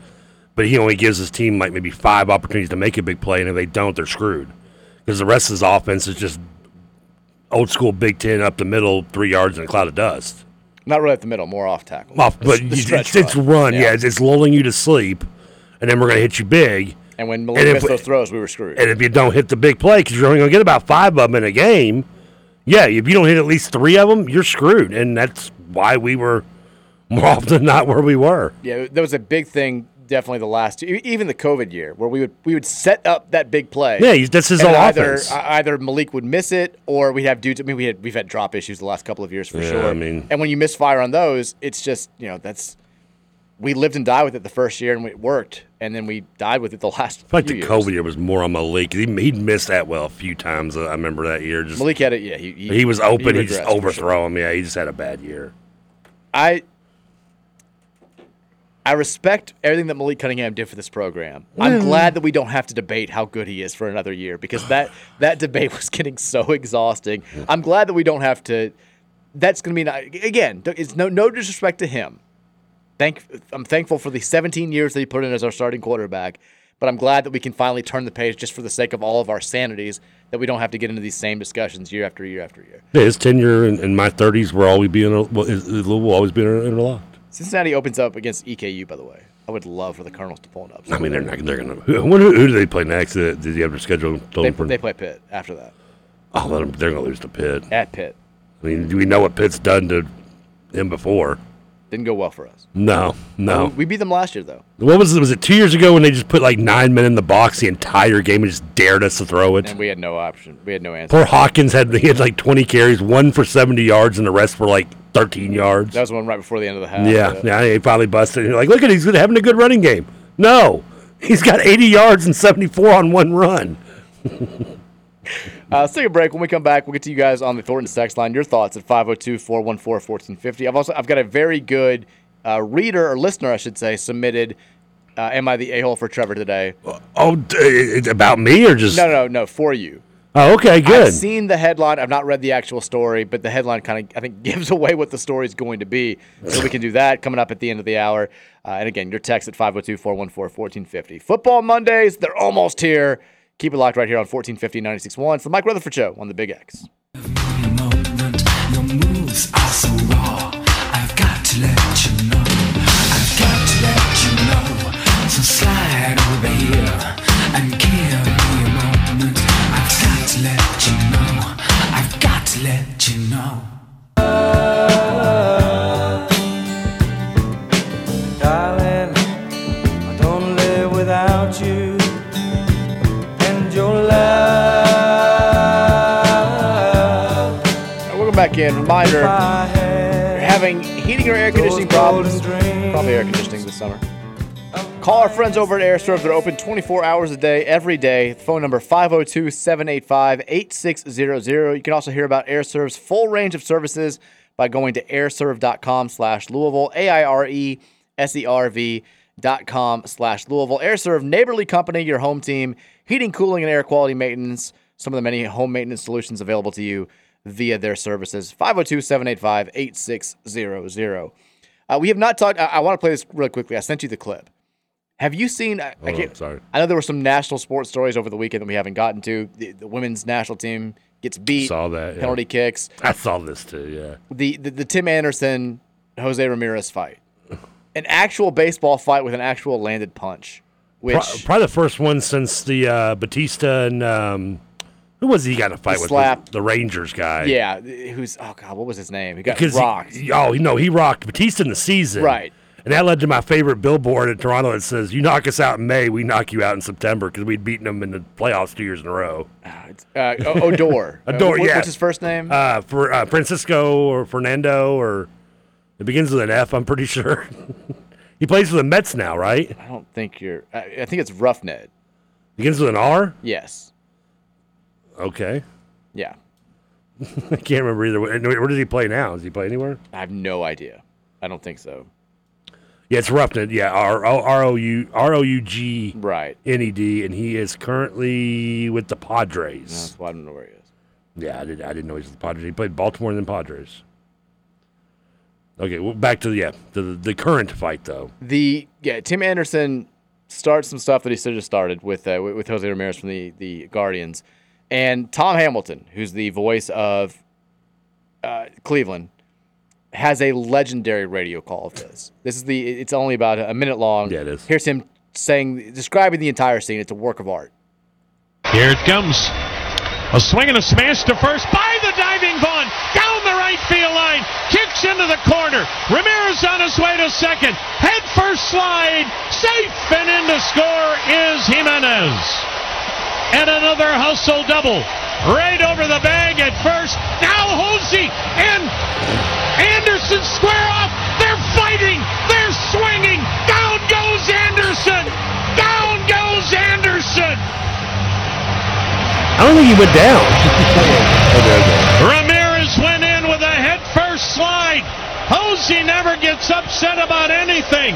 [SPEAKER 4] but he only gives his team like maybe five opportunities to make a big play, and if they don't, they're screwed. Because the rest of his offense is just old school Big Ten up the middle, three yards in a cloud of dust.
[SPEAKER 3] Not really at the middle, more off tackle.
[SPEAKER 4] Off,
[SPEAKER 3] The-
[SPEAKER 4] but
[SPEAKER 3] the
[SPEAKER 4] you-
[SPEAKER 3] stretch
[SPEAKER 4] it's, it's run, yeah. it's, it's lulling you to sleep, and then we're going to hit you big.
[SPEAKER 3] And when Malik missed those throws, we were screwed.
[SPEAKER 4] And if you don't hit the big play, because you're only going to get about five of them in a game, yeah, if you don't hit at least three of them, you're screwed. And that's why we were more often than not where we were.
[SPEAKER 3] Yeah, that was a big thing. Definitely the last, two, e- even the COVID year, where we would we would set up that big play.
[SPEAKER 4] Yeah, he's- that's his
[SPEAKER 3] and
[SPEAKER 4] whole
[SPEAKER 3] either,
[SPEAKER 4] offense.
[SPEAKER 3] e- Either Malik would miss it, or we'd have dudes. I mean, we had we've had drop issues the last couple of years for
[SPEAKER 4] Yeah,
[SPEAKER 3] sure.
[SPEAKER 4] I mean-
[SPEAKER 3] and when you misfire on those, it's just you know that's we lived and died with it the first year, and it worked, and then we died with it the last.
[SPEAKER 4] I feel like
[SPEAKER 3] few
[SPEAKER 4] the
[SPEAKER 3] years.
[SPEAKER 4] COVID year was more on Malik. He, he missed that well a few times. uh, I remember that year. Just
[SPEAKER 3] Malik had it. Yeah, he
[SPEAKER 4] he, was open. He, just
[SPEAKER 3] regressed for sure.
[SPEAKER 4] overthrow him. Yeah, he just had a bad year.
[SPEAKER 3] I I respect everything that Malik Cunningham did for this program. I'm
[SPEAKER 4] Well-
[SPEAKER 3] glad that we don't have to debate how good he is for another year because that that debate was getting so exhausting. I'm glad that we don't have to. That's going to be not, again. It's no no disrespect to him. Thank I'm thankful for the 17 years that he put in as our starting quarterback, but I'm glad that we can finally turn the page just for the sake of all of our sanities that we don't have to get into these same discussions year after year after year.
[SPEAKER 4] Yeah, his tenure in, in my 30s will always be in a, will, is- will always be in a, in a lot.
[SPEAKER 3] Cincinnati opens up against EKU, by the way. I would love for the Cardinals to pull it up.
[SPEAKER 4] I mean, they're not. They're gonna. Who, who, who do they play next? Uh, Did you have to schedule?
[SPEAKER 3] They, they play Pitt after that.
[SPEAKER 4] Oh, let 'em- they're gonna lose to Pitt.
[SPEAKER 3] At Pitt.
[SPEAKER 4] I mean, do we know what Pitt's done to him before?
[SPEAKER 3] Didn't go well for us.
[SPEAKER 4] No, no.
[SPEAKER 3] We, we beat them last year, though.
[SPEAKER 4] what was it? Was it two years ago when they just put like nine men in the box the entire game and just dared us to throw it?
[SPEAKER 3] And we had no option. We had no answer.
[SPEAKER 4] Poor Hawkins had he had like 20 carries, one for 70 yards, and the rest were like 13 yards.
[SPEAKER 3] That was one right before the end of the half.
[SPEAKER 4] Yeah, yeah, he finally busted. You're like, look at he's good- having a good running game. No, he's got 80 yards and 74 on one run.
[SPEAKER 3] Uh, let's take a break. When we come back, we'll get to you guys on the Thornton Sex Line. Your thoughts at 502-414-1450. I've also I've got a very good uh, reader or listener, I should say, submitted. Uh, Am I the a hole for Trevor today?
[SPEAKER 4] Oh, d- it's about me or just?
[SPEAKER 3] no, no, no, for you.
[SPEAKER 4] Oh, okay,
[SPEAKER 3] I've
[SPEAKER 4] good.
[SPEAKER 3] seen the headline. I've not read the actual story, but the headline kind of I think gives away what the story is going to be. So we can do that coming up at the end of the hour. Uh, and again, your text at 502-414-1450. Football Mondays, they're almost here. Keep it locked right here on 1450 961. It's the Mike Rutherford Show on the Big X.
[SPEAKER 5] Your moves are so raw. I've got to let you know. I've got to let you know. So slide over here and give me a moment. I've got to let you know. I've got to let you know.
[SPEAKER 8] Darling, I don't live without you and your love.
[SPEAKER 3] All right, welcome back in. Reminder, you're having heating or air conditioning problems. Probably air conditioning this summer. Call our friends over at AirServe. They're open 24 hours a day, every day. Phone number 502 785 8600. You can also hear about AirServe's full range of services by going to airserve.com slash Louisville, A I R E S E R V dot com slash Louisville. AirServe, neighborly company, your home team, heating, cooling, and air quality maintenance. Some of the many home maintenance solutions available to you via their services. 502 785 8600. Uh, We have not talked, I, I want to play this really quickly. I sent you the clip. Have you seen? I, I
[SPEAKER 4] Hold
[SPEAKER 3] can't,
[SPEAKER 4] on, Oh, sorry.
[SPEAKER 3] I know there were some national sports stories over the weekend that we haven't gotten to. The, the women's national team gets beat.
[SPEAKER 4] Saw that, yeah.
[SPEAKER 3] penalty kicks.
[SPEAKER 4] I saw this too. Yeah.
[SPEAKER 3] The the, the Tim Anderson Jose Ramirez fight, an actual baseball fight with an actual landed punch. Which
[SPEAKER 4] Pro- probably the first one since the uh, Batista and um, who was he got in a fight with?
[SPEAKER 3] slap.
[SPEAKER 4] The Rangers guy.
[SPEAKER 3] yeah, who's oh god, what was his name? He got
[SPEAKER 4] Because
[SPEAKER 3] rocked.
[SPEAKER 4] He, oh no, he rocked Batista in the season.
[SPEAKER 3] Right.
[SPEAKER 4] And that led to my favorite billboard in Toronto that says, You knock us out in May, we knock you out in September because we'd beaten them in the playoffs two years in a row.
[SPEAKER 3] Uh, O- Odor. Uh,
[SPEAKER 4] Odor,
[SPEAKER 3] what-
[SPEAKER 4] yeah.
[SPEAKER 3] What's his first name?
[SPEAKER 4] Uh, for uh, Francisco or Fernando or it begins with an F, I'm pretty sure. he plays for the Mets now, right?
[SPEAKER 3] I don't think you're. I, I think it's Roughnet.
[SPEAKER 4] Begins with an R?
[SPEAKER 3] Yes.
[SPEAKER 4] Okay.
[SPEAKER 3] Yeah.
[SPEAKER 4] I can't remember either. Where where does he play now? Does he play anywhere?
[SPEAKER 3] I have no idea. I don't think so.
[SPEAKER 4] Yeah, it's Roughned. Yeah, R O R O U R O U G
[SPEAKER 3] right
[SPEAKER 4] N E D, and he is currently with the Padres.
[SPEAKER 3] That's why I don't know where he is.
[SPEAKER 4] Yeah, I did. I didn't know he was with the Padres. He played Baltimore and then Padres. Okay, well, back to yeah, to the, the current fight though.
[SPEAKER 3] The yeah, Tim Anderson starts some stuff that he should have started with uh, with with Jose Ramirez from the the Guardians, and Tom Hamilton, who's the voice of uh, Cleveland, has a legendary radio call of this. This is the it's only about a minute long. Yeah, it is. Here's him saying describing the entire scene. It's a work of art.
[SPEAKER 9] Here it comes. A swing and a smash to first by the diving Vaughn. Down the right field line. Kicks into the corner. Ramirez on his way to second. Head first slide. Safe and in to score is Jimenez. And another hustle double. Right over the bag at first. Now Hosey and Anderson square off. They're fighting. They're swinging. Down goes Anderson. Down goes Anderson.
[SPEAKER 4] I don't think he went down.
[SPEAKER 9] Ramirez went in with a head first slide. Hosey never gets upset about anything.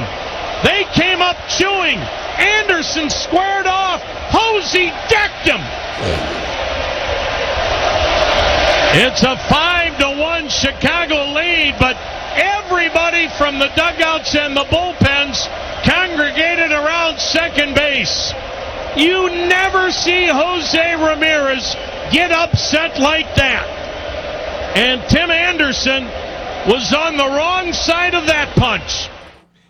[SPEAKER 9] They came up chewing. Anderson squared off. Hosey decked him. It's a five to one Chicago lead, but everybody from the dugouts and the bullpens congregated around second base. You never see Jose Ramirez get upset like that. And Tim Anderson was on the wrong side of that punch.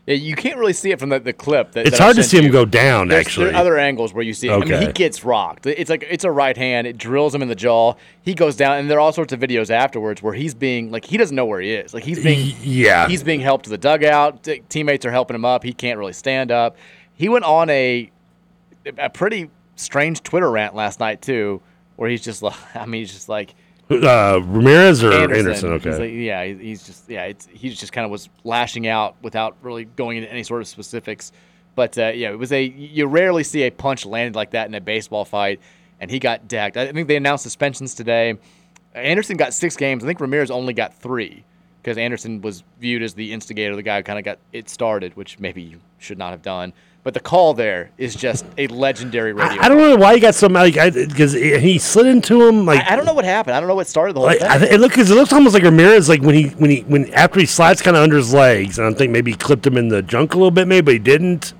[SPEAKER 3] Yeah, you can't really see it from the, the clip. That,
[SPEAKER 4] It's
[SPEAKER 3] that I
[SPEAKER 4] hard to
[SPEAKER 3] sent
[SPEAKER 4] see him
[SPEAKER 3] you.
[SPEAKER 4] go down,
[SPEAKER 3] There's-
[SPEAKER 4] actually.
[SPEAKER 3] there are other angles where you see. It. I mean,
[SPEAKER 4] Okay.
[SPEAKER 3] he gets rocked. It's like it's a right hand. It drills him in the jaw. He goes down, and there are all sorts of videos afterwards where he's being like he doesn't know where he is. Like he's being
[SPEAKER 4] yeah.
[SPEAKER 3] he's being helped to the dugout. T- teammates are helping him up. He can't really stand up. He went on a a pretty strange Twitter rant last night too, where he's just like I mean he's just like
[SPEAKER 4] Uh, Ramirez or Anderson? okay.
[SPEAKER 3] He's like, yeah, he- he's just yeah, it's, he's just kind of was lashing out without really going into any sort of specifics. But uh, yeah, it was a you rarely see a punch landed like that in a baseball fight, and he got decked. I think they announced suspensions today. Anderson got six games. I think Ramirez only got three because Anderson was viewed as the instigator, the guy who kind of got it started, which maybe you should not have done. But the call there is just a legendary radio.
[SPEAKER 4] I don't know why he got so mad because he slid into him like
[SPEAKER 3] I, I don't know what happened. I don't know what started the whole
[SPEAKER 4] Like,
[SPEAKER 3] thing.
[SPEAKER 4] I th- it looks it looks almost like Ramirez like when he when he when after he slides kind of under his legs and I think maybe he clipped him in the junk a little bit maybe but he didn't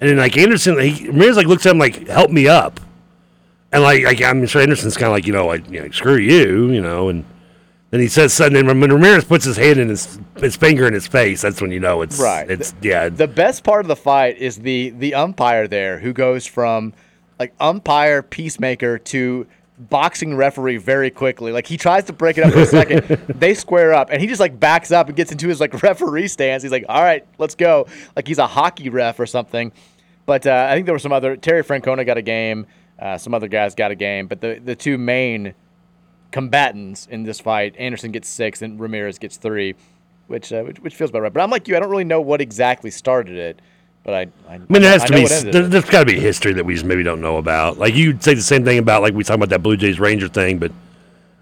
[SPEAKER 4] and then like Anderson like, he, Ramirez like looks at him like help me up and like, like I'm sure Anderson's kind of like you know like you know, screw you you know and then he says suddenly when Ramirez puts his hand in his his finger in his face that's when you know it's
[SPEAKER 3] Right.
[SPEAKER 4] it's yeah
[SPEAKER 3] The best part of the fight is the the umpire there who goes from like umpire peacemaker to boxing referee very quickly. Like he tries to break it up for a second. they square up and he just like backs up and gets into his like referee stance. He's like, "All right, let's go." Like he's a hockey ref or something. But uh, I think there were some other Terry Francona got a game, uh, some other guys got a game, but the the two main combatants in this fight. Anderson gets six, and Ramirez gets three, which uh, which, which feels about right. But I'm like you, I don't really know what exactly started it, but I. I,
[SPEAKER 4] I mean, there has to
[SPEAKER 3] know
[SPEAKER 4] be
[SPEAKER 3] what
[SPEAKER 4] s-
[SPEAKER 3] ended
[SPEAKER 4] there,
[SPEAKER 3] it.
[SPEAKER 4] has got to be history that we just maybe don't know about. Like you'd say the same thing about like we talk about that Blue Jays Ranger thing, but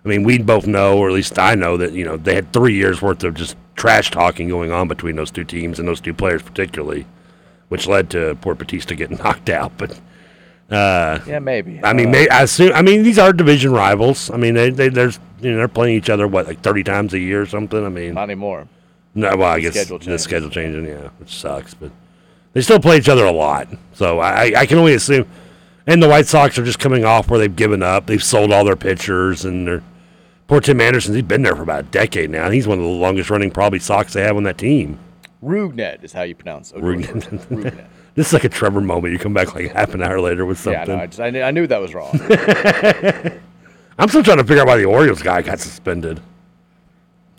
[SPEAKER 4] I mean we both know, or at least I know that you know they had three years worth of just trash talking going on between those two teams and those two players particularly, which led to poor Batista getting knocked out. But uh,
[SPEAKER 3] Yeah, maybe.
[SPEAKER 4] I mean, may, I assume. I mean, these are division rivals. I mean, they, they there's you know they're playing each other what like thirty times a year or something. I mean,
[SPEAKER 3] not anymore.
[SPEAKER 4] No, well, I
[SPEAKER 3] The
[SPEAKER 4] guess
[SPEAKER 3] schedule
[SPEAKER 4] the schedule changing, yeah, which sucks, but they still play each other a lot. So I, I- I can only assume. And the White Sox are just coming off where they've given up. They've sold all their pitchers, and they're, poor Tim Anderson. He's been there for about a decade now. He's one of the longest running probably Sox they have on that team.
[SPEAKER 3] Rugnet is how you pronounce it. Rugnet.
[SPEAKER 4] this is like a Trevor moment. You come back like half an hour later with
[SPEAKER 3] Yeah,
[SPEAKER 4] something.
[SPEAKER 3] no, I, just, I, knew, I knew that was wrong.
[SPEAKER 4] I'm still trying to figure out why the Orioles guy got suspended.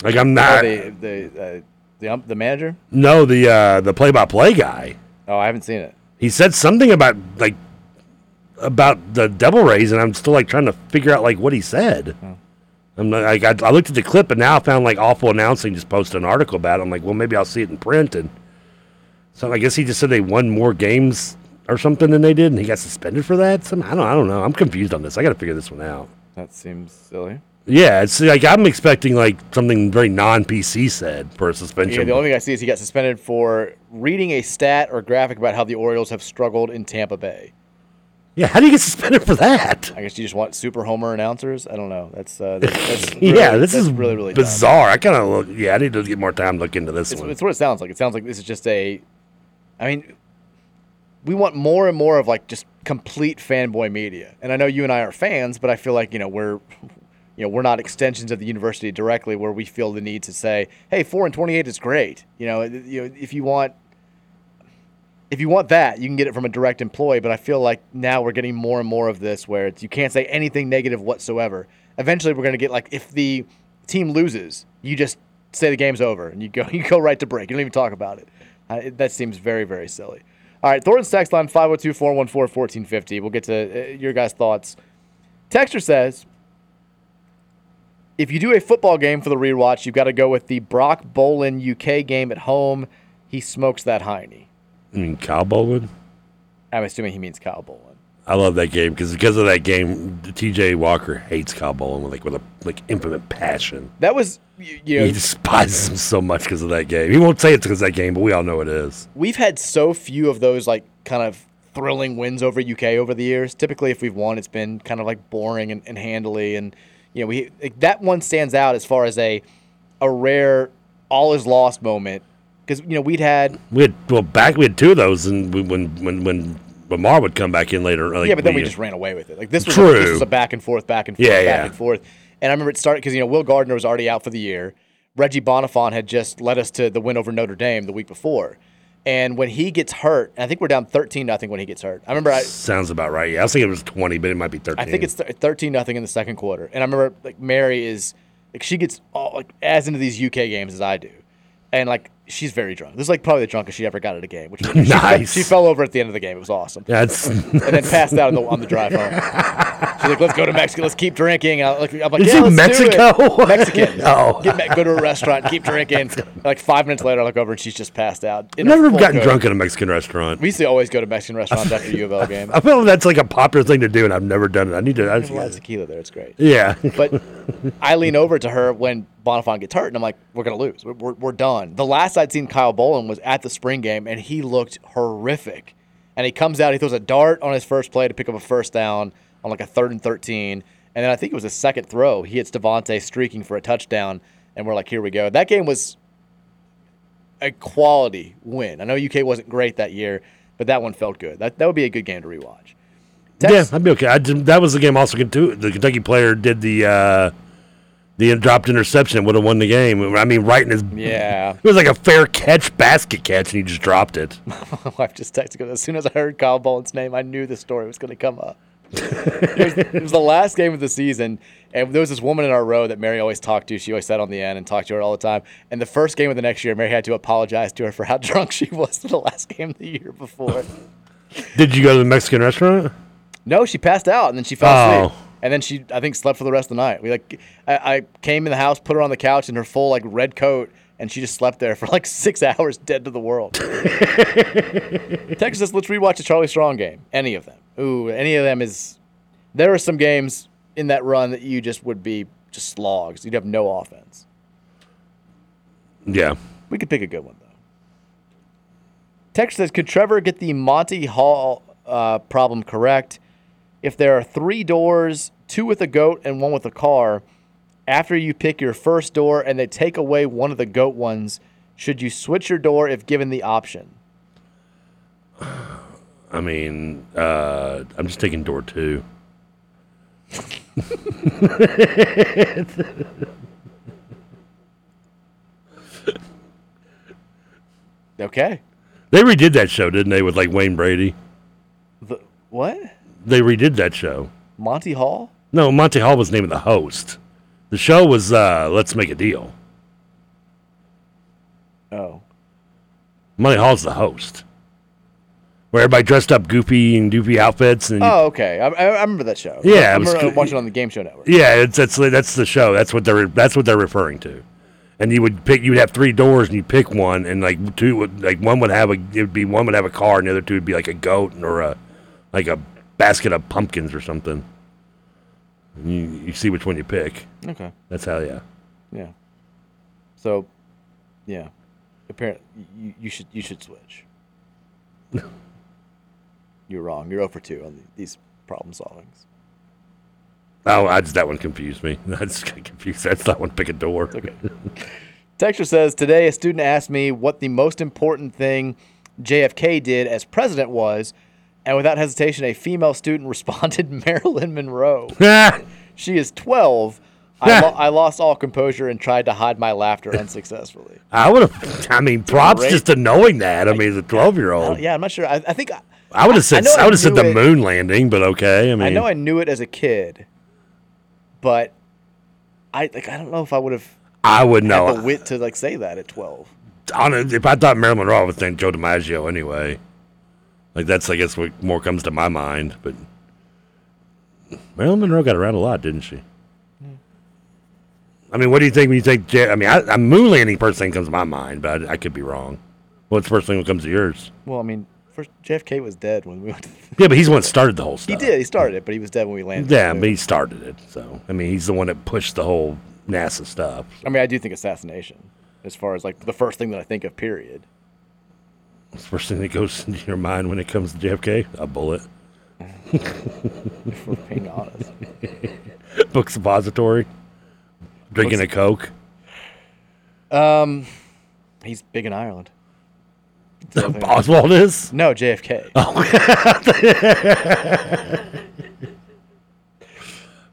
[SPEAKER 4] Like I'm not.
[SPEAKER 3] the the uh, The ump, the manager?
[SPEAKER 4] No, the uh, the play-by-play guy.
[SPEAKER 3] Oh, I haven't seen it.
[SPEAKER 4] He said something about like about the Devil Rays, and I'm still like trying to figure out like what he said.
[SPEAKER 3] Hmm.
[SPEAKER 4] I'm not- like, I, I looked at the clip, and now I found like awful announcing just posted an article about it. I'm like, well, maybe I'll see it in print. And so I guess he just said they won more games or something than they did, and he got suspended for that. Some I don't I don't know. I'm confused on this. I got to figure this one out.
[SPEAKER 3] That seems silly.
[SPEAKER 4] Yeah, it's like I'm expecting like something very non-PC said for a suspension.
[SPEAKER 3] Yeah, the only thing I see is he got suspended for reading a stat or graphic about how the Orioles have struggled in Tampa Bay.
[SPEAKER 4] Yeah, how do you get suspended for that?
[SPEAKER 3] I guess you just want super homer announcers. I don't know. That's, uh, that's, that's
[SPEAKER 4] yeah,
[SPEAKER 3] really-
[SPEAKER 4] this
[SPEAKER 3] that's
[SPEAKER 4] is
[SPEAKER 3] really really dumb.
[SPEAKER 4] bizarre. I kind of look. Yeah, I need to get more time to look into this
[SPEAKER 3] It's,
[SPEAKER 4] one.
[SPEAKER 3] it's what it sounds like. It sounds like this is just a. I mean, we want more and more of like just complete fanboy media, and I know you and I are fans, but I feel like you know we're. You know, we're not extensions of the university directly, where we feel the need to say, "Hey, four and twenty-eight is great." You know, th- you know, if you want, if you want that, you can get it from a direct employee. But I feel like now we're getting more and more of this, where it's, you can't say anything negative whatsoever. Eventually, we're going to get like if the team loses, you just say the game's over and you go you go right to break. You don't even talk about it. Uh, it- that seems very very silly. All right, Thornton's text line 502-414-1450. We'll get to uh, your guys' thoughts. Texter says, if you do a football game for the rewatch, you've got to go with the Brock Bolin UK game at home. He smokes that hiney.
[SPEAKER 4] I mean, Kyle Bowman.
[SPEAKER 3] I'm assuming he means Kyle Bolin.
[SPEAKER 4] I love that game because because of that game, T.J. Walker hates Kyle Bowman with like with a like infinite passion.
[SPEAKER 3] That was you, you know,
[SPEAKER 4] He despises him so much because of that game. He won't say it's because of that game, but we all know it is.
[SPEAKER 3] we've had so few of those like kind of thrilling wins over UK over the years. Typically, if we've won, it's been kind of like boring and, and handily, and you know we like, that one stands out as far as a a rare all is lost moment because you know we'd had
[SPEAKER 4] We had well back we had two of those, and we, when when when Lamar would come back in later. Like,
[SPEAKER 3] yeah, but then we, just ran away with it. Like this was, A,
[SPEAKER 4] True.
[SPEAKER 3] this was a back and forth, back and forth,
[SPEAKER 4] Yeah,
[SPEAKER 3] back
[SPEAKER 4] yeah.
[SPEAKER 3] and forth. And I remember it started because you know Will Gardner was already out for the year. Reggie Bonifon had just led us to the win over Notre Dame the week before, and when he gets hurt, I think we're down thirteen nothing when he gets hurt. I remember I,
[SPEAKER 4] sounds about right. Yeah, I was thinking it was twenty, but it might be thirteen.
[SPEAKER 3] I think it's th- 13 nothing in the second quarter. And I remember like Mary is like she gets all, like as into these UK games as I do. And like she's very drunk. This is like probably the drunkest she ever got at a game, which she-
[SPEAKER 4] Nice.
[SPEAKER 3] she, fell over at the end of the game. It was awesome.
[SPEAKER 4] That's-
[SPEAKER 3] and then passed out on the, on the drive home. She's like, "Let's go to Mexico. Let's keep drinking." And I, like, I'm like,
[SPEAKER 4] Is
[SPEAKER 3] "Yeah,
[SPEAKER 4] it
[SPEAKER 3] let's do
[SPEAKER 4] Mexico?
[SPEAKER 3] it." Mexican.
[SPEAKER 4] Oh.
[SPEAKER 3] Get back, go to a restaurant, keep drinking. like five minutes later, I look over and she's just passed out.
[SPEAKER 4] I've
[SPEAKER 3] in a
[SPEAKER 4] never
[SPEAKER 3] full
[SPEAKER 4] gotten
[SPEAKER 3] coat.
[SPEAKER 4] drunk at a Mexican restaurant.
[SPEAKER 3] We used to always go to Mexican restaurants after U of L game.
[SPEAKER 4] I feel that's like a popular thing to do, and I've never done it. I need to. I,
[SPEAKER 3] There's a lot of tequila there. It's great.
[SPEAKER 4] yeah,
[SPEAKER 3] But I lean over to her when Bonifon gets hurt, and I'm like, we're going to lose. We're, we're, we're done. The last I'd seen Kyle Bolin was at the spring game, and he looked horrific. And he comes out, he throws a dart on his first play to pick up a first down on like a third and 13. And then I think it was a second throw. He hits Devontae streaking for a touchdown, and we're like, here we go. That game was a quality win. I know UK wasn't great that year, but that one felt good. That, that would be a good game to rewatch.
[SPEAKER 4] yeah, I'd be okay. I did, that was the game. Also, Kentu- the Kentucky player did the uh, the dropped interception, would have won the game. I mean, right in his
[SPEAKER 3] Yeah.
[SPEAKER 4] It was like a fair catch, basket catch, and he just dropped it.
[SPEAKER 3] My wife just texted because as soon as I heard Kyle Bolin's name, I knew the story was going to come up. it, was, it was the last game of the season, and there was this woman in our row that Mary always talked to. She always sat on the end and talked to her all the time. And the first game of the next year, Mary had to apologize to her for how drunk she was the last game the year before.
[SPEAKER 4] Did you go to the Mexican restaurant?
[SPEAKER 3] No, she passed out and then she fell asleep.
[SPEAKER 4] Oh.
[SPEAKER 3] And then she, I think, slept for the rest of the night. We like, I, I came in the house, put her on the couch in her full like red coat, and she just slept there for like six hours, dead to the world. Texas, let's rewatch the Charlie Strong game. Any of them? Ooh, any of them is. There are some games in that run that you just would be just slogs. You'd have no offense.
[SPEAKER 4] Yeah.
[SPEAKER 3] We could pick a good one though. Text says, could Trevor get the Monty Hall uh, problem correct? If there are three doors, two with a goat and one with a car, after you pick your first door and they take away one of the goat ones, should you switch your door if given the option?
[SPEAKER 4] I mean, uh, I'm just taking door two.
[SPEAKER 3] Okay.
[SPEAKER 4] They redid that show, didn't they, with like Wayne Brady?
[SPEAKER 3] The, what?
[SPEAKER 4] They redid that show.
[SPEAKER 3] Monty Hall?
[SPEAKER 4] No, Monty Hall was the name of the host. The show was uh, Let's Make a Deal.
[SPEAKER 3] Oh.
[SPEAKER 4] Money Hall's the host. Where everybody dressed up goopy and doopy outfits and
[SPEAKER 3] Oh, okay. I, I remember that show.
[SPEAKER 4] Yeah,
[SPEAKER 3] I
[SPEAKER 4] it was
[SPEAKER 3] remember
[SPEAKER 4] good.
[SPEAKER 3] watching it on the Game Show Network.
[SPEAKER 4] Yeah, it's that's that's the show. That's what they're that's what they're referring to. And you would pick. You'd have three doors, and you pick one, and like two, would, like one would have a. It would be one would have a car, and the other two would be like a goat or a, like a basket of pumpkins or something. And you you see which one you pick.
[SPEAKER 3] Okay.
[SPEAKER 4] That's how. Yeah.
[SPEAKER 3] Yeah. So, yeah. Apparently, you, you should you should switch. You're wrong. You're 0 for 2 on the, these problem solvings.
[SPEAKER 4] Oh, I just that one confused me. I just got confused. That's that one. Pick a door.
[SPEAKER 3] Okay. Texture says today a student asked me what the most important thing JFK did as president was, and without hesitation, a female student responded Marilyn Monroe. she is 12. I, lo- I lost all composure and tried to hide my laughter unsuccessfully.
[SPEAKER 4] I would have. I mean, props
[SPEAKER 3] Great.
[SPEAKER 4] just to knowing that. I mean, the twelve year
[SPEAKER 3] I don't-
[SPEAKER 4] old.
[SPEAKER 3] yeah, I'm not sure. I, I think I,
[SPEAKER 4] I would have said.
[SPEAKER 3] know
[SPEAKER 4] I, would have said
[SPEAKER 3] knew
[SPEAKER 4] the
[SPEAKER 3] it-
[SPEAKER 4] moon landing, but okay. I mean,
[SPEAKER 3] I know I knew it as a kid, but I like I don't know if I would have
[SPEAKER 4] I would know.
[SPEAKER 3] had the wit to like say that at 12.
[SPEAKER 4] on a- if I thought Marilyn Monroe, I would think Joe DiMaggio anyway. Like that's I guess what more comes to my mind. But Marilyn Monroe got around a lot, didn't she?
[SPEAKER 3] Hmm.
[SPEAKER 4] I mean, what do you think when you think? J- I mean, I, I moon landing first thing comes to my mind, but I, I could be wrong. What's first thing that comes to yours?
[SPEAKER 3] Well, I mean, first JFK was dead when we went. To
[SPEAKER 4] Yeah, but he's the one that started the whole stuff.
[SPEAKER 3] He did. He started it, but he was dead when we landed.
[SPEAKER 4] Yeah, but he started it. So I mean, he's the one that pushed the whole NASA stuff.
[SPEAKER 3] I mean, I do think assassination, as far as like the first thing that I think of. Period.
[SPEAKER 4] It's the first thing that goes into your mind when it comes to JFK, a bullet.
[SPEAKER 3] If we're being honest.
[SPEAKER 4] Book suppository, drinking a
[SPEAKER 3] Books-
[SPEAKER 4] Coke.
[SPEAKER 3] Um, he's big in Ireland.
[SPEAKER 4] Oswald is?
[SPEAKER 3] No, JFK.
[SPEAKER 4] Oh.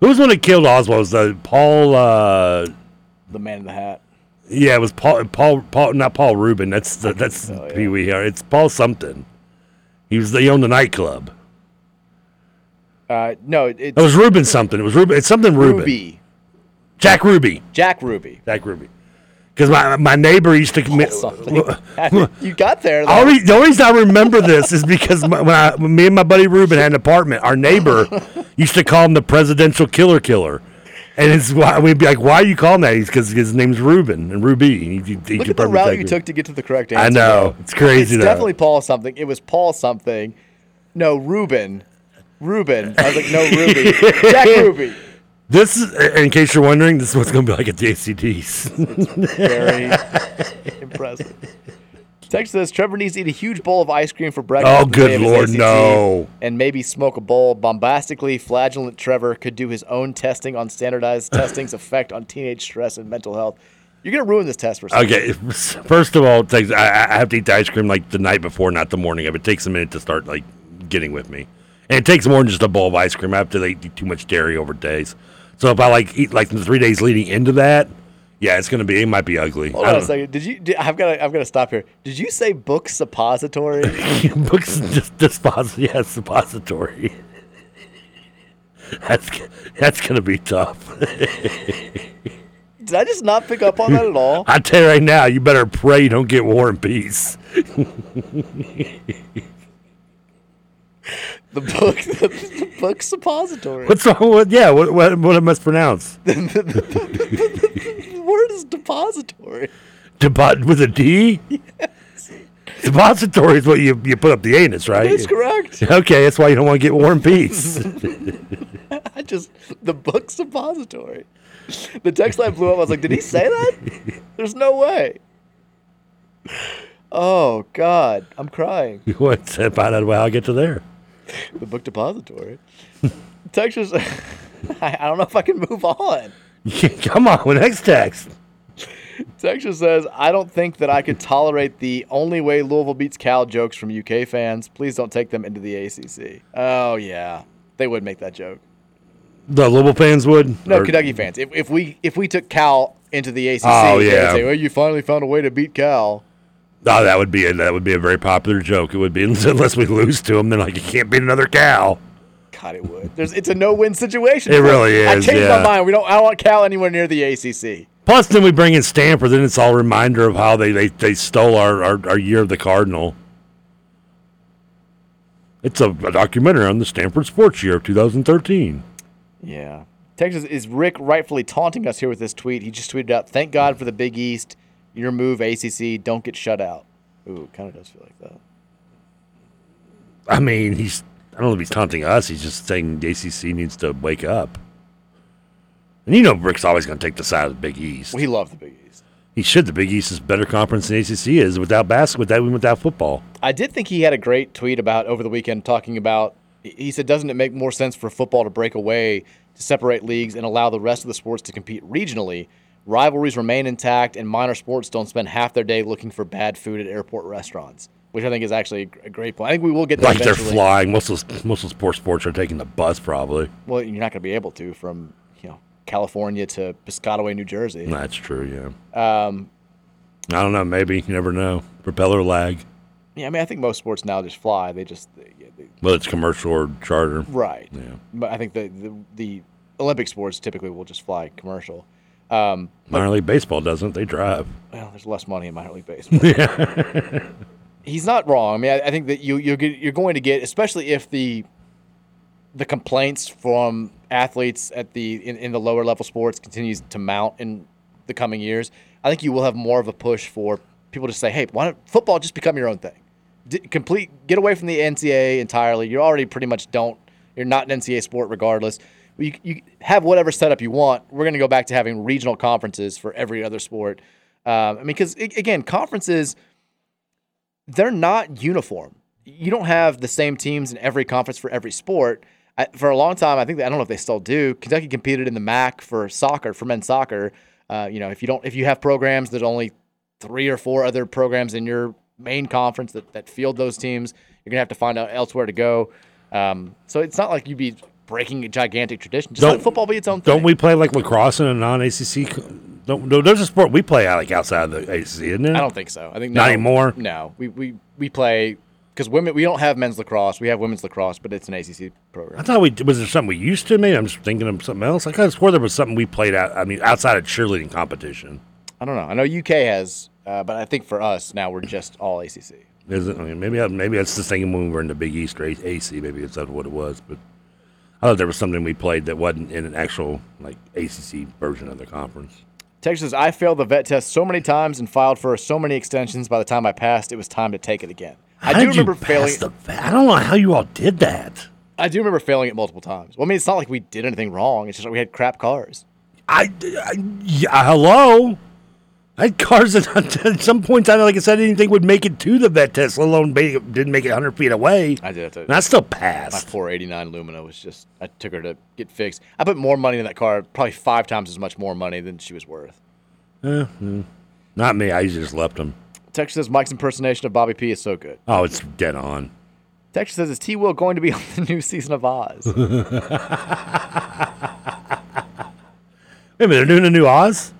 [SPEAKER 4] Who's the one that killed Oswald? Was uh, Paul? Uh,
[SPEAKER 3] the man in the hat.
[SPEAKER 4] yeah, it was Paul. Paul. Paul. Not Paul Rubin. That's
[SPEAKER 3] Oh,
[SPEAKER 4] the, that's Pee Wee. Herman. It's Paul something. He was. He owned the nightclub.
[SPEAKER 3] Uh, no, it,
[SPEAKER 4] It was Rubin something. It was Rubin. It's something Rubin.
[SPEAKER 3] Ruby.
[SPEAKER 4] Jack Ruby.
[SPEAKER 3] Jack Ruby.
[SPEAKER 4] Jack Ruby. Because my my neighbor used to commit.
[SPEAKER 3] you got there. though.
[SPEAKER 4] All re- the only reason I remember this is because my, when, I, when me and my buddy Ruben had an apartment, our neighbor used to call him the presidential killer killer. And it's why we'd be like, why are you calling that? He's because his name's Ruben and Ruby. He, he, he
[SPEAKER 3] Look
[SPEAKER 4] could
[SPEAKER 3] at the
[SPEAKER 4] probably
[SPEAKER 3] route
[SPEAKER 4] take
[SPEAKER 3] you
[SPEAKER 4] it.
[SPEAKER 3] took to get to the correct answer.
[SPEAKER 4] I know.
[SPEAKER 3] though.
[SPEAKER 4] It's crazy,
[SPEAKER 3] It's
[SPEAKER 4] though.
[SPEAKER 3] definitely Paul something. It was Paul something. No, Ruben. Ruben. I was like, no, Ruby. Jack Ruby.
[SPEAKER 4] This is, in case you're wondering, this is what's going to be like at the ACDs.
[SPEAKER 3] Very impressive. Text says Trevor needs to eat a huge bowl of ice cream for breakfast.
[SPEAKER 4] Oh,
[SPEAKER 3] the
[SPEAKER 4] good
[SPEAKER 3] day of his
[SPEAKER 4] Lord,
[SPEAKER 3] ACT,
[SPEAKER 4] no.
[SPEAKER 3] And maybe smoke a bowl. Bombastically, flagellant Trevor could do his own testing on standardized testing's effect on teenage stress and mental health. You're going to ruin this test for someone.
[SPEAKER 4] okay, first of all, it takes, I, I I have to eat the ice cream like the night before, not the morning of. It takes a minute to start like getting with me, and it takes more than just a bowl of ice cream. I have to like, eat too much dairy over days. So if I like eat like the three days leading into that, yeah, it's gonna be it might be ugly.
[SPEAKER 3] Hold on a second. Did you? Did, I've got. to. I've got to stop here. Did you say book suppository?
[SPEAKER 4] second. Books just dispos- yeah, suppository. that's g- that's gonna be tough.
[SPEAKER 3] Did I just not pick up on that at all?
[SPEAKER 4] I tell you right now, you better pray you don't get War and Peace.
[SPEAKER 3] The book. The, the book suppository.
[SPEAKER 4] What's wrong with yeah? What what, what I must pronounce?
[SPEAKER 3] the word is depository.
[SPEAKER 4] Depot with a D. Depository is what you, you put up the anus, right?
[SPEAKER 3] That's correct.
[SPEAKER 4] Okay, that's why you don't want to get War and Peace.
[SPEAKER 3] I just the book suppository. The text line blew up. I was like, did he say that? There's no way. Oh God, I'm crying.
[SPEAKER 4] you want to find out how I get to there?
[SPEAKER 3] The book depository. Texas. I, I don't know if I can move on.
[SPEAKER 4] Come on, with next text.
[SPEAKER 3] Texas says, I don't think that I could tolerate the only way Louisville beats Cal jokes from UK fans. Please don't take them into the ACC. Oh, yeah. They would make that joke.
[SPEAKER 4] The Louisville fans would.
[SPEAKER 3] No,
[SPEAKER 4] Or-
[SPEAKER 3] Kentucky fans. If, if we if we took Cal into the ACC,
[SPEAKER 4] Oh,
[SPEAKER 3] they would
[SPEAKER 4] yeah.
[SPEAKER 3] say, well, you finally found a way to beat Cal.
[SPEAKER 4] Oh, that would be a, that would be a very popular joke. It would be unless we lose to them, then like you can't beat another cow.
[SPEAKER 3] God, it would. There's, it's a no-win situation.
[SPEAKER 4] It really
[SPEAKER 3] I
[SPEAKER 4] is,
[SPEAKER 3] changed
[SPEAKER 4] yeah.
[SPEAKER 3] my mind. We don't. I don't want Cal anywhere near the ACC.
[SPEAKER 4] Plus, then we bring in Stanford. Then it's all a reminder of how they, they, they stole our, our, our year of the Cardinal. It's a, a documentary on the Stanford sports year of 2013.
[SPEAKER 3] Yeah. Texas, is Rick rightfully taunting us here with this tweet? He just tweeted out, thank God for the Big East. Your move, ACC. Don't get shut out. Ooh, kind of does feel like that.
[SPEAKER 4] I mean, he's I don't know if he's taunting us. He's just saying the ACC needs to wake up. And you know, Brick's always going to take the side of the Big East.
[SPEAKER 3] We love the Big East.
[SPEAKER 4] He should. The Big East is a better conference than ACC is without basketball, without, even without football.
[SPEAKER 3] I did think he had a great tweet about over the weekend talking about. He said, "Doesn't it make more sense for football to break away, to separate leagues, and allow the rest of the sports to compete regionally? Rivalries remain intact, and minor sports don't spend half their day looking for bad food at airport restaurants." Which I think is actually a great point. I think we will get there
[SPEAKER 4] like
[SPEAKER 3] eventually.
[SPEAKER 4] they're flying. Most of those, most of those poor sports are taking the bus, probably.
[SPEAKER 3] Well, you're not going to be able to from you know California to Piscataway, New Jersey.
[SPEAKER 4] That's true.
[SPEAKER 3] Yeah. Um,
[SPEAKER 4] I don't know. Maybe you never know. Propeller lag.
[SPEAKER 3] Yeah, I mean, I think most sports now just fly. They just they, they-
[SPEAKER 4] Whether it's commercial or charter.
[SPEAKER 3] right.
[SPEAKER 4] Yeah.
[SPEAKER 3] But I think the, the the Olympic sports typically will just fly commercial. Um,
[SPEAKER 4] Minor league baseball doesn't. They drive.
[SPEAKER 3] well, there's less money in minor league baseball. He's not wrong. I mean, I, I think that you you're get, you're going to get, especially if the the complaints from athletes at the in, in the lower level sports continues to mount in the coming years. I think you will have more of a push for people to say, "Hey, why don't football just become your own thing? D- complete, get away from the NCAA entirely. You're already pretty much don't. You're not an NCAA sport regardless. You, you have whatever setup you want. We're going to go back to having regional conferences for every other sport. Um, I mean, because again, conferences they're not uniform. You don't have the same teams in every conference for every sport. I, for a long time, I think I don't know if they still do. Kentucky competed in the MAC for soccer for men's soccer. Uh, you know, if you don't, if you have programs, there's only three or four other programs in your main conference that, that field those teams. You're gonna have to find out elsewhere to go. Um, so it's not like you'd be breaking a gigantic tradition. Just let football be its own thing.
[SPEAKER 4] Don't we play like lacrosse in a non-ACC? co- Don't, no, there's a sport we play like outside of the ACC, isn't it?
[SPEAKER 3] I don't think so. I think
[SPEAKER 4] not
[SPEAKER 3] now-
[SPEAKER 4] anymore.
[SPEAKER 3] No, we we we play because women. We don't have men's lacrosse. We have women's lacrosse, but it's an ACC program.
[SPEAKER 4] I thought we was there something we used to. Maybe I'm just thinking of something else. I kind of swore there was something we played out. I mean, outside of cheerleading competition,
[SPEAKER 3] I don't know. I know UK has, uh, but I think for us now we're just all ACC.
[SPEAKER 4] is it? I mean, maybe I, maybe that's just thinking when we were in the Big East or AC. Maybe it's not what it was, but I thought there was something we played that wasn't in an actual like ACC version of the conference.
[SPEAKER 3] Texas, I failed the vet test so many times and filed for so many extensions. By the time I passed, it was time to take it again. I
[SPEAKER 4] How
[SPEAKER 3] do
[SPEAKER 4] did you
[SPEAKER 3] remember failing.
[SPEAKER 4] pass the vet? I don't know how you all did that.
[SPEAKER 3] I do remember failing it multiple times. Well, I mean, it's not like we did anything wrong. It's just like we had crap cars.
[SPEAKER 4] I, I yeah, hello. I had cars that at some points I like I said I didn't think would make it to the vet test, let alone ba- didn't make it 100 feet away.
[SPEAKER 3] I did.
[SPEAKER 4] And I still
[SPEAKER 3] My
[SPEAKER 4] passed.
[SPEAKER 3] 489 Lumina was just. I took her to get fixed. I put more money in that car, probably five times as much more money than she was worth.
[SPEAKER 4] Eh, mm, not me. I usually just left them.
[SPEAKER 3] Texas says Mike's impersonation of Bobby P is so good.
[SPEAKER 4] Oh, it's dead on.
[SPEAKER 3] Texas says, is T Will going to be on the new season of Oz?
[SPEAKER 4] Wait a minute, they're doing a new Oz.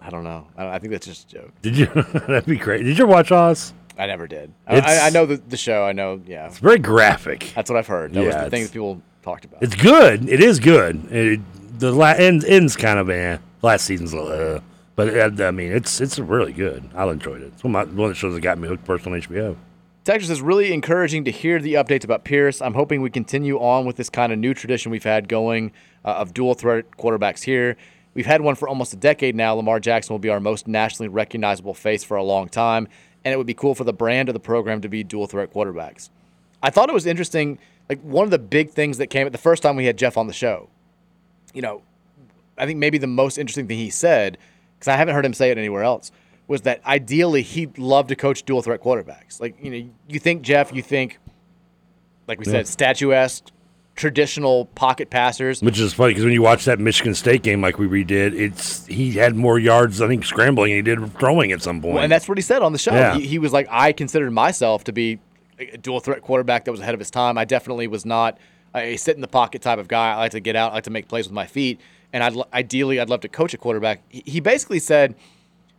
[SPEAKER 3] I don't know. I, I think that's just a joke.
[SPEAKER 4] Did you? that'd be great. Did you watch Oz?
[SPEAKER 3] I never did. I,
[SPEAKER 4] It's-
[SPEAKER 3] I, I know the, the show. I know, yeah.
[SPEAKER 4] It's very graphic.
[SPEAKER 3] That's what I've heard. That was
[SPEAKER 4] Yeah,
[SPEAKER 3] the thing
[SPEAKER 4] it's-
[SPEAKER 3] that people talked about.
[SPEAKER 4] It's good. It is good. It, the la- end ends kind of eh. Last season's a little, eh. but uh, I mean it's it's really good. I enjoyed it. It's one of, my, one of the shows that got me hooked first on HBO.
[SPEAKER 3] Texas is really encouraging to hear the updates about Pierce. I'm hoping we continue on with this kind of new tradition we've had going uh, of dual threat quarterbacks here. We've had one for almost a decade now. Lamar Jackson will be our most nationally recognizable face for a long time, and it would be cool for the brand of the program to be dual threat quarterbacks. I thought it was interesting. Like one of the big things that came at the first time we had Jeff on the show, you know, I think maybe the most interesting thing he said, because I haven't heard him say it anywhere else, was that ideally he'd love to coach dual threat quarterbacks. Like, you know, you think Jeff, you think, like we
[SPEAKER 4] Yeah.
[SPEAKER 3] said, statuesque, traditional pocket passers.
[SPEAKER 4] Which is funny because when you watch that Michigan State game like we redid, it's he had more yards I think scrambling than he did throwing at some point.
[SPEAKER 3] Well, and that's what he said on the show.
[SPEAKER 4] Yeah.
[SPEAKER 3] He, he was like, I considered myself to be a dual threat quarterback that was ahead of his time. I definitely was not a sit in the pocket type of guy. I like to get out, I like to make plays with my feet. And I'd, l- ideally, I'd love to coach a quarterback. He- He basically said,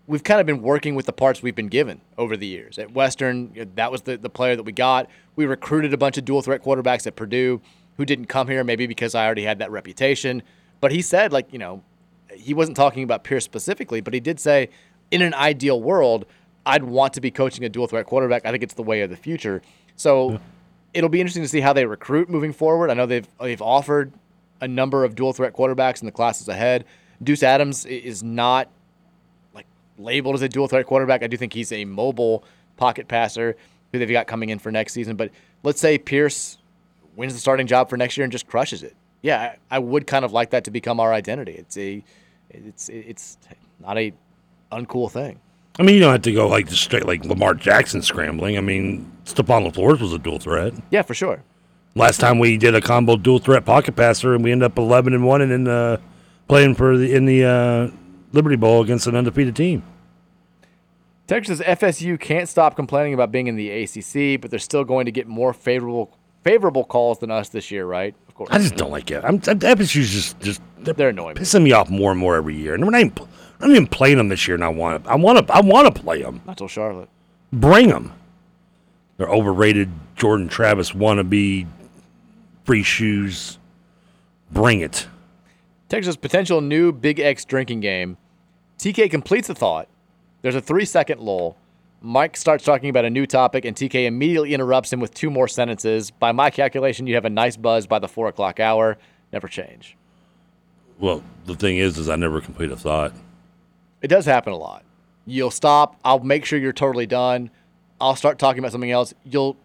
[SPEAKER 3] We've kind of been working with the parts we've been given over the years. At Western, you know, that was the, the player that we got. We recruited a bunch of dual threat quarterbacks at Purdue who didn't come here, maybe because I already had that reputation. But he said, like, you know, he wasn't talking about Pierce specifically, but he did say, in an ideal world, I'd want to be coaching a dual threat quarterback. I think it's the way of the future. So it'll be interesting to see how they recruit moving forward. I know they've they've offered a number of dual threat quarterbacks in the classes ahead. Deuce Adams i- is not like labeled as a dual threat quarterback. I do think he's a mobile pocket passer who they've got coming in for next season. But let's say Pierce wins the starting job for next year and just crushes it. Yeah, I, I would kind of like that to become our identity. It's a it's it's not a uncool thing.
[SPEAKER 4] I mean, you don't have to go like just straight like Lamar Jackson scrambling. I mean, Stephon Lafleur was a dual threat.
[SPEAKER 3] Yeah, for sure.
[SPEAKER 4] Last time we did a combo dual threat pocket passer, and we ended up eleven and one, and in uh, playing for the in the uh, Liberty Bowl against an undefeated team.
[SPEAKER 3] Texas FSU can't stop complaining about being in the ACC, but they're still going to get more favorable favorable calls than us this year, right? Of course.
[SPEAKER 4] I just don't like it. I'm, I'm FSU's just just they're,
[SPEAKER 3] annoying,
[SPEAKER 4] pissing me off more and more every year. And we're not even, pl- I'm not even playing them this year, and I want to I want to I want to play them.
[SPEAKER 3] Not till Charlotte.
[SPEAKER 4] Bring them. They're overrated. Jordan Travis wannabe free shoes. Bring it.
[SPEAKER 3] Texas potential new Big X drinking game. TK completes the thought. There's a three second lull. Mike starts talking about a new topic, and TK immediately interrupts him with two more sentences. By my calculation, you have a nice buzz by the four o'clock hour. Never change.
[SPEAKER 4] Well, the thing is, is I never complete a thought.
[SPEAKER 3] It does happen a lot. You'll stop. I'll make sure you're totally done. I'll start talking about something else. You'll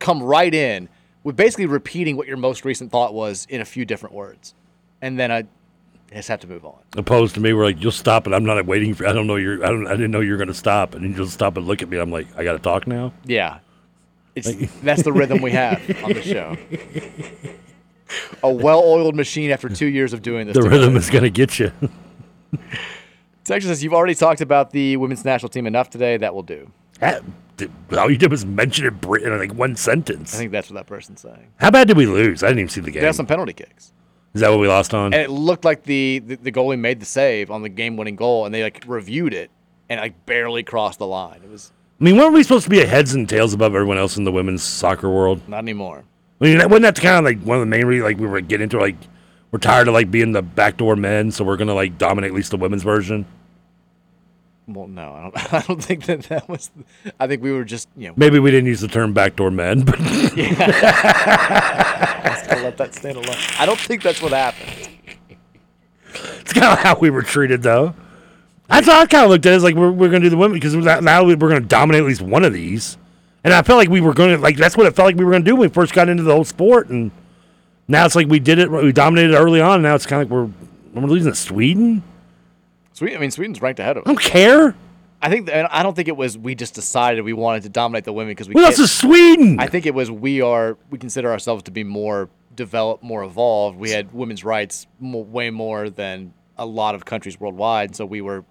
[SPEAKER 3] come right in with basically repeating what your most recent thought was in a few different words. And then I just have to move on.
[SPEAKER 4] Opposed to me, we're like, you'll stop, and I'm not waiting for. I don't know you're. I don't. I didn't know you're going to stop, and then you'll stop and look at me. I'm like, I got to talk now.
[SPEAKER 3] Yeah. It's, that's the rhythm we have on the show. A well oiled machine after two years of doing this.
[SPEAKER 4] the
[SPEAKER 3] together.
[SPEAKER 4] rhythm is going to get you.
[SPEAKER 3] Texas, you've already talked about the women's national team enough today. That will do.
[SPEAKER 4] All you did was mention it bri- in like one sentence.
[SPEAKER 3] I think that's what that person's saying.
[SPEAKER 4] How bad did we lose? I didn't even see the game.
[SPEAKER 3] They have some penalty kicks.
[SPEAKER 4] Is that what we lost on?
[SPEAKER 3] And it looked like the, the, the goalie made the save on the game winning goal, and they like reviewed it and like barely crossed the line. It was
[SPEAKER 4] I mean, weren't we supposed to be a heads and tails above everyone else in the women's soccer world?
[SPEAKER 3] not anymore.
[SPEAKER 4] I mean, that- wasn't that kind of like one of the main reasons? Like, we were getting into like, we're tired of like being the backdoor men, so we're gonna like dominate at least the women's version.
[SPEAKER 3] Well, no, I don't. I don't think that that was. I think we were just you know.
[SPEAKER 4] Maybe we didn't use the term backdoor men, but
[SPEAKER 3] Yeah. Let's go let that stand alone. I don't think that's what happened.
[SPEAKER 4] it's kind of how we were treated, though. That's how I kind of looked at it. Is like we're, we're gonna do the women because now we're gonna dominate at least one of these, and I felt like we were gonna like that's what it felt like we were gonna do when we first got into the whole sport, and now it's like we did it, we dominated early on. And now it's kind of like we're we're losing to Sweden.
[SPEAKER 3] Sweden. I mean, Sweden's ranked ahead of us.
[SPEAKER 4] I don't care.
[SPEAKER 3] I think. and I don't think it was. We just decided we wanted to dominate the women because we.
[SPEAKER 4] What else
[SPEAKER 3] can't-
[SPEAKER 4] is Sweden?
[SPEAKER 3] I think it was. We are. We consider ourselves to be more developed, more evolved. We had women's rights mo way more than a lot of countries worldwide, so we were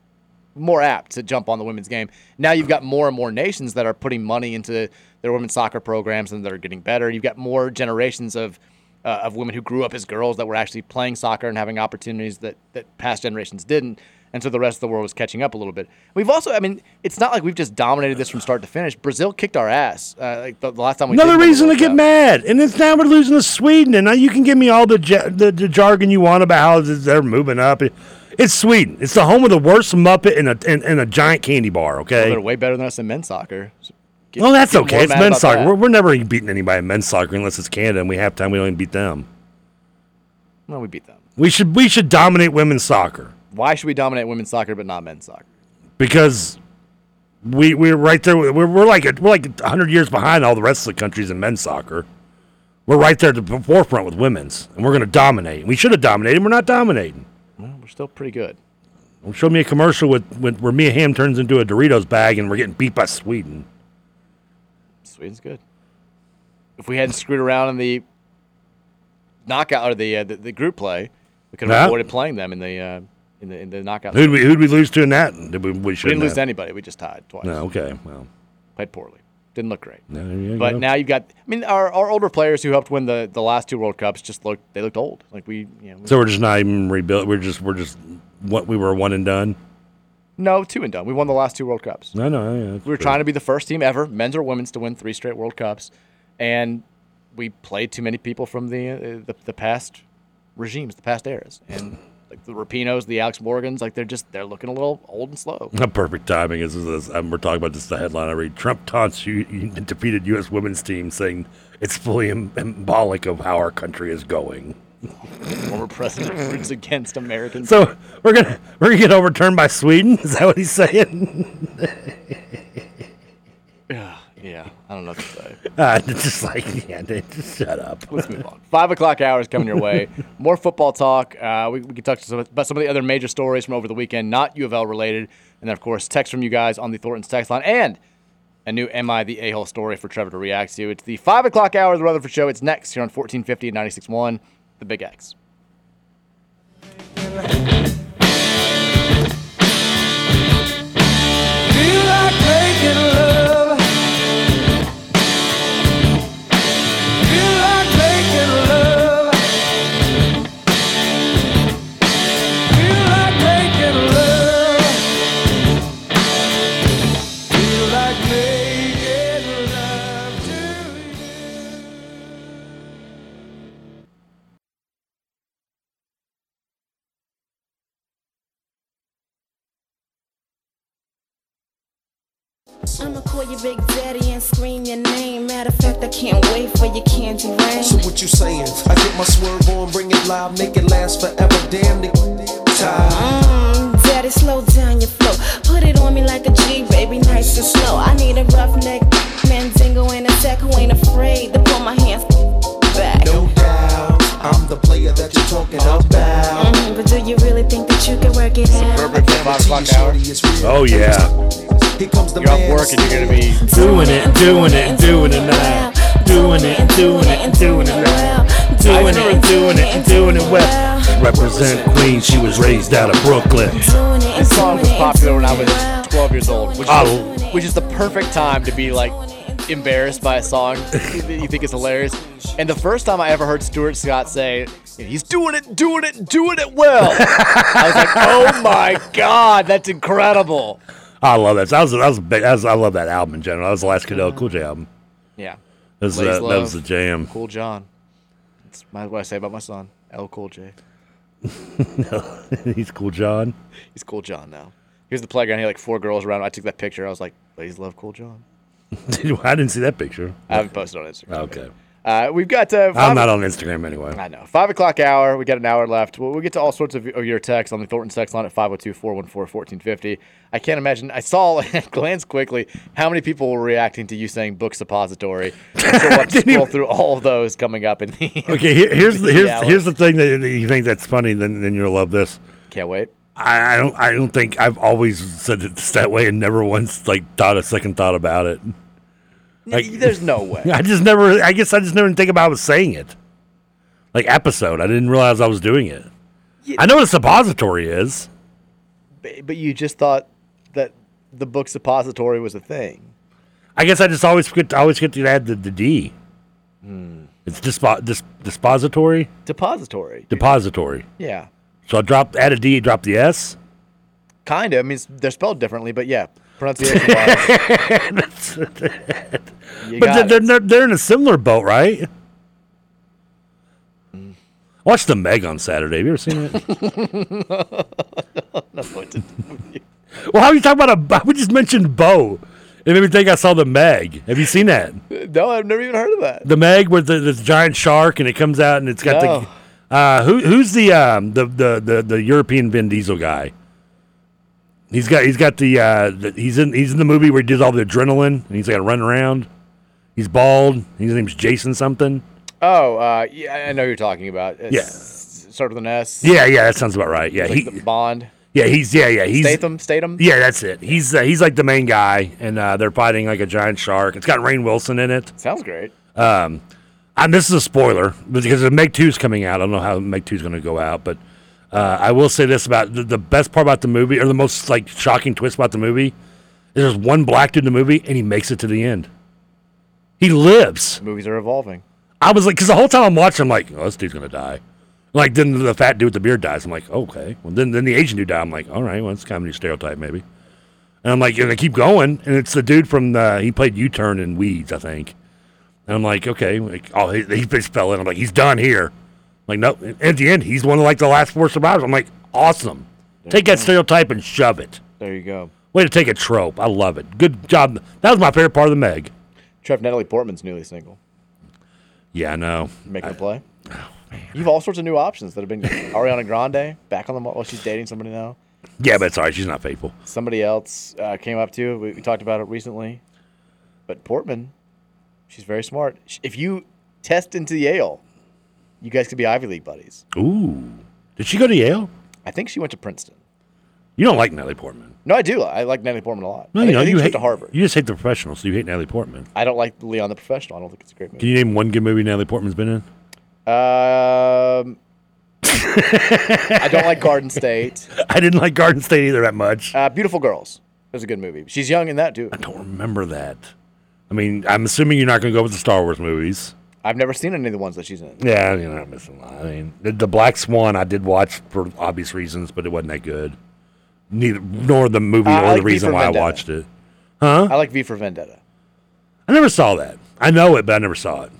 [SPEAKER 3] more apt to jump on the women's game. Now you've got more and more nations that are putting money into their women's soccer programs and that are getting better. You've got more generations of uh, of women who grew up as girls that were actually playing soccer and having opportunities that that past generations didn't. And so the rest of the world is catching up a little bit. We've also, I mean, it's not like we've just dominated this from start to finish. Brazil kicked our ass. Uh, like the, the last time we
[SPEAKER 4] Another
[SPEAKER 3] did win the
[SPEAKER 4] reason to
[SPEAKER 3] World
[SPEAKER 4] get
[SPEAKER 3] Cup.
[SPEAKER 4] mad, and it's now we're losing to Sweden, and now you can give me all the ja- the, the jargon you want about how th- they're moving up. It's Sweden. It's the home of the worst Muppet and a and, and a giant candy bar.
[SPEAKER 3] Well,
[SPEAKER 4] Okay.
[SPEAKER 3] they're way better than us in men's soccer. So get-
[SPEAKER 4] well, that's
[SPEAKER 3] get more
[SPEAKER 4] okay. It's
[SPEAKER 3] mad
[SPEAKER 4] men's
[SPEAKER 3] about
[SPEAKER 4] soccer.
[SPEAKER 3] that.
[SPEAKER 4] We're, we're never even beating anybody in men's soccer unless it's Canada, and we have time. We don't even beat them.
[SPEAKER 3] No, we beat them.
[SPEAKER 4] We should we should dominate women's soccer
[SPEAKER 3] Why should we dominate women's soccer but not men's soccer?
[SPEAKER 4] because we we're right there. We're, we're like a, we're like hundred years behind all the rest of the countries in men's soccer. We're right there at the forefront with women's, and we're going to dominate. We should have dominated. We're not dominating.
[SPEAKER 3] Well, we're still pretty good.
[SPEAKER 4] Show me a commercial with, with where Mia Hamm turns into a Doritos bag and we're getting beat by Sweden.
[SPEAKER 3] Sweden's good. If we hadn't screwed around in the knockout or the uh, the, the group play, we could have
[SPEAKER 4] Yeah.
[SPEAKER 3] avoided playing them in the uh, in the in the knockout.
[SPEAKER 4] Who'd we who'd we lose to in that? Did we, we
[SPEAKER 3] We
[SPEAKER 4] shouldn't
[SPEAKER 3] didn't lose
[SPEAKER 4] have.
[SPEAKER 3] to anybody. We just tied twice.
[SPEAKER 4] No, okay, well,
[SPEAKER 3] Played poorly. Didn't look great.
[SPEAKER 4] no, yeah,
[SPEAKER 3] But
[SPEAKER 4] yeah.
[SPEAKER 3] now you've got. I mean, our, our older players who helped win the, the last two World Cups just looked they looked old. Like we, you know, we-
[SPEAKER 4] so we're just not even rebuilt. We're just we're just what we were one and done.
[SPEAKER 3] no two and done. We won the last two World Cups.
[SPEAKER 4] No, no, yeah,
[SPEAKER 3] We were trying to be the first team ever, men's or women's, to win three straight World Cups, and we played too many people from the uh, the, the past regimes, the past eras, and like the Rapinos, the Alex Morgans, like they're just they're looking a little old and slow.
[SPEAKER 4] Perfect timing. This is this, um, we're talking about this. The headline I read: Trump taunts U- U- defeated U.S. women's team, saying it's fully em- embolic of how our country is going.
[SPEAKER 3] Former president roots against Americans.
[SPEAKER 4] So we're gonna we're gonna get overturned by Sweden. Is that what he's saying?
[SPEAKER 3] yeah, yeah, I don't know what to say.
[SPEAKER 4] Uh, just like yeah, dude, just shut up. Oh,
[SPEAKER 3] Let's move on. Five o'clock hours coming your way. More football talk. Uh, we, we can talk to some, about some of the other major stories from over the weekend, not U of L related. And then, of course, text from you guys on the Thornton's text line and a new Am I the A hole story for Trevor to react to. It's the five o'clock hour of the Rutherford Show. It's next here on 1450 and 96.1, The Big X.
[SPEAKER 8] Feel like making love. Feel like making love. Feel like making love. Feel like making love to you.
[SPEAKER 10] I'ma call you Big Daddy and scream your name. Matter of fact, I can't wait for your candy rain.
[SPEAKER 11] So what you saying? I get my swerve on, bring it live, make it last forever. Damn it, time.
[SPEAKER 10] Mm, Daddy, slow down your flow. Put it on me like a G, baby, nice and slow. I need a rough neck, mandingo and a tech who ain't afraid to pull my hands back.
[SPEAKER 11] No doubt, I'm the player that you're talking about.
[SPEAKER 10] Mm, but do you really think that you can work it out?
[SPEAKER 3] Five o'clock hour.
[SPEAKER 4] Oh yeah.
[SPEAKER 11] Here comes the
[SPEAKER 3] You're off work and you're gonna be
[SPEAKER 4] Doing it, doing it, doing it now. Doing it, doing it, and doing it now. Doing it, and doing it, and doing it well. Represent Queens. She was raised out of Brooklyn.
[SPEAKER 3] This song was popular when I was 12 years old, which
[SPEAKER 4] Oh.
[SPEAKER 3] is, which is the perfect time to be like embarrassed by a song that you think is hilarious. And the first time I ever heard Stuart Scott say, "He's doing it, doing it, doing it well," I was like, "Oh my god, that's incredible!"
[SPEAKER 4] I love that. I was, I was, big, I was, I love that album in general. That was the last Cadell Cool J album.
[SPEAKER 3] Yeah,
[SPEAKER 4] That was,
[SPEAKER 3] Blaze
[SPEAKER 4] uh, that was the
[SPEAKER 3] Love,
[SPEAKER 4] jam.
[SPEAKER 3] Cool John. That's my, what I say about my son, L Cool J.
[SPEAKER 4] He's cool, John.
[SPEAKER 3] He's Cool John now. He was at the playground. He had like four girls around. him. I took that picture. I was like, "Ladies love Cool John."
[SPEAKER 4] Dude, I didn't see that picture.
[SPEAKER 3] I haven't posted on Instagram.
[SPEAKER 4] Okay.
[SPEAKER 3] Uh, we've got. Uh,
[SPEAKER 4] I'm not on Instagram anyway.
[SPEAKER 3] I know. Five o'clock hour. We got an hour left. We'll, we'll get to all sorts of, of your texts on the Thornton text line at 502 414 1450. I can't imagine. I saw, I glanced quickly, how many people were reacting to you saying book suppository. So we'll have to scroll through all of those coming up in the.
[SPEAKER 4] Okay, here, here's the here's,
[SPEAKER 3] Yeah,
[SPEAKER 4] here's the thing that that you think that's funny. Then then you'll love this.
[SPEAKER 3] Can't wait.
[SPEAKER 4] I, I don't I don't think I've always said it that way and never once like thought a second thought about it. Like,
[SPEAKER 3] there's no way.
[SPEAKER 4] I just never. I guess I just never even think about I was saying it. Like episode, I didn't realize I was doing it. I know what a suppository is.
[SPEAKER 3] But but you just thought that the book suppository was a thing.
[SPEAKER 4] I guess I just always forget. I always get to add the, the D. It's dispo, dis, dispository,
[SPEAKER 3] Depository.
[SPEAKER 4] depository.
[SPEAKER 3] Yeah.
[SPEAKER 4] So I drop add a D, drop the S.
[SPEAKER 3] Kind of. I mean, it's- they're spelled differently, but yeah. Pronunciation wise. You
[SPEAKER 4] but
[SPEAKER 3] got
[SPEAKER 4] they're,
[SPEAKER 3] it.
[SPEAKER 4] they're, not- they're in a similar boat, right? Watch the Meg on Saturday. Have you ever seen it? well, how are you talking about a? We just mentioned Bo. It made me think I saw the Meg. Have you seen that?
[SPEAKER 3] no, I've never even heard of that.
[SPEAKER 4] The Meg with the, the giant shark, and it comes out, and it's got
[SPEAKER 3] No.
[SPEAKER 4] the. Uh, who who's the um the, the the the European Vin Diesel guy? He's got he's got the, uh, the he's in he's in the movie where he does all the adrenaline and he's got to run around. He's bald. His name's Jason something.
[SPEAKER 3] Oh, uh, yeah, I- I know who you're talking about. It's
[SPEAKER 4] Yeah.
[SPEAKER 3] Start with an S.
[SPEAKER 4] Yeah, yeah, that sounds about right. Yeah,
[SPEAKER 3] Like
[SPEAKER 4] he
[SPEAKER 3] the Bond.
[SPEAKER 4] yeah he's yeah yeah he's
[SPEAKER 3] Statham. Statham.
[SPEAKER 4] yeah that's it. He's uh, he's like the main guy, and uh, they're fighting like a giant shark. It's got Rain Wilson in it.
[SPEAKER 3] Sounds great.
[SPEAKER 4] Um, and this is a spoiler because the Meg 2 is coming out. I don't know how Meg 2 is going to go out, but uh, I will say this about the, the best part about the movie, or the most like shocking twist about the movie, is there's one black dude in the movie and he makes it to the end. He lives.
[SPEAKER 3] Movies are evolving.
[SPEAKER 4] I was like, because the whole time I'm watching, I'm like, oh, this dude's going to die. Like then the fat dude with the beard dies. I'm like, oh, okay. Well, then then the Asian dude died. I'm like, all right. Well, it's kind of a new stereotype maybe. And I'm like, and I keep going, and it's the dude from the he played U-turn in Weeds, I think. And I'm like, okay, like, oh, he, he just fell in. I'm like, he's done here. I'm like, no. At the end, he's one of like the last four survivors. I'm like, Awesome. Take that stereotype and shove it.
[SPEAKER 3] There you go.
[SPEAKER 4] Way to take a trope. I love it. Good job. That was my favorite part of the Meg.
[SPEAKER 3] Trev Natalie Portman's newly single.
[SPEAKER 4] Yeah, I oh, know.
[SPEAKER 3] Making a play. You have all sorts of new options that have been Ariana Grande back on the market. Well, she's dating somebody now.
[SPEAKER 4] Yeah, but it's all right. She's not faithful.
[SPEAKER 3] Somebody else uh, came up to. We, we talked about it recently, but Portman, she's very smart. Sh- If you test into Yale, you guys could be Ivy League buddies.
[SPEAKER 4] Ooh. Did she go to Yale?
[SPEAKER 3] I think she went to Princeton.
[SPEAKER 4] You don't like Natalie Portman.
[SPEAKER 3] No, I do. I like Natalie Portman a lot.
[SPEAKER 4] No,
[SPEAKER 3] I,
[SPEAKER 4] you
[SPEAKER 3] think-
[SPEAKER 4] know,
[SPEAKER 3] I think
[SPEAKER 4] you
[SPEAKER 3] she
[SPEAKER 4] hate
[SPEAKER 3] went to Harvard.
[SPEAKER 4] You just hate the professional, so you hate Natalie Portman.
[SPEAKER 3] I don't like Leon the Professional. I don't think it's a great movie.
[SPEAKER 4] Can you name one good movie Natalie Portman's been in?
[SPEAKER 3] Um, I don't like Garden State.
[SPEAKER 4] I didn't like Garden State either that much.
[SPEAKER 3] Uh, Beautiful Girls is a good movie. She's young in that too. I
[SPEAKER 4] don't remember that. I mean, I'm assuming you're not going to go with the Star Wars movies.
[SPEAKER 3] I've never seen any of the ones that she's in.
[SPEAKER 4] Yeah, you're not missing a lot. I mean, the, the Black Swan I did watch for obvious reasons, but it wasn't that good. Neither, nor the movie,
[SPEAKER 3] Uh, I
[SPEAKER 4] or
[SPEAKER 3] like
[SPEAKER 4] the
[SPEAKER 3] V
[SPEAKER 4] reason
[SPEAKER 3] for
[SPEAKER 4] why
[SPEAKER 3] Vendetta.
[SPEAKER 4] I watched it. Huh?
[SPEAKER 3] I like V for Vendetta.
[SPEAKER 4] I never saw that. I know it, but I never saw it.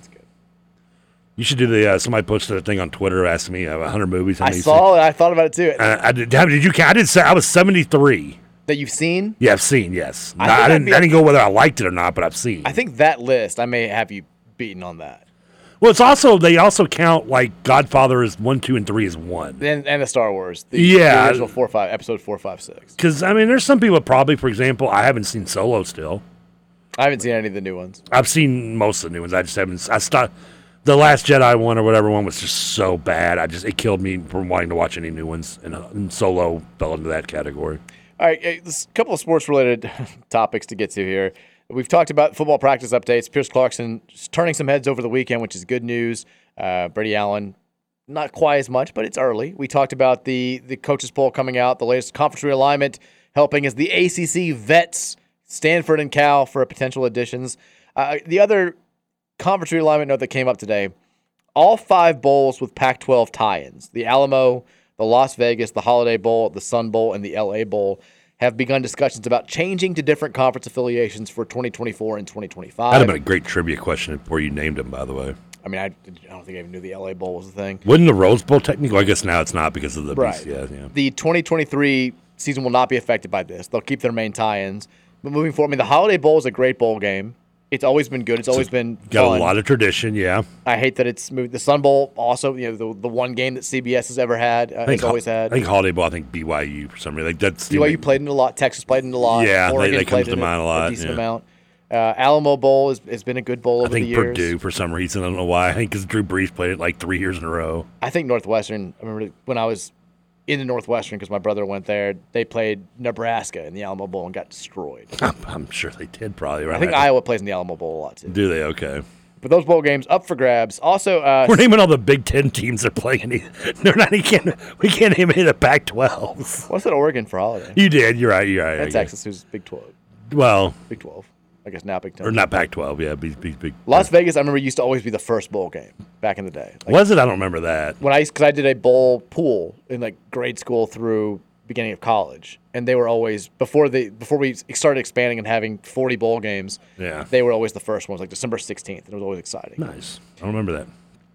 [SPEAKER 4] You should do the uh, somebody posted a thing on Twitter asking me uh, 100 movies. how
[SPEAKER 3] I
[SPEAKER 4] many you've
[SPEAKER 3] saw it. I thought about it too.
[SPEAKER 4] seen. Uh, I did. How did you? count? I did. Say, I was 73.
[SPEAKER 3] That you've seen?
[SPEAKER 4] Yeah, I've seen. Yes.
[SPEAKER 3] I
[SPEAKER 4] No, I,
[SPEAKER 3] think I'd
[SPEAKER 4] didn't.
[SPEAKER 3] be-
[SPEAKER 4] I didn't go whether I liked it or not, but I've seen.
[SPEAKER 3] I think that list. I may have you beaten on that.
[SPEAKER 4] Well, it's also they also count like Godfather is one, two, and three is one.
[SPEAKER 3] And and the Star Wars. The,
[SPEAKER 4] Yeah.
[SPEAKER 3] The original four five episode four five six.
[SPEAKER 4] Because I mean, there's some people probably, for example, I haven't seen Solo still.
[SPEAKER 3] I haven't seen any of the new ones.
[SPEAKER 4] I've seen most of the new ones. I just haven't. I stopped. The Last Jedi one or whatever one was just so bad. I just it killed me from wanting to watch any new ones. And, uh, and Solo fell into that category.
[SPEAKER 3] All right, a couple of sports related topics to get to here. We've talked about football practice updates. Pierce Clarkson is turning some heads over the weekend, which is good news. Uh, Brady Allen, not quite as much, but it's early. We talked about the the coaches poll coming out, the latest conference realignment helping is the ACC vets, Stanford and Cal for potential additions. Uh, the other conference realignment note that came up today all five bowls with Pac 12 tie ins the Alamo, the Las Vegas, the Holiday Bowl, the Sun Bowl, and the LA Bowl have begun discussions about changing to different conference affiliations for 2024 and 2025.
[SPEAKER 4] That'd have been a great trivia question before you named him, by the way.
[SPEAKER 3] I mean, I, I don't think I even knew the LA Bowl was a thing.
[SPEAKER 4] Wouldn't the Rose Bowl technically? I guess now it's not because of the
[SPEAKER 3] Right.
[SPEAKER 4] BCS. Yeah.
[SPEAKER 3] The 2023 season will not be affected by this. They'll keep their main tie-ins. But moving forward, I mean, the Holiday Bowl is a great bowl game. It's always been good. It's always been
[SPEAKER 4] Got
[SPEAKER 3] fun.
[SPEAKER 4] a lot of tradition. Yeah.
[SPEAKER 3] I hate that it's moved. The Sun Bowl also, you know, the, the one game that CBS has ever had, uh,
[SPEAKER 4] I think
[SPEAKER 3] has always
[SPEAKER 4] Ho-
[SPEAKER 3] had.
[SPEAKER 4] I think Holiday Bowl. I think BYU for some reason. Like that's the-
[SPEAKER 3] BYU played in it a lot. Texas played in it a lot.
[SPEAKER 4] Yeah, they-
[SPEAKER 3] Oregon
[SPEAKER 4] they
[SPEAKER 3] played
[SPEAKER 4] comes
[SPEAKER 3] in
[SPEAKER 4] to
[SPEAKER 3] it
[SPEAKER 4] mind a lot,
[SPEAKER 3] decent
[SPEAKER 4] yeah.
[SPEAKER 3] amount. Uh, Alamo Bowl has, has been a good bowl over
[SPEAKER 4] I think
[SPEAKER 3] the years.
[SPEAKER 4] Purdue for some reason. I don't know why. I think because Drew Brees played it like three years in a row.
[SPEAKER 3] I think Northwestern. I remember when I was in the Northwestern because my brother went there. They played Nebraska in the Alamo Bowl and got destroyed.
[SPEAKER 4] I'm, I'm sure they did probably. Right?
[SPEAKER 3] I think Iowa plays in the Alamo Bowl a lot too.
[SPEAKER 4] Do they? Okay.
[SPEAKER 3] But those bowl games up for grabs. Also, uh,
[SPEAKER 4] We're naming all the Big Ten teams that play. Any, they're not. We can't. We can't name any of the Pac-12s.
[SPEAKER 3] what's that Oregon for holiday?
[SPEAKER 4] You did. You're right. You're right. I
[SPEAKER 3] That's
[SPEAKER 4] guess.
[SPEAKER 3] Texas, who's Big Twelve.
[SPEAKER 4] Well,
[SPEAKER 3] Big Twelve. I guess now Big Ten.
[SPEAKER 4] or not Pac-12. Yeah, big, big, big.
[SPEAKER 3] Las Vegas, I remember used to always be the first bowl game back in the day. Like,
[SPEAKER 4] was it? I don't remember that.
[SPEAKER 3] when I used because I did a bowl pool in like grade school through beginning of college, and they were always before they before we started expanding and having forty bowl games.
[SPEAKER 4] Yeah.
[SPEAKER 3] they were always the first ones, like December sixteenth, and it was always exciting.
[SPEAKER 4] Nice. I don't remember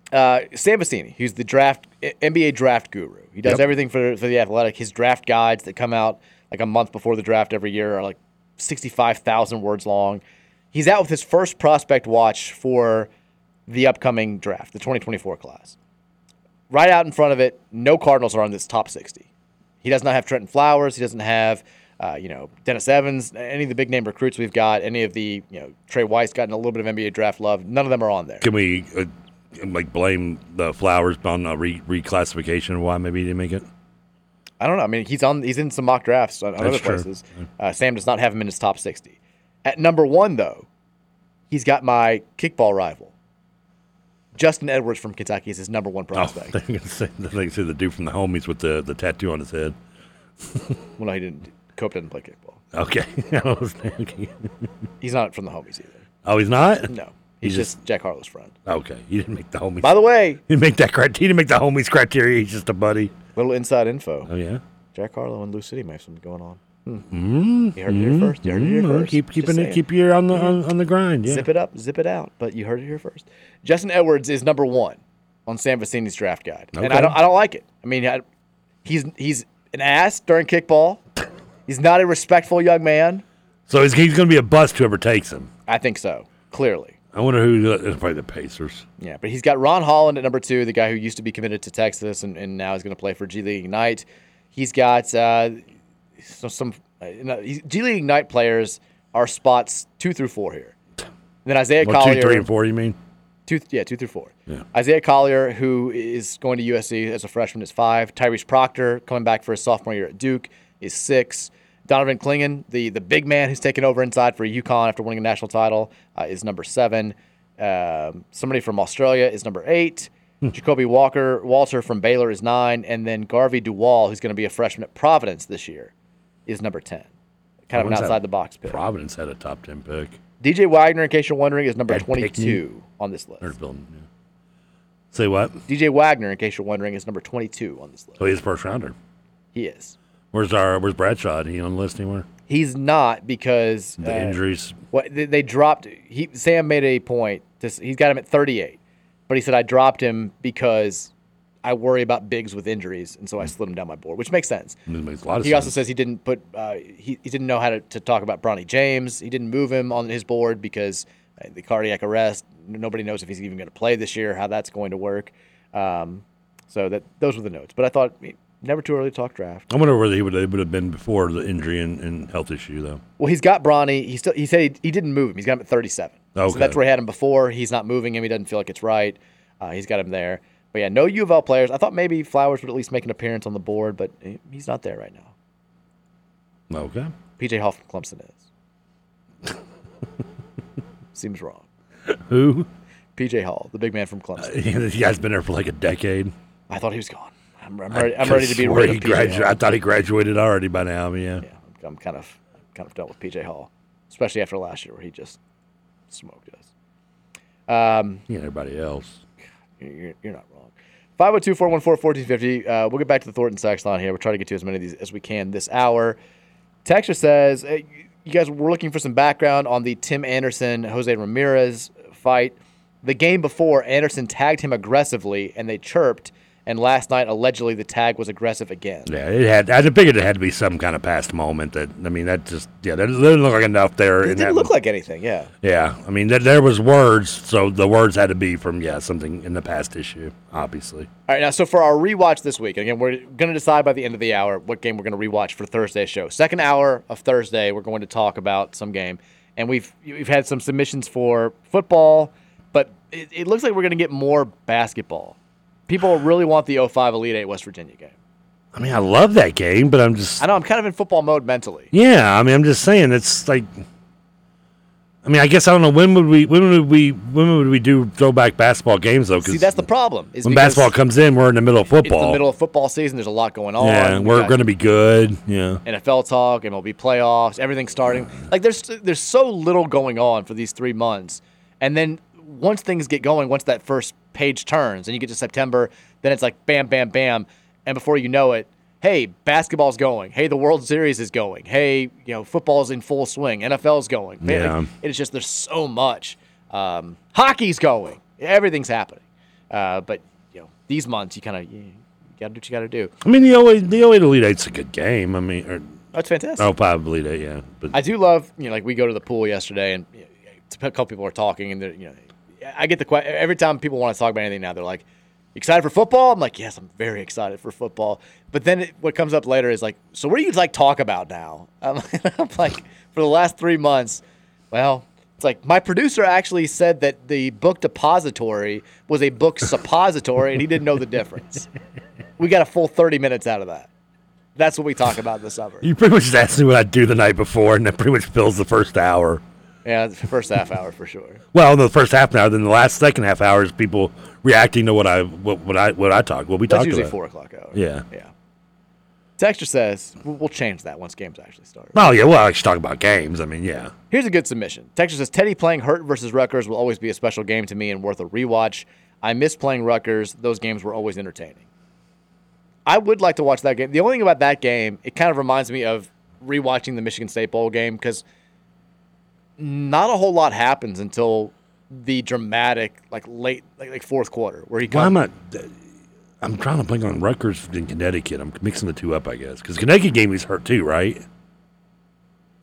[SPEAKER 4] that.
[SPEAKER 3] Uh, Sam Vecini, he's the draft E, I- NBA draft guru. He does
[SPEAKER 4] Yep.
[SPEAKER 3] everything for for the athletic. His draft guides that come out like a month before the draft every year are like sixty five thousand words long. He's out with his first prospect watch for the upcoming draft, the twenty twenty four class. Right out in front of it, no Cardinals are on this top sixty. He does not have Trenton Flowers. He doesn't have, uh, you know, Dennis Evans. Any of the big name recruits we've got. Any of the, you know, Trey Weiss gotten a little bit of NBA draft love. None of them are on there.
[SPEAKER 4] Can we uh, like blame the Flowers on a re- reclassification? of Why maybe he didn't make it?
[SPEAKER 3] I don't know. I mean, he's on. He's in some mock drafts on, on
[SPEAKER 4] That's
[SPEAKER 3] other
[SPEAKER 4] true.
[SPEAKER 3] places. Uh, Sam does not have him in his top sixty. At number one, though, he's got my kickball rival, Justin Edwards from Kentucky, is his number one
[SPEAKER 4] Oh,
[SPEAKER 3] prospect.
[SPEAKER 4] they're gonna say, they're gonna say the dude from the homies with the, the tattoo on his head.
[SPEAKER 3] Well, no, he didn't. Cope didn't play kickball.
[SPEAKER 4] Okay. I was thinking.
[SPEAKER 3] He's not from the homies either.
[SPEAKER 4] oh, he's not.
[SPEAKER 3] No, he's
[SPEAKER 4] He just-
[SPEAKER 3] just Jack Harlow's friend.
[SPEAKER 4] Okay, he didn't make the homies.
[SPEAKER 3] By the way,
[SPEAKER 4] he didn't make that. crit- He didn't make the homies criteria. He's just a buddy.
[SPEAKER 3] little inside info.
[SPEAKER 4] Oh yeah.
[SPEAKER 3] Jack Harlow and Lou City may have something going on. Hmm.
[SPEAKER 4] Mm,
[SPEAKER 3] You heard it here first. You heard it here
[SPEAKER 4] mm, well,
[SPEAKER 3] first.
[SPEAKER 4] Keep
[SPEAKER 3] Just
[SPEAKER 4] keeping it.
[SPEAKER 3] saying.
[SPEAKER 4] Keep your on the on, on the grind. Yeah.
[SPEAKER 3] Zip it up, zip it out. But you heard it here first. Justin Edwards is number one on Sam Vecini's draft guide, and
[SPEAKER 4] Okay.
[SPEAKER 3] I don't, I don't like it. I mean, I, He's he's an ass during kickball. He's not a respectful young man.
[SPEAKER 4] So he's, he's going to be a bust whoever takes him.
[SPEAKER 3] I think so. Clearly.
[SPEAKER 4] I wonder who. uh, It's probably the Pacers.
[SPEAKER 3] Yeah, but he's got Ron Holland at number two, the guy who used to be committed to Texas and, and now is going to play for G League Ignite. He's got uh, some, some uh, no, he's- G League Ignite players are spots two through four here. And then Isaiah
[SPEAKER 4] Well,
[SPEAKER 3] Collier.
[SPEAKER 4] two, three, and four. You mean?
[SPEAKER 3] Two, yeah, two through four.
[SPEAKER 4] Yeah.
[SPEAKER 3] Isaiah Collier, who is going to USC as a freshman, is five. Tyrese Proctor, coming back for his sophomore year at Duke, is six. Donovan Klingon, the, the big man who's taken over inside for UConn after winning a national title, uh, is number seven. Um, somebody from Australia is number eight. Jacoby Walker, Walter from Baylor is nine. And then Garvey Duwall, who's going to be a freshman at Providence this year, is number 10. Kind of an
[SPEAKER 4] Providence had-
[SPEAKER 3] outside the box pick.
[SPEAKER 4] Providence had a top ten pick.
[SPEAKER 3] DJ Wagner, in case you're wondering, is number
[SPEAKER 4] Ed Pickney.
[SPEAKER 3] 22 on this list.
[SPEAKER 4] They're building. Yeah. Say what?
[SPEAKER 3] DJ Wagner, in case you're wondering, is number 22 on this list.
[SPEAKER 4] So he's a first rounder.
[SPEAKER 3] He is.
[SPEAKER 4] Where's our Where's Bradshaw? Did he on the list anywhere?
[SPEAKER 3] He's not because
[SPEAKER 4] The
[SPEAKER 3] uh,
[SPEAKER 4] injuries.
[SPEAKER 3] What they, they dropped. He Sam made a point. To, s- he's got him at 38, but he said I dropped him because I worry about bigs with injuries, and so I slid him down my board, which makes sense.
[SPEAKER 4] It Hmm. makes a lot of
[SPEAKER 3] he
[SPEAKER 4] sense.
[SPEAKER 3] also says he didn't put uh, he, he didn't know how to, to talk about Bronny James. He didn't move him on his board because uh, the cardiac arrest. n- Nobody knows if he's even going to play this year. How that's going to work. Um, so that those were the notes. But I thought eh, never too early to talk draft.
[SPEAKER 4] I wonder whether he would it would have been before the injury and, and health issue though.
[SPEAKER 3] Well, he's got Bronny. He still he said he, he didn't move him. He's got him at 37. So
[SPEAKER 4] Okay.
[SPEAKER 3] that's where he had him before. He's not moving him. He doesn't feel like it's right. Uh, he's got him there. But yeah, no U of L players. I thought maybe Flowers would at least make an appearance on the board, but eh, he's not there right now.
[SPEAKER 4] Okay.
[SPEAKER 3] PJ Hoff from Clemson is. Seems wrong.
[SPEAKER 4] Who?
[SPEAKER 3] PJ Hall, the big man from Clemson.
[SPEAKER 4] This guy's been there for like a decade.
[SPEAKER 3] I thought he was gone. I'm, I'm
[SPEAKER 4] I
[SPEAKER 3] ready, I'm ready to be
[SPEAKER 4] could've
[SPEAKER 3] rid
[SPEAKER 4] swore
[SPEAKER 3] of
[SPEAKER 4] he
[SPEAKER 3] PJ
[SPEAKER 4] gradu- I
[SPEAKER 3] Hall.
[SPEAKER 4] thought he graduated already by now. But yeah.
[SPEAKER 3] I'm kind of kind of done with PJ Hall, especially after last year where he just smoked us. Um,
[SPEAKER 4] he and everybody else.
[SPEAKER 3] You're, you're not wrong. 502 414 1450. Uh, we'll get back to the Thornton Sax line here. We'll try to get to as many of these as we can this hour. Texture says, "Hey, you guys were looking for some background on the Tim Anderson Jose Ramirez fight. The game before, Anderson tagged him aggressively and they chirped. And last night, allegedly, the tag was aggressive again.
[SPEAKER 4] Yeah, it had. I figured it had to be some kind of past moment. That I mean, that just yeah, that didn't look like enough there.
[SPEAKER 3] It
[SPEAKER 4] in
[SPEAKER 3] didn't
[SPEAKER 4] that
[SPEAKER 3] look like anything, yeah.
[SPEAKER 4] Yeah, I mean, th- there was words, so the words had to be from yeah something in the past issue, obviously.
[SPEAKER 3] All right, now, so for our rewatch this week, again, we're going to decide by the end of the hour what game we're going to rewatch for Thursday's show. Second hour of Thursday, we're going to talk about some game, and we've we've had some submissions for football, but it, it looks like we're going to get more basketball. People really want the 05 Elite Eight West Virginia game.
[SPEAKER 4] I mean, I love that game, but I'm just
[SPEAKER 3] I know I'm kind of in football mode mentally.
[SPEAKER 4] yeah. I mean, I'm just saying it's like. I mean, I guess I don't know when would we when would we when would we do throwback basketball games though?
[SPEAKER 3] See, that's the problem. Is
[SPEAKER 4] when
[SPEAKER 3] because
[SPEAKER 4] basketball comes in, we're in the middle of
[SPEAKER 3] it's the
[SPEAKER 4] football.
[SPEAKER 3] middle of football season. There's a lot going on.
[SPEAKER 4] yeah, and
[SPEAKER 3] We
[SPEAKER 4] we're
[SPEAKER 3] got-
[SPEAKER 4] going to be good. Yeah.
[SPEAKER 3] NFL talk, MLB playoffs, everything starting. Like there's there's so little going on for these three months, and then once things get going, once that first page turns and you get to September, then it's like bam, bam, bam, and before you know it, hey, basketball's going. Hey, the World Series is going. Hey, you know football's in full swing. NFL's going. Man, like,
[SPEAKER 4] Yeah.
[SPEAKER 3] it is just there's so much. Um, hockey's going. Everything's happening. Uh, but you know these months you kind of you, gotta do what you gotta do.
[SPEAKER 4] I mean, the 08, the 08 Elite Eight's a good game. I mean, or,
[SPEAKER 3] That's fantastic.
[SPEAKER 4] oh, probably Elite Eight, yeah. But
[SPEAKER 3] I do love, you know, like we go to the pool yesterday and you know, a couple people are talking and they're, you know, I get the question every time people want to talk about anything now, they're like, excited for football? I'm like, yes, I'm very excited for football. But then it, what comes up later is like, so what do you like talk about now? I'm, I'm like, for the last three months, well, it's like my producer actually said that the book depository was a book suppository and he didn't know the difference. We got a full 30 minutes out of that. That's what we talk about this summer.
[SPEAKER 4] you pretty much just asked me what I do the night before, and that pretty much fills the first hour.
[SPEAKER 3] Yeah, it's the first half hour for sure.
[SPEAKER 4] Well, in the first half an hour, then the last second half hour is people reacting to what I what, what I what I talk what we
[SPEAKER 3] That's
[SPEAKER 4] talked
[SPEAKER 3] usually
[SPEAKER 4] about.
[SPEAKER 3] four o'clock hour.
[SPEAKER 4] Yeah.
[SPEAKER 3] Yeah. Texture says we'll we'll change that once games actually start.
[SPEAKER 4] Oh yeah. Well, I should talk about games. I mean, yeah.
[SPEAKER 3] Here's a good submission. Texture says Teddy playing Hurt versus Rutgers will always be a special game to me and worth a rewatch. I miss playing Rutgers. Those games were always entertaining. I would like to watch that game. The only thing about that game, it kind of reminds me of rewatching the Michigan State Bowl game because not a whole lot happens until the dramatic, like late, like, like fourth quarter where he
[SPEAKER 4] Why
[SPEAKER 3] comes.
[SPEAKER 4] am I? I'm trying to think on Rutgers in Connecticut. I'm mixing the two up, I guess, because Connecticut game he's hurt too, right?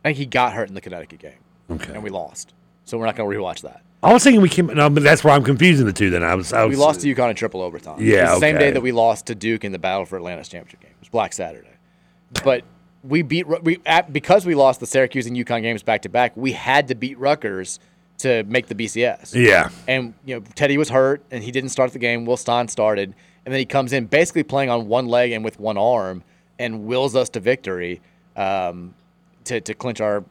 [SPEAKER 3] I think he got hurt in the Connecticut game.
[SPEAKER 4] Okay.
[SPEAKER 3] And we lost. So we're not going to rewatch that.
[SPEAKER 4] I was thinking we came. No, but that's why I'm confusing the two. Then I was. I
[SPEAKER 3] we
[SPEAKER 4] was-
[SPEAKER 3] lost to UConn in triple overtime.
[SPEAKER 4] Yeah,
[SPEAKER 3] It was the same
[SPEAKER 4] okay.
[SPEAKER 3] day that we lost to Duke in the Battle for Atlanta's championship game. It was Black Saturday. But we beat Ru- we at, because we lost the Syracuse and UConn games back to back. We had to beat Rutgers to make the BCS.
[SPEAKER 4] Yeah.
[SPEAKER 3] And you know Teddy was hurt and he didn't start the game. Will Stein started, and then he comes in basically playing on one leg and with one arm and wills us to victory um, to to clinch our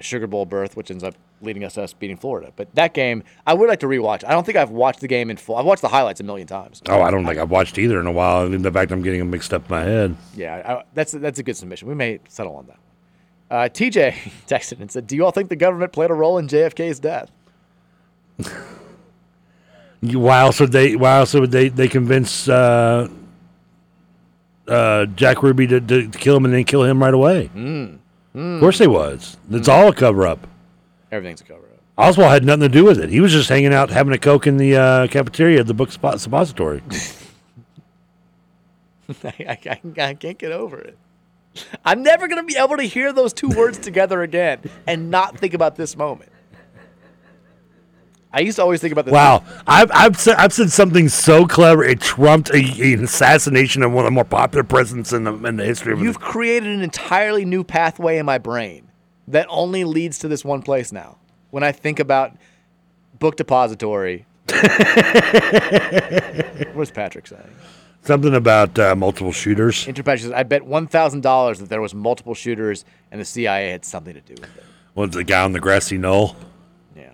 [SPEAKER 3] Sugar Bowl berth, which ends up leading us to us beating Florida. But that game, I would like to rewatch. I don't think I've watched the game in full. I've watched the highlights a million times.
[SPEAKER 4] Oh, I don't think I've watched either in a while. and The fact I'm getting them mixed up in my head.
[SPEAKER 3] Yeah, I, that's that's a good submission. We may settle on that. one. Uh, TJ texted and said, "Do you all think the government played a role in JFK's death?"
[SPEAKER 4] You- Why else would they? Why else would they? They convince uh, uh, Jack Ruby to, to kill him and then kill him right away.
[SPEAKER 3] Mm.
[SPEAKER 4] Of course, they was. It's all a cover up.
[SPEAKER 3] Everything's a cover up.
[SPEAKER 4] Oswald had nothing to do with it. He was just hanging out having a coke in the uh, cafeteria at the book spot suppository.
[SPEAKER 3] I, I, I can't get over it. I'm never going to be able to hear those two words together again and not think about this moment. I used to always think about this.
[SPEAKER 4] Wow, I've I've said, I've said something so clever it trumped a, an assassination of one of the more popular presidents in the in the history of.
[SPEAKER 3] You've created an entirely new pathway in my brain that only leads to this one place now. When I think about book depository, what's Patrick saying?
[SPEAKER 4] something about uh, multiple shooters.
[SPEAKER 3] Interpatrick says, I bet $1,000 that there was multiple shooters and the CIA had something to do with it.
[SPEAKER 4] Was the guy on the grassy knoll?
[SPEAKER 3] Yeah.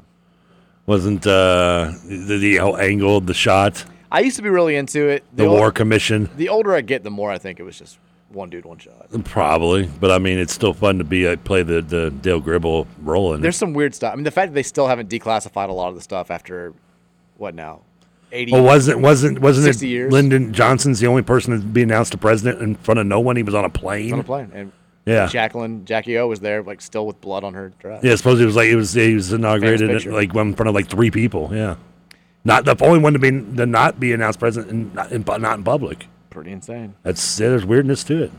[SPEAKER 4] Wasn't uh, the, the whole angle of the shot?
[SPEAKER 3] I used to be really into it.
[SPEAKER 4] The,
[SPEAKER 3] old-
[SPEAKER 4] War Commission,
[SPEAKER 3] The older I get, the more I think it was just one dude, one shot.
[SPEAKER 4] probably, but I mean, it's still fun to be uh, play the, the Dale Gribble role in it.
[SPEAKER 3] There's some weird stuff. I mean, the fact that they still haven't declassified a lot of the stuff after what now, eighty?
[SPEAKER 4] Well, wasn't wasn't wasn't
[SPEAKER 3] 60
[SPEAKER 4] it
[SPEAKER 3] years
[SPEAKER 4] Lyndon Johnson's the only person to be announced to president in front of no one? He was on a plane.
[SPEAKER 3] on a plane? And
[SPEAKER 4] Yeah.
[SPEAKER 3] Jacqueline Jackie O was there, like still with blood on her dress.
[SPEAKER 4] Yeah, I suppose it was like it was he was inaugurated at,
[SPEAKER 3] picture.
[SPEAKER 4] like in front of like three people. Yeah, not the only one to be to not be announced president in, not in pu- not in public.
[SPEAKER 3] pretty insane.
[SPEAKER 4] That's yeah, there's weirdness to it.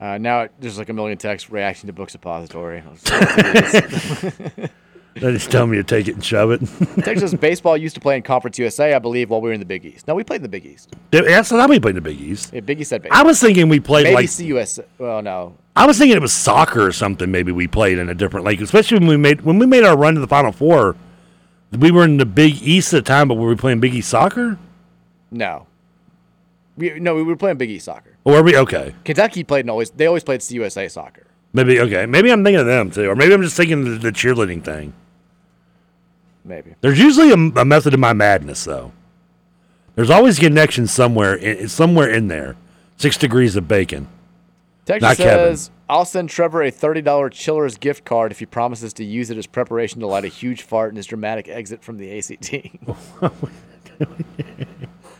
[SPEAKER 3] Uh, now it- there's like a million texts reaction to Books Depository.
[SPEAKER 4] They just tell me to take it and shove it.
[SPEAKER 3] Texas baseball used to play in Conference USA, I believe, while we were in the Big East. No, we played in the Big East.
[SPEAKER 4] That's not how we played the Big East.
[SPEAKER 3] Yeah, Big East said baseball.
[SPEAKER 4] I was thinking we played
[SPEAKER 3] Maybe
[SPEAKER 4] like
[SPEAKER 3] CUS. Well, no,
[SPEAKER 4] I was thinking it was soccer or something. Maybe we played in a different like, especially when we made when we made our run to the Final Four. We were in the Big East at the time, but were we playing Big East soccer?
[SPEAKER 3] no. We, no, we were playing Big East soccer.
[SPEAKER 4] Or were we okay?
[SPEAKER 3] Kentucky played and always they always played CUSA soccer.
[SPEAKER 4] Maybe okay. Maybe I'm thinking of them too, or maybe I'm just thinking of the cheerleading thing.
[SPEAKER 3] Maybe.
[SPEAKER 4] There's usually a, a method in my madness, though. There's always a connection somewhere, in, somewhere in there. Six degrees of bacon.
[SPEAKER 3] Texas
[SPEAKER 4] Not Kevin.
[SPEAKER 3] says, I'll send Trevor a $30 Chiller's gift card if he promises to use it as preparation to light a huge fart in his dramatic exit from the ACT.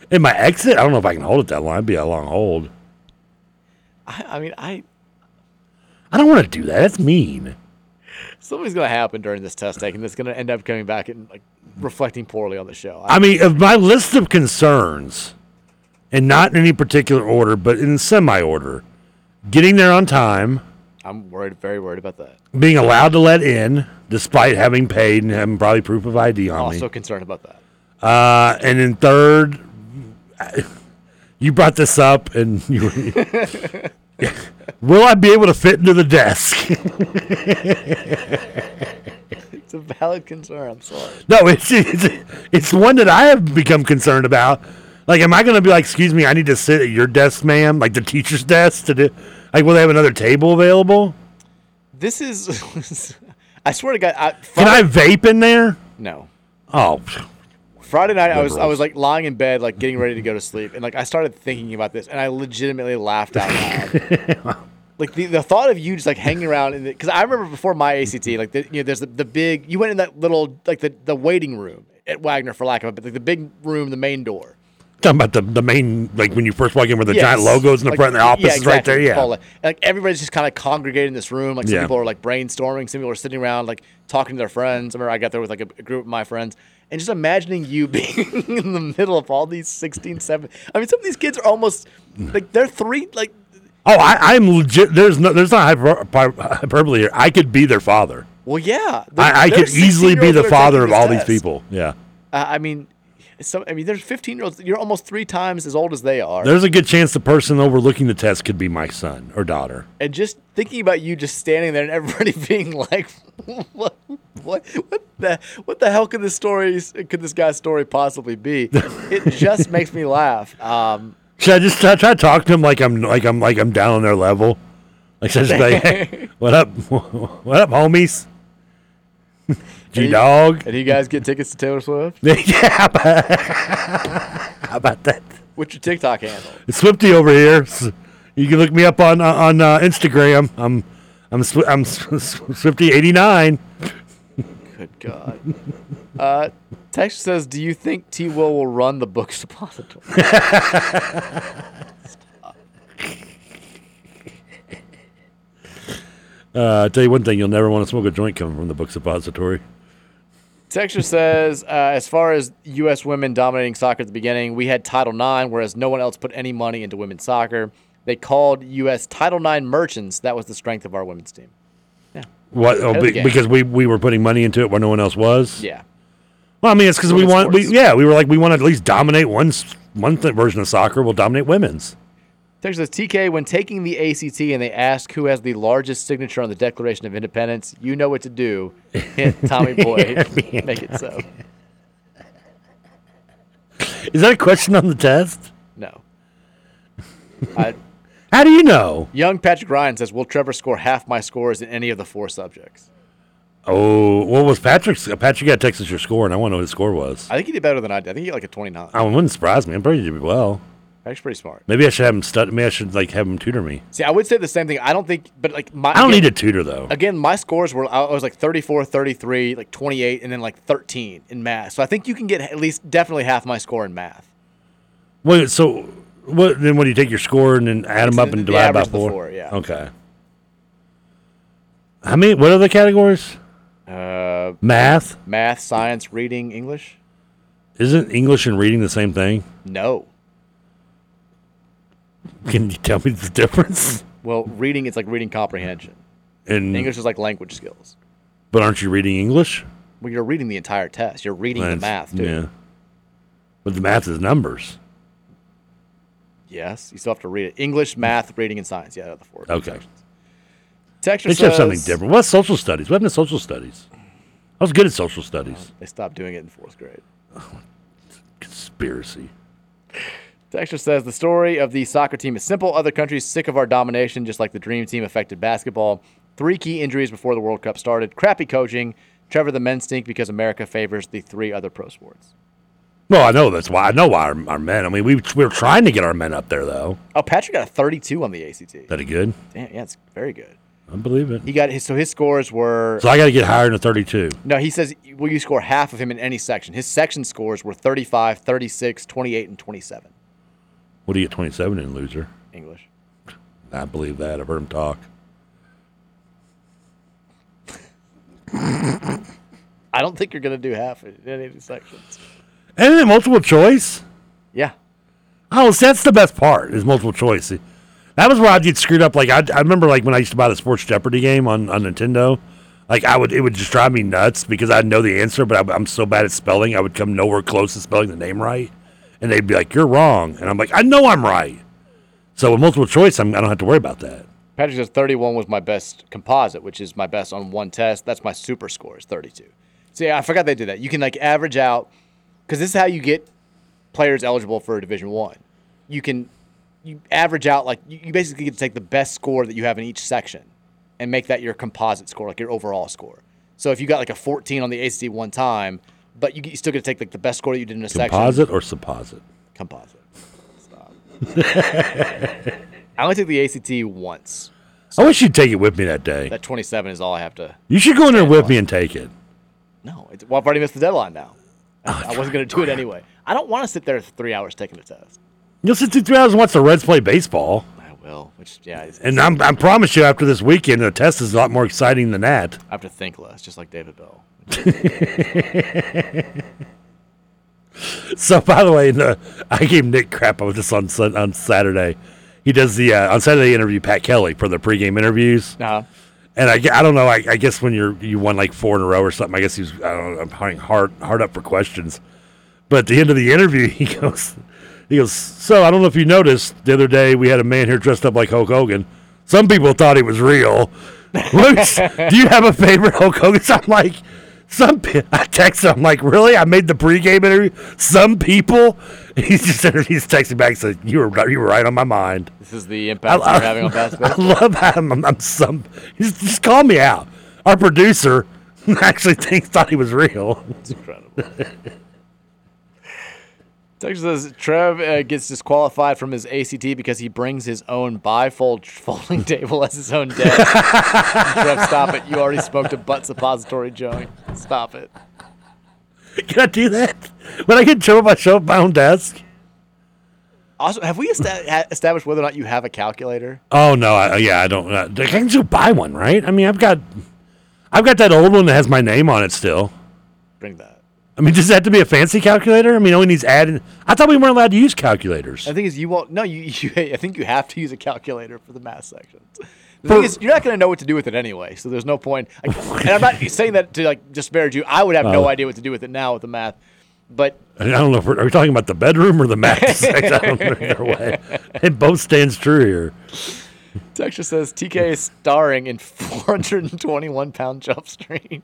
[SPEAKER 4] In my exit, I don't know if I can hold it that long. It'd be a long hold.
[SPEAKER 3] I, I mean, I
[SPEAKER 4] I don't want to do that. That's mean.
[SPEAKER 3] something's going to happen during this test taking that's going to end up coming back and like reflecting poorly on the show.
[SPEAKER 4] I mean, of my list of concerns, and not in any particular order, but in semi order, getting there on time,
[SPEAKER 3] I'm worried, very worried about that.
[SPEAKER 4] being allowed to let in despite having paid and having probably proof of ID on me.
[SPEAKER 3] Also concerned about that.
[SPEAKER 4] Uh, and then third, you brought this up, and you. Will I be able to fit into the desk?
[SPEAKER 3] It's a valid concern. I'm sorry.
[SPEAKER 4] no, it's, it's it's one that I have become concerned about. Like, am I going to be like, excuse me, I need to sit at your desk, ma'am, like the teacher's desk to do? Like, will they have another table available?
[SPEAKER 3] This is, I swear to God, I,
[SPEAKER 4] Can I vape in there?
[SPEAKER 3] no.
[SPEAKER 4] Oh,
[SPEAKER 3] Friday night, I was I
[SPEAKER 4] Liberals.
[SPEAKER 3] was like lying in bed, like getting ready to go to sleep, and like I started thinking about this, and I legitimately laughed out loud. like the, the thought of you just like hanging around, in because I remember before my ACT, like the, you know, there's the, the big you went in that little like the, the waiting room at Wagner for lack of it, but like the big room, the main door.
[SPEAKER 4] Talking about the, the main, like when you first walk in with the giant
[SPEAKER 3] Yes.
[SPEAKER 4] logos in the
[SPEAKER 3] Like,
[SPEAKER 4] front, and the office
[SPEAKER 3] yeah,
[SPEAKER 4] is right there.
[SPEAKER 3] exactly.
[SPEAKER 4] Yeah.
[SPEAKER 3] Paul, like, like, everybody's just kind of congregated in this room. Like some
[SPEAKER 4] Yeah.
[SPEAKER 3] people are like brainstorming, some people are sitting around like talking to their friends. I remember I got there with like a, a group of my friends. And just imagining you being in the middle of all these 16, 7. I mean, some of these kids are almost like they're three, like
[SPEAKER 4] Oh, I, I'm legit. There's no, there's not hyper, hyper- hyperbole here. I could be their father.
[SPEAKER 3] Well, yeah, There-
[SPEAKER 4] I, I
[SPEAKER 3] there are
[SPEAKER 4] could easily be
[SPEAKER 3] 16-year-olds
[SPEAKER 4] the
[SPEAKER 3] that are
[SPEAKER 4] father of
[SPEAKER 3] taking
[SPEAKER 4] all
[SPEAKER 3] this
[SPEAKER 4] these
[SPEAKER 3] test.
[SPEAKER 4] people. Yeah.
[SPEAKER 3] Uh, I mean, some. I mean, there's 15 year olds. You're almost three times as old as they are.
[SPEAKER 4] There's a good chance the person overlooking the test could be my son or daughter.
[SPEAKER 3] and just thinking about you just standing there and everybody being like, what, what, what the, what the hell could this story, could this guy's story possibly be? It just makes me laugh. Um,
[SPEAKER 4] Should I just try, try to talk to him like I'm like I'm like I'm down on their level? Like should I just be like, hey, what up, what up, homies? G dog.
[SPEAKER 3] And you guys get tickets to Taylor Swift?
[SPEAKER 4] yeah. How about that?
[SPEAKER 3] What's your TikTok handle?
[SPEAKER 4] It's Swifty over here. S- You can look me up on uh, on uh, Instagram. I'm I'm Swi- I'm Swifty eighty nine.
[SPEAKER 3] Good God. Uh, text says, "Do you think T. Will will run the books depository?"
[SPEAKER 4] Uh, I tell you one thing, you'll never want to smoke a joint coming from the book suppository.
[SPEAKER 3] Texture says, uh, as far as U.S. women dominating soccer at the beginning, we had Title IX, whereas no one else put any money into women's soccer. They called U.S. Title IX merchants. That was the strength of our women's team.
[SPEAKER 4] What?
[SPEAKER 3] Ahead
[SPEAKER 4] Oh,
[SPEAKER 3] of the
[SPEAKER 4] be,
[SPEAKER 3] game.
[SPEAKER 4] because we we were putting money into it where no one else was.
[SPEAKER 3] Yeah.
[SPEAKER 4] Well, I mean, it's because we
[SPEAKER 3] Women's
[SPEAKER 4] want. We,
[SPEAKER 3] sports.
[SPEAKER 4] yeah, we were like we want to at least dominate one s- one th- version of soccer. We'll dominate women's.
[SPEAKER 3] Texture says, TK, when taking the ACT and they ask who has the largest signature on the Declaration of Independence, you know what to do. Hint, Tommy Boy, make it so.
[SPEAKER 4] Is that a question on the test?
[SPEAKER 3] No. I,
[SPEAKER 4] How do you know?
[SPEAKER 3] young Patrick Ryan says, will Trevor score half my scores in any of the four subjects?
[SPEAKER 4] Oh, what was Patrick's? Patrick got Texas your score, and I want to know what his score was.
[SPEAKER 3] I think he did better than I did. I think he got like a 29.
[SPEAKER 4] I wouldn't surprise me. I'm pretty did well.
[SPEAKER 3] Actually, pretty smart.
[SPEAKER 4] Maybe I should have him stud. Maybe I should like have him tutor me.
[SPEAKER 3] See, I would say the same thing. I don't think, but like my.
[SPEAKER 4] I don't
[SPEAKER 3] again-
[SPEAKER 4] need a tutor though.
[SPEAKER 3] Again, my scores were I was like 34, 33, like 28, and then like 13 in math. So I think you can get at least definitely half my score in math.
[SPEAKER 4] Wait, so what? Then what do you take your score and then add them up and
[SPEAKER 3] the
[SPEAKER 4] divide by
[SPEAKER 3] average of the
[SPEAKER 4] four?
[SPEAKER 3] four, yeah.
[SPEAKER 4] Okay. How many? What are the categories?
[SPEAKER 3] Uh,
[SPEAKER 4] Math
[SPEAKER 3] math, science, reading, English.
[SPEAKER 4] isn't English and reading the same thing?
[SPEAKER 3] No.
[SPEAKER 4] Can you tell me the difference?
[SPEAKER 3] Well, reading it's like reading comprehension.
[SPEAKER 4] And
[SPEAKER 3] English is like language skills.
[SPEAKER 4] but aren't you reading English?
[SPEAKER 3] Well, you're reading the entire test. You're reading the
[SPEAKER 4] That's-
[SPEAKER 3] math too.
[SPEAKER 4] Yeah. But the math is numbers.
[SPEAKER 3] Yes, you still have to read it. English, math, reading, and science. Yeah, the four.
[SPEAKER 4] Okay.
[SPEAKER 3] Texture
[SPEAKER 4] They should have something
[SPEAKER 3] says-
[SPEAKER 4] different. What's social studies? What happened to social studies? I was good at social studies.
[SPEAKER 3] They stopped doing it in fourth grade.
[SPEAKER 4] Conspiracy.
[SPEAKER 3] Dexter says the story of the soccer team is simple. Other countries sick of our domination, just like the dream team affected basketball. Three key injuries before the World Cup started. Crappy coaching. Trevor, the men stink because America favors the three other pro sports.
[SPEAKER 4] No, I know that's why. I know why our, our men. I mean, we, we were trying to get our men up there though.
[SPEAKER 3] Oh, Patrick got a 32 on the ACT.
[SPEAKER 4] Is that a good?
[SPEAKER 3] Damn, yeah, it's very good.
[SPEAKER 4] I believe it.
[SPEAKER 3] He got his so his scores were.
[SPEAKER 4] So I got to get higher than a 32.
[SPEAKER 3] No, he says will you score half of him in any section? His section scores were 35, 36, 28, and 27.
[SPEAKER 4] What do you get 27 in, loser?
[SPEAKER 3] English.
[SPEAKER 4] I believe that. I've heard him talk.
[SPEAKER 3] I don't think you're gonna do half in any of these sections.
[SPEAKER 4] And then multiple choice?
[SPEAKER 3] Yeah.
[SPEAKER 4] Oh, so that's the best part is multiple choice. That was where I'd get screwed up. Like I, I remember, like when I used to buy the Sports Jeopardy game on, on Nintendo, like I would it would just drive me nuts because I'd know the answer, but I, I'm so bad at spelling, I would come nowhere close to spelling the name right, and they'd be like, "You're wrong," and I'm like, "I know I'm right." So with multiple choice, I'm, I don't have to worry about that.
[SPEAKER 3] Patrick says 31 was my best composite, which is my best on one test. That's my super score is 32. See, I forgot they did that. You can like average out because this is how you get players eligible for Division One. You can you average out like you you basically get to take the best score that you have in each section and make that your composite score, like your overall score. So if you got like a 14 on the ACT one time, but you, you still get to take like the best score that you did in a section.
[SPEAKER 4] Composite or supposite?
[SPEAKER 3] Composite. I only took the ACT once.
[SPEAKER 4] I wish you'd take it with me that day.
[SPEAKER 3] That 27 is all I have to.
[SPEAKER 4] You should go in there with me and take it.
[SPEAKER 3] Oh, No, it's, well, I've already missed the deadline now. I wasn't going to do it anyway. I don't want to sit there for three hours taking a test.
[SPEAKER 4] You'll sit through three hours and watch the Reds play baseball.
[SPEAKER 3] I will, which yeah, it's-
[SPEAKER 4] And I'm, I promise you, after this weekend, the test is a lot more exciting than that.
[SPEAKER 3] I have to think less, just like David Bell.
[SPEAKER 4] So, by the way, in the, I gave Nick crap about this on Sun- on Saturday. He does the uh, on Saturday they interview Pat Kelly for the pregame interviews.
[SPEAKER 3] Uh-huh.
[SPEAKER 4] And I, gue- I don't know. I, I guess when you're you won like four in a row or something, I guess he was I don't know. I'm probably hard hard up for questions. But at the end of the interview, he goes he goes. So I don't know if you noticed the other day we had a man here dressed up like Hulk Hogan. Some people thought he was real. Luke's, do you have a favorite Hulk Hogan? So I'm like, some. pe- I text him. I'm like, really? I made the pregame interview. Some people. He's just he's texting back. Said you were you were right on my mind.
[SPEAKER 3] This is the impact you're having on
[SPEAKER 4] I
[SPEAKER 3] basketball.
[SPEAKER 4] love how I'm, I'm some. Just, just call me out. Our producer actually thinks thought he was real. It's
[SPEAKER 3] incredible. Texas says Trev uh, gets disqualified from his ACT because he brings his own bifold folding table as his own desk. Trev, stop it! You already smoked a butt suppository, Joey. Stop it.
[SPEAKER 4] Can I do that? When I get in trouble, I show up at my own desk.
[SPEAKER 3] Also, have we esta- ha- established whether or not you have a calculator?
[SPEAKER 4] Oh no! I, yeah, I don't. Uh, I can just buy one, right? I mean, I've got, I've got that old one that has my name on it still.
[SPEAKER 3] Bring that.
[SPEAKER 4] I mean, does it have to be a fancy calculator? I mean, it only needs added. I thought we weren't allowed to use calculators.
[SPEAKER 3] I think is you won't. No, you, you. I think you have to use a calculator for the math sections. The thing is, you're not going to know what to do with it anyway, so there's no point. Like, and I'm not saying that to like disparage you. I would have no
[SPEAKER 4] Oh.
[SPEAKER 3] idea what to do with it now with the math, but
[SPEAKER 4] I don't know if we're are we talking about the bedroom or the max. I don't know either way. It both stands true here.
[SPEAKER 3] Texture says TK is starring in 421 pound jump stream.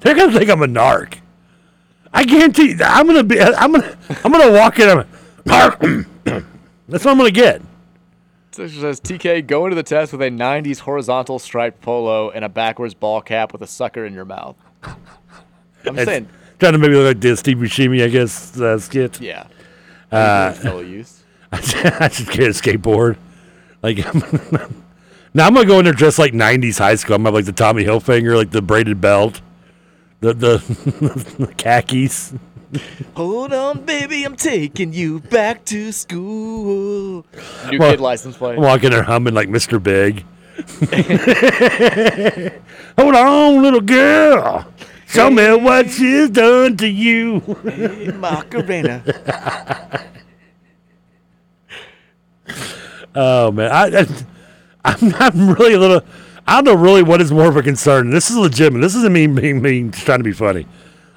[SPEAKER 4] They're gonna think I'm a narc. I guarantee you, I'm gonna be. I'm gonna. I'm gonna walk in. I'm a narc. That's what I'm gonna get.
[SPEAKER 3] Texture says TK go into the test with a 90s horizontal striped polo and a backwards ball cap with a sucker in your mouth. I'm
[SPEAKER 4] It's
[SPEAKER 3] saying
[SPEAKER 4] Trying to maybe look like the Steve Buscemi, I guess, uh, skit.
[SPEAKER 3] Yeah.
[SPEAKER 4] Uh,
[SPEAKER 3] fellow youth.
[SPEAKER 4] I should, I should get a skateboard. Like, now I'm gonna go in there dressed like '90s high school. I'm gonna have like the Tommy Hilfiger, like the braided belt, the the, the khakis.
[SPEAKER 3] Hold on, baby, I'm taking you back to school. New
[SPEAKER 4] Well,
[SPEAKER 3] kid license plate.
[SPEAKER 4] I'm walking there humming like Mr. Big. Hold on, little girl. Show me what she's done to you.
[SPEAKER 3] Hey, Macarena.
[SPEAKER 4] Oh man, I, I I'm I'm really a little. I don't know really what is more of a concern. This is legitimate. This isn't me being being trying to be funny.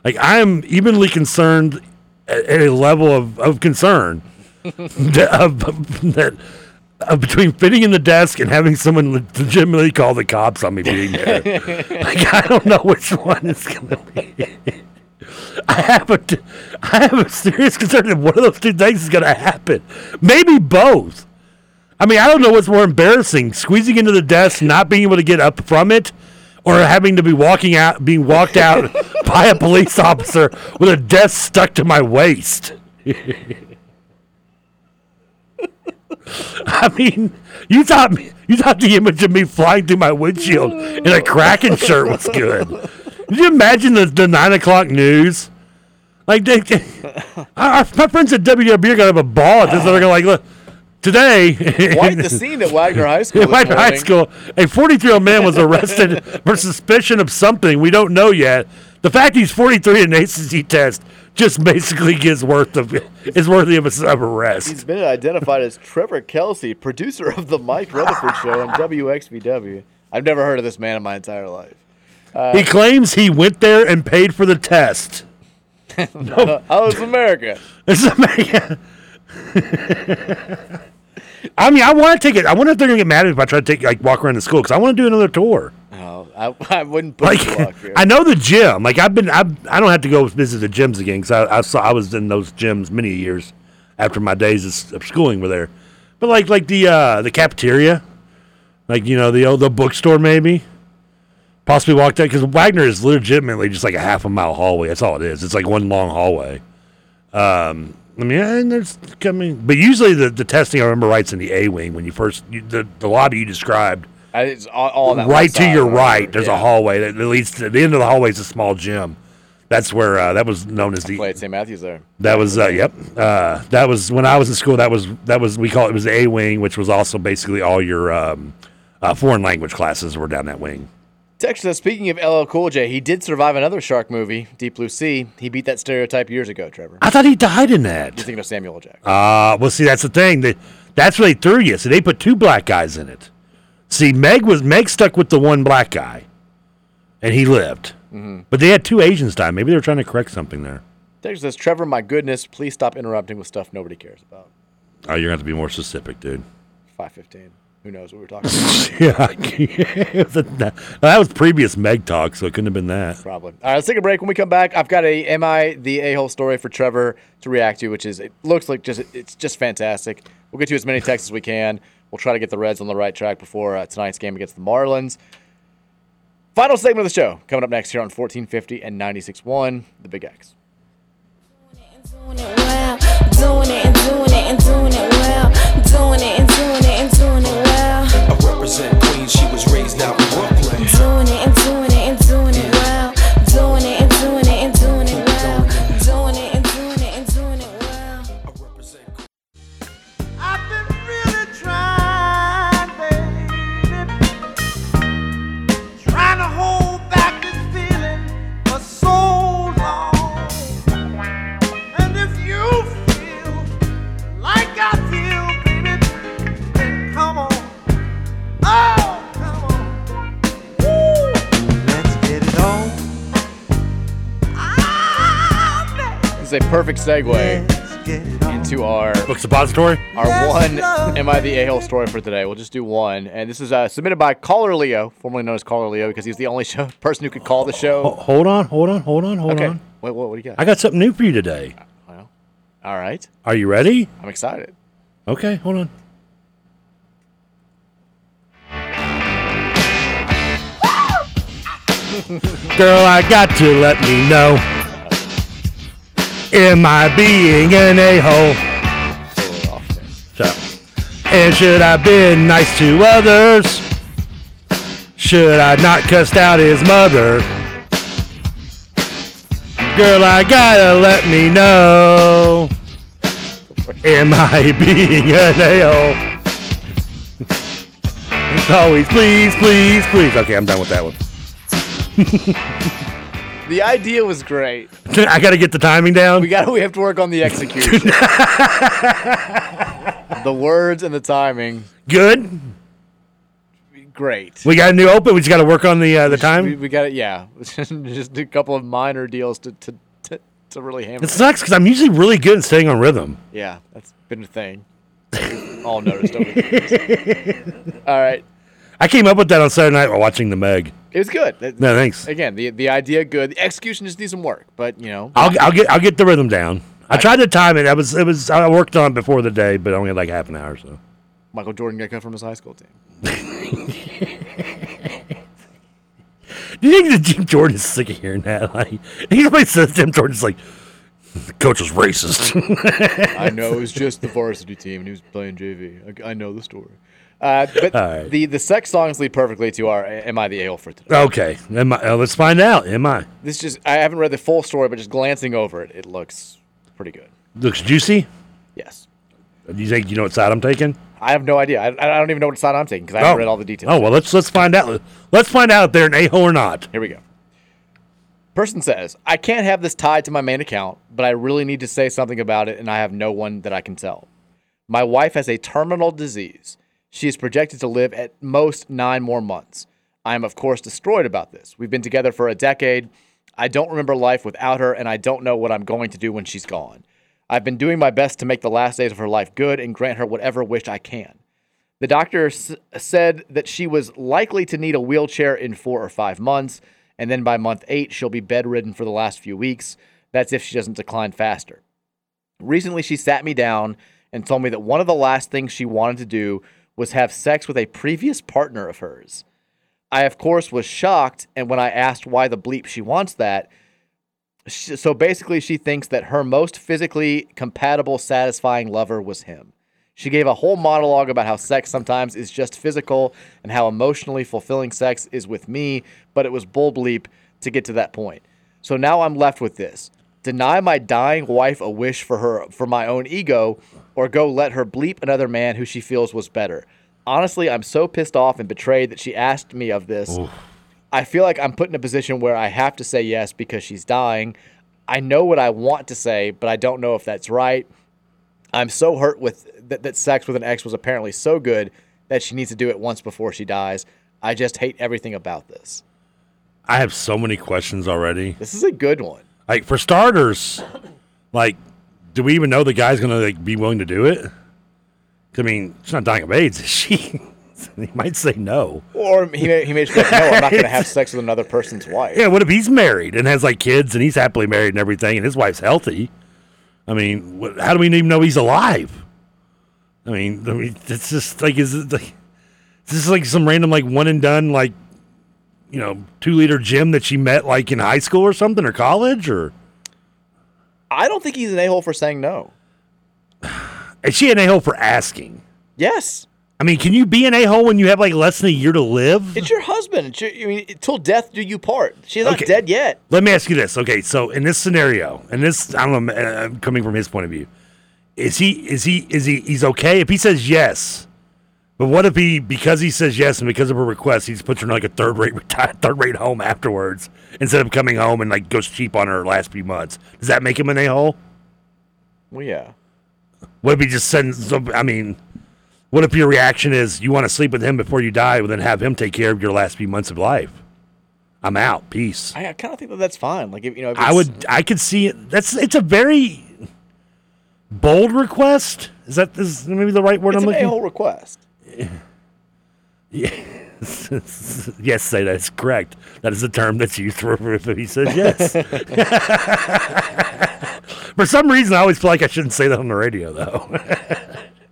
[SPEAKER 4] Like I am evenly concerned at, at a level of of concern that, of, of- that of between fitting in the desk and having someone le- legitimately call the cops on me being there. like I don't know which one is gonna be. I have a, t- I have a serious concern that one of those two things is gonna happen. Maybe both. I mean, I don't know what's more embarrassing: squeezing into the desk, not being able to get up from it, or having to be walking out, being walked out by a police officer with a desk stuck to my waist. I mean, you thought me, you thought the image of me flying through my windshield in a Kraken shirt was good. Did you imagine the, the nine o'clock news? Like, they, our, our- my friends at WWB are gonna have a ball at this. They're gonna like, look, today.
[SPEAKER 3] Quite the scene at Wagner High School.
[SPEAKER 4] In
[SPEAKER 3] this
[SPEAKER 4] White High
[SPEAKER 3] morning.
[SPEAKER 4] School, a 43 year old man was arrested for suspicion of something we don't know yet. The fact he's 43 in an ACC test just basically gives worth of is worthy of, a, of arrest.
[SPEAKER 3] He's been identified as Trevor Kelsey, producer of the Mike Rutherford Show and WXBW. I've never heard of this man in my entire life. Uh,
[SPEAKER 4] He claims he went there and paid for the test.
[SPEAKER 3] oh, it's America.
[SPEAKER 4] This is America. I mean, I want to take it. I wonder if they're gonna get mad at me if I try to take like walk around the school because I want to do another tour.
[SPEAKER 3] Oh, I, I wouldn't put like, block here.
[SPEAKER 4] I know the gym. Like I've been, I I don't have to go visit the gyms again because I, I saw I was in those gyms many years after my days of, of schooling were there. But like like the uh, the cafeteria, like you know the old the bookstore maybe, possibly walk that because Wagner is legitimately just like a half a mile hallway. That's all it is. It's like one long hallway. Um, I mean, and there's coming, but usually the, the testing I remember right's in the A wing when you first you, the the lobby you described
[SPEAKER 3] I- It's all, all that
[SPEAKER 4] right
[SPEAKER 3] left
[SPEAKER 4] to
[SPEAKER 3] side.
[SPEAKER 4] your right, there's
[SPEAKER 3] Yeah.
[SPEAKER 4] a hallway that that leads to the end of the hallway is a small gym. That's where uh, that was known as the
[SPEAKER 3] Play at St. Matthew's there.
[SPEAKER 4] That was uh, yep. Uh, that was when I was in school. That was that was we call it was the A wing, which was also basically all your um, uh, foreign language classes were down that wing.
[SPEAKER 3] Text says, speaking of LL Cool J, he did survive another shark movie, Deep Blue Sea. He beat that stereotype years ago, Trevor.
[SPEAKER 4] I thought he died in
[SPEAKER 3] You're
[SPEAKER 4] that.
[SPEAKER 3] thinking of Samuel L. Jackson.
[SPEAKER 4] Uh, well, see, that's the thing. That that's where they threw you. So they put two black guys in it. See, Meg was Meg stuck with the one black guy, and he lived.
[SPEAKER 3] Mhm.
[SPEAKER 4] But they had two Asians die. Maybe they were trying to correct something there.
[SPEAKER 3] Text says, Trevor, my goodness, please stop interrupting with stuff nobody cares about.
[SPEAKER 4] Oh, you're gonna have to be more specific, dude.
[SPEAKER 3] 515. Who knows what we're talking about?
[SPEAKER 4] yeah, I can't- that that was previous Meg talk, so it couldn't have been that.
[SPEAKER 3] Probably. All right, let's take a break. When we come back, I've got a "Am I the a-hole" story for Trevor to react to, which is it looks like just it's just fantastic. We'll get to as many texts as we can. We'll try to get the Reds on the right track before uh, tonight's game against the Marlins. Final segment of the show coming up next here on 1450 and 96.1 The Big X.
[SPEAKER 10] Doing it and doing it and doing it well. Doing it and doing it and doing it well.
[SPEAKER 11] I represent Queens, she was raised out in Brooklyn.
[SPEAKER 10] Doing it and doing it and doing it well. Doing it and doing it and doing it well. Doing it and doing it and doing it well.
[SPEAKER 8] I've been really trying, baby. Trying to hold back this feeling for so long. And if you feel like I feel, baby, then come on. Oh, come on. Woo. Let's get it on. Ah.
[SPEAKER 3] This is a perfect segue into our
[SPEAKER 4] book suppository.
[SPEAKER 3] Our one Am I the A-hole story for today. We'll just do one. And this is uh, submitted by caller Leo, formerly known as caller Leo, because he's the only show, person who could call the show.
[SPEAKER 4] Oh, Hold on, hold on, hold on, hold
[SPEAKER 3] okay.
[SPEAKER 4] on.
[SPEAKER 3] Wait, what, what do you got?
[SPEAKER 4] I got something new for you today.
[SPEAKER 3] All right.
[SPEAKER 4] Are you ready?
[SPEAKER 3] I'm excited.
[SPEAKER 4] Okay, hold on. Girl, I got to let me know. Am I being an a hole? Shut up. And should I be nice to others? Should I not cussed out his mother? Girl, I gotta let me know. Am I being an a hole? It's always please, please, please. Okay, I'm done with that one.
[SPEAKER 3] The idea was great.
[SPEAKER 4] I gotta get the timing down.
[SPEAKER 3] We got to we have to work on the execution. the words and the timing.
[SPEAKER 4] Good.
[SPEAKER 3] Great.
[SPEAKER 4] We got a new open. We just gotta work on the uh, the
[SPEAKER 3] We,
[SPEAKER 4] time.
[SPEAKER 3] we got it. Yeah. Just a couple of minor deals to to, to, to really hammer.
[SPEAKER 4] It sucks because I'm usually really good at staying on rhythm.
[SPEAKER 3] Yeah, that's been a thing. We've All noticed. Over the years. All right.
[SPEAKER 4] I came up with that on Saturday night while watching the Meg.
[SPEAKER 3] It was good. That-
[SPEAKER 4] No, thanks.
[SPEAKER 3] Again, the the idea good. The execution just needs some work, but you know,
[SPEAKER 4] I'll, I'll get I'll get the rhythm down. I tried to time it. I was it was I worked on it before the day, but I only had like half an hour. So
[SPEAKER 3] Michael Jordan got cut from his high school team.
[SPEAKER 4] do you think that Jim Jordan is sick of hearing that? Like everybody says Jim Jordan's like the coach was racist.
[SPEAKER 3] I know it was just the varsity team, and he was playing JV. I, I know the story. Uh, but
[SPEAKER 4] All right.
[SPEAKER 3] the the sex songs lead perfectly to our "Am I the Ale" for today.
[SPEAKER 4] okay, am I, uh, let's find out. Am I
[SPEAKER 3] This just I haven't read the full story, but just glancing over it, it looks pretty good.
[SPEAKER 4] looks juicy?
[SPEAKER 3] Yes.
[SPEAKER 4] Do you think you know what side I'm taking?
[SPEAKER 3] I have no idea. I, I don't even know what side I'm taking because I haven't read all the details.
[SPEAKER 4] Oh well, let's let's find out. Let's find out if they're an a hole or not.
[SPEAKER 3] Here we go. Person says, I can't have this tied to my main account, but I really need to say something about it, and I have no one that I can tell. My wife has a terminal disease. She is projected to live at most nine more months. I am, of course, destroyed about this. We've been together for a decade. I don't remember life without her, and I don't know what I'm going to do when she's gone. I've been doing my best to make the last days of her life good and grant her whatever wish I can. The doctor s- said that she was likely to need a wheelchair in four or five months, and then by month eight, she'll be bedridden for the last few weeks. That's if she doesn't decline faster. Recently, she sat me down and told me that one of the last things she wanted to do was have sex with a previous partner of hers. I, of course, was shocked, and when I asked why the bleep she wants that, sh so basically, she thinks that her most physically compatible, satisfying lover was him. She gave a whole monologue about how sex sometimes is just physical and how emotionally fulfilling sex is with me, but it was bull bleep to get to that point. So now I'm left with this. Deny my dying wife a wish for her for my own ego, or go let her bleep another man who she feels was better. Honestly, I'm so pissed off and betrayed that she asked me of this. I feel like I'm put in a position where I have to say yes because she's dying. I know what I want to say, but I don't know if that's right. I'm so hurt with that, that sex with an ex was apparently so good that she needs to do it once before she dies. I just hate everything about this.
[SPEAKER 4] I have so many questions already.
[SPEAKER 3] This is a good one.
[SPEAKER 4] Like for starters, like do we even know the guy's gonna like be willing to do it? 'Cause, I mean, she's not dying of AIDS, is she? he might say no.
[SPEAKER 3] Or he may, he may just be like, no, I'm not going to have sex with another person's wife.
[SPEAKER 4] Yeah, what if he's married and has like kids and he's happily married and everything and his wife's healthy? I mean, what, how do we even know he's alive? I mean, I mean, it's just like is it like this is like some random like one and done like you know two liter gym that she met like in high school or something or college or
[SPEAKER 3] I don't think he's an a hole for saying no.
[SPEAKER 4] is she an a hole for asking?
[SPEAKER 3] Yes.
[SPEAKER 4] I mean, can you be an a hole when you have like less than a year to live?
[SPEAKER 3] It's your husband. It's your, I mean, till death do you part. She's not dead yet.
[SPEAKER 4] Let me ask you this. Okay, so in this scenario, and this I don't know, uh, I'm coming from his point of view, is he is he is he he's okay if he says yes, but what if he because he says yes and because of her request he just puts her in like a third rate third rate home afterwards instead of coming home and like goes cheap on her last few months? Does that make him an a hole?
[SPEAKER 3] Well, yeah.
[SPEAKER 4] What if he just sends? some- I mean, what if your reaction is you want to sleep with him before you die, but then have him take care of your last few months of life? I'm out. Peace.
[SPEAKER 3] I, I kind of think that that's fine. Like, if, you know, if
[SPEAKER 4] I
[SPEAKER 3] it's-
[SPEAKER 4] would. I could see it. That's. It's a very bold request. Is that is maybe the right word
[SPEAKER 3] It's
[SPEAKER 4] I'm
[SPEAKER 3] an
[SPEAKER 4] looking?
[SPEAKER 3] a-hole request.
[SPEAKER 4] Yes. yes, say that's correct. That is the term that's used for if he says yes. for some reason, I always feel like I shouldn't say that on the radio, though.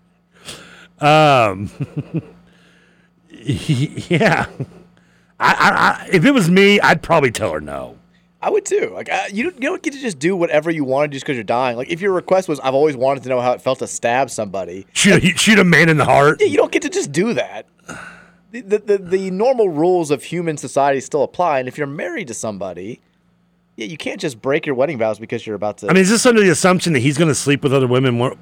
[SPEAKER 4] um, yeah. I, I, I, if it was me, I'd probably tell her no.
[SPEAKER 3] I would too. Like, I, you, don't, you don't get to just do whatever you want to just because you're dying. Like, if your request was, I've always wanted to know how it felt to stab somebody.
[SPEAKER 4] Shoot, a- shoot a man in the heart.
[SPEAKER 3] Yeah, you don't get to just do that. The, the, the, the normal rules of human society still apply. And if you're married to somebody, yeah, you can't just break your wedding vows because you're about to.
[SPEAKER 4] I mean, is this under the assumption that he's going to sleep with other women more,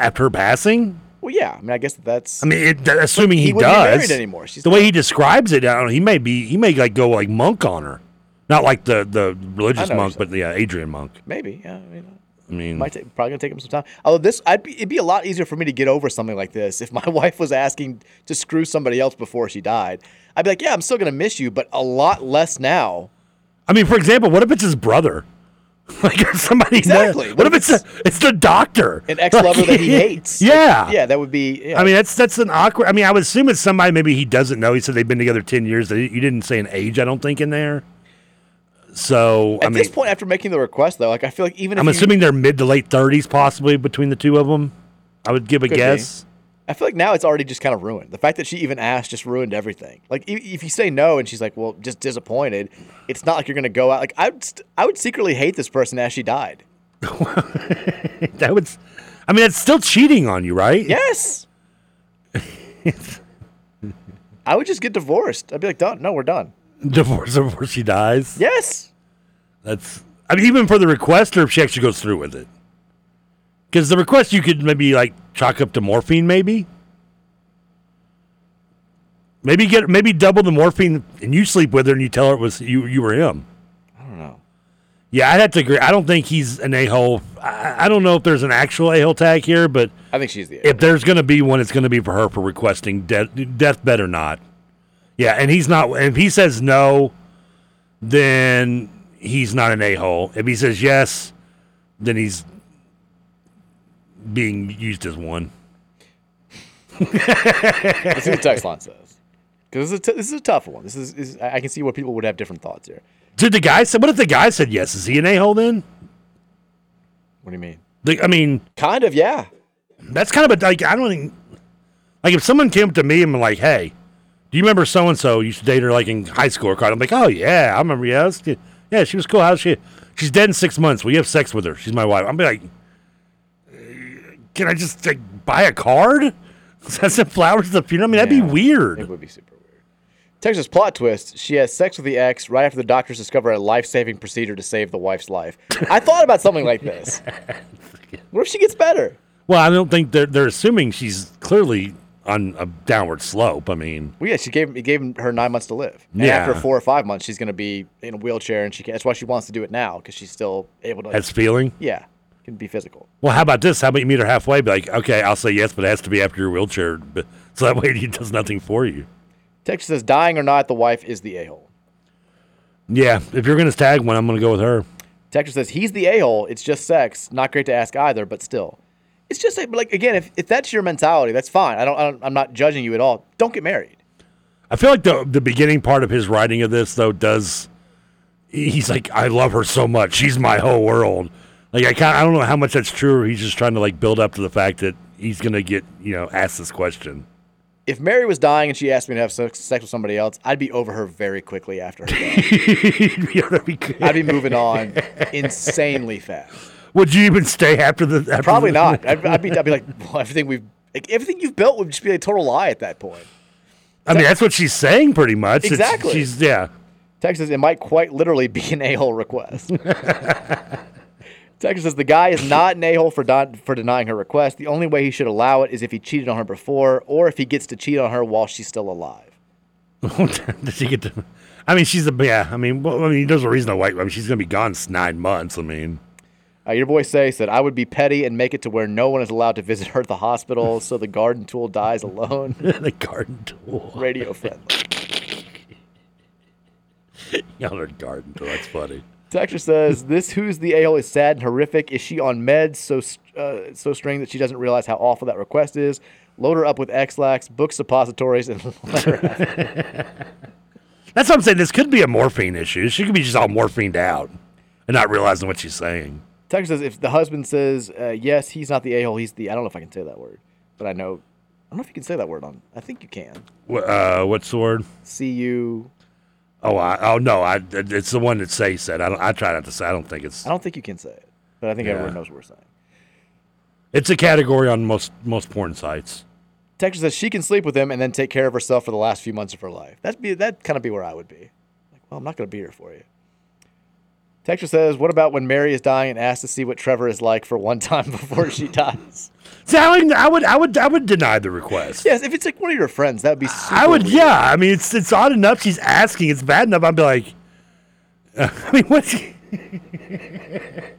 [SPEAKER 4] after her passing?
[SPEAKER 3] Well, yeah. I mean, I guess that that's.
[SPEAKER 4] I mean, it, that-
[SPEAKER 3] But
[SPEAKER 4] assuming he,
[SPEAKER 3] wouldn't
[SPEAKER 4] does.
[SPEAKER 3] Be married anymore. She's
[SPEAKER 4] the way he describes it, I don't know, he may be he may like go like monk on her, not like the the religious
[SPEAKER 3] I know what
[SPEAKER 4] monk, but the uh, Adrian monk.
[SPEAKER 3] maybe. Yeah. I mean,
[SPEAKER 4] I mean,
[SPEAKER 3] might take, probably gonna take him some time. Although this, I'd be, it'd be a lot easier for me to get over something like this if my wife was asking to screw somebody else before she died. I'd be like, yeah, I'm still gonna miss you, but a lot less now.
[SPEAKER 4] I mean, for example, what if it's his brother? Like if somebody
[SPEAKER 3] Exactly.
[SPEAKER 4] What, if it's the, it's the doctor,
[SPEAKER 3] An ex-lover that he hates.
[SPEAKER 4] Yeah,
[SPEAKER 3] yeah, that would be. yeah.
[SPEAKER 4] I mean, that's that's an awkward. I mean, I would assume it's somebody maybe he doesn't know. He said they've been together ten years. They- You didn't say an age, I don't think, in there. So
[SPEAKER 3] at
[SPEAKER 4] I mean,
[SPEAKER 3] this point, after making the request, though, like I feel like even if
[SPEAKER 4] I'm
[SPEAKER 3] you-
[SPEAKER 4] assuming they're mid to late thirties, possibly between the two of them. I would give a
[SPEAKER 3] Could be.
[SPEAKER 4] guess.
[SPEAKER 3] I feel like now it's already just kind of ruined. The fact that she even asked just ruined everything. Like i- if you say no and she's like, "Well, just disappointed," it's not like you're gonna go out. Like I would, st- I would secretly hate this person as she died.
[SPEAKER 4] that would. s- I mean, it's still cheating on you, right?
[SPEAKER 3] Yes. I would just get divorced. I'd be like, done. No, we're done.
[SPEAKER 4] Divorce her before she dies.
[SPEAKER 3] Yes.
[SPEAKER 4] That's. I mean, even for the requester, if she actually goes through with it, because the request you could maybe like chalk up to morphine, maybe. Maybe get maybe double the morphine, and you sleep with her, and you tell her it was you. You were him.
[SPEAKER 3] I don't know.
[SPEAKER 4] Yeah, I'd have to agree. I don't think he's an a hole. I, I don't know if there's an actual a hole tag here, but
[SPEAKER 3] I think she's the.
[SPEAKER 4] if there's going to be one, it's going to be for her for requesting death. Death better not. Yeah, and he's not. If he says no, then he's not an a hole. If he says yes, then he's being used as one.
[SPEAKER 3] Let's see what the text line says. Because this, is a t- this is a tough one. This is, is I I can see where people would have different thoughts here.
[SPEAKER 4] Did the guy say? What if the guy said yes? Is he an a hole then?
[SPEAKER 3] What do you mean?
[SPEAKER 4] The, I mean,
[SPEAKER 3] kind of. Yeah,
[SPEAKER 4] that's kind of a like. I don't even, like if someone came up to me and were like, "Hey, do you remember so and so? You used to date her like in high school or college." I'm like, "Oh yeah, I remember. Yeah, that's good. yeah, she was cool. How's she? She's dead in six months. Will you have sex with her? She's my wife." I'm like, "Can I just like buy a card? Send some flowers to the funeral? I mean, that'd be weird. It
[SPEAKER 3] would be super weird. Texas plot twist. She has sex with the ex right after the doctors discover a life saving procedure to save the wife's life. I thought about something like this. What if she gets better?
[SPEAKER 4] Well, I don't think they're, they're assuming she's clearly on a downward slope. I mean,
[SPEAKER 3] Well, yeah, she gave it gave her nine months to live. And
[SPEAKER 4] Yeah.
[SPEAKER 3] after four or five months, she's going to be in a wheelchair, and she can, that's why she wants to do it now because she's still able to.
[SPEAKER 4] That's feeling?
[SPEAKER 3] Yeah, can be physical.
[SPEAKER 4] well, how about this? How about you meet her halfway? Be like, okay, I'll say yes, but it has to be after your wheelchair. But, so that way he does nothing for you.
[SPEAKER 3] Texas says, dying or not, the wife is the a hole.
[SPEAKER 4] Yeah, if you're going to tag one, I'm going to go with her.
[SPEAKER 3] Texas says, he's the a hole. It's just sex. Not great to ask either, but still. It's just like, like again, if, if that's your mentality, that's fine. I don't, I don't, I'm not judging you at all. Don't get married.
[SPEAKER 4] I feel like the the beginning part of his writing of this though does he's like I love her so much she's my whole world like I kind I don't know how much that's true or he's just trying to like build up to the fact that he's gonna get you know asked this question
[SPEAKER 3] If Mary was dying and she asked me to have sex, sex with somebody else, I'd be over her very quickly after her. death. I'd be moving on insanely fast.
[SPEAKER 4] would you even stay after the after
[SPEAKER 3] Probably
[SPEAKER 4] the-
[SPEAKER 3] not. I'd, I'd be, I'd be like, well, everything we've, like, everything you've built would just be a total lie at that point.
[SPEAKER 4] I mean that's what she's saying pretty much It's-
[SPEAKER 3] Exactly.
[SPEAKER 4] she's yeah
[SPEAKER 3] Texas, it might quite literally be an a-hole request. Texas says the guy is not an a-hole for don- for denying her request. The only way he should allow it is if he cheated on her before, or if he gets to cheat on her while she's still alive.
[SPEAKER 4] Did she get to? I mean she's a yeah I mean well, I mean there's a reason to wait I mean she's gonna be gone s- nine months I mean
[SPEAKER 3] Uh, your boy says that I would be petty and make it to where no one is allowed to visit her at the hospital, so the garden tool dies alone.
[SPEAKER 4] the garden tool.
[SPEAKER 3] Radio friendly.
[SPEAKER 4] y'all are garden tool that's funny
[SPEAKER 3] Texture says, "This who's the ale is sad and horrific. Is she on meds so uh, so string that she doesn't realize how awful that request is? Load her up with X-Lax, book suppositories, and let her have it."
[SPEAKER 4] That's what I'm saying. This could be a morphine issue. She could be just all morphined out and not realizing what she's saying.
[SPEAKER 3] Texture says, "If the husband says uh, yes, he's not the a-hole. He's the I don't know if I can say that word, but I know I don't know if you can say that word on. I think you can.
[SPEAKER 4] Wh- Uh, what's the word?
[SPEAKER 3] See you.
[SPEAKER 4] Oh, I, oh no, I, it's the one that Say said. I, don't, I try not to say. I don't think it's.
[SPEAKER 3] I don't think you can say it, but I think
[SPEAKER 4] Yeah.
[SPEAKER 3] everyone knows what we're saying."
[SPEAKER 4] It's a category on most most porn sites.
[SPEAKER 3] Texture says she can sleep with him and then take care of herself for the last few months of her life. That'd be that kind of be where I would be. Like, well, I'm not gonna be here for you. Texture says, what about when Mary is dying and asks to see what Trevor is like for one time before she dies?
[SPEAKER 4] See, I would, I would, I would, I would deny the request.
[SPEAKER 3] yes, if it's like one of your friends, that would be. Super
[SPEAKER 4] I would,
[SPEAKER 3] weird.
[SPEAKER 4] yeah. I mean, it's it's odd enough she's asking. It's bad enough. I'd be like, I mean, what's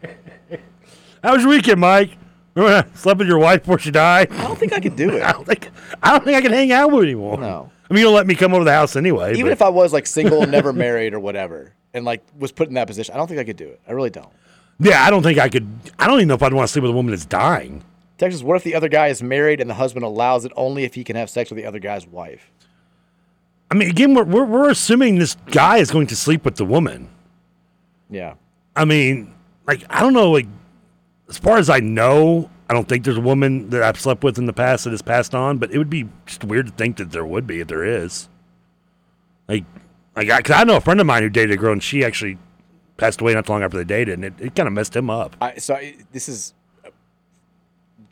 [SPEAKER 4] how was your weekend, Mike? Remember when I slept with your wife before she died? I
[SPEAKER 3] don't think I could do it.
[SPEAKER 4] I don't think I don't think I can hang out with you anymore.
[SPEAKER 3] No.
[SPEAKER 4] I mean, you'll let me come over to the house anyway.
[SPEAKER 3] Even if I was like single, never married, or whatever, and like was put in that position, I don't think I could do it. I really don't.
[SPEAKER 4] yeah, I don't think I could. I don't even know if I'd want to sleep with a woman that's dying.
[SPEAKER 3] Texas, what if the other guy is married and the husband allows it only if he can have sex with the other guy's wife?
[SPEAKER 4] I mean, again, we're we're, we're assuming this guy is going to sleep with the woman.
[SPEAKER 3] Yeah.
[SPEAKER 4] I mean, like I don't know, like as far as I know, I don't think there's a woman that I've slept with in the past that has passed on. But it would be just weird to think that there would be if there is. Like, like I, cause I know a friend of mine who dated a girl and she actually passed away not long after they dated, and it, it kind of messed him up.
[SPEAKER 3] I so I, this is a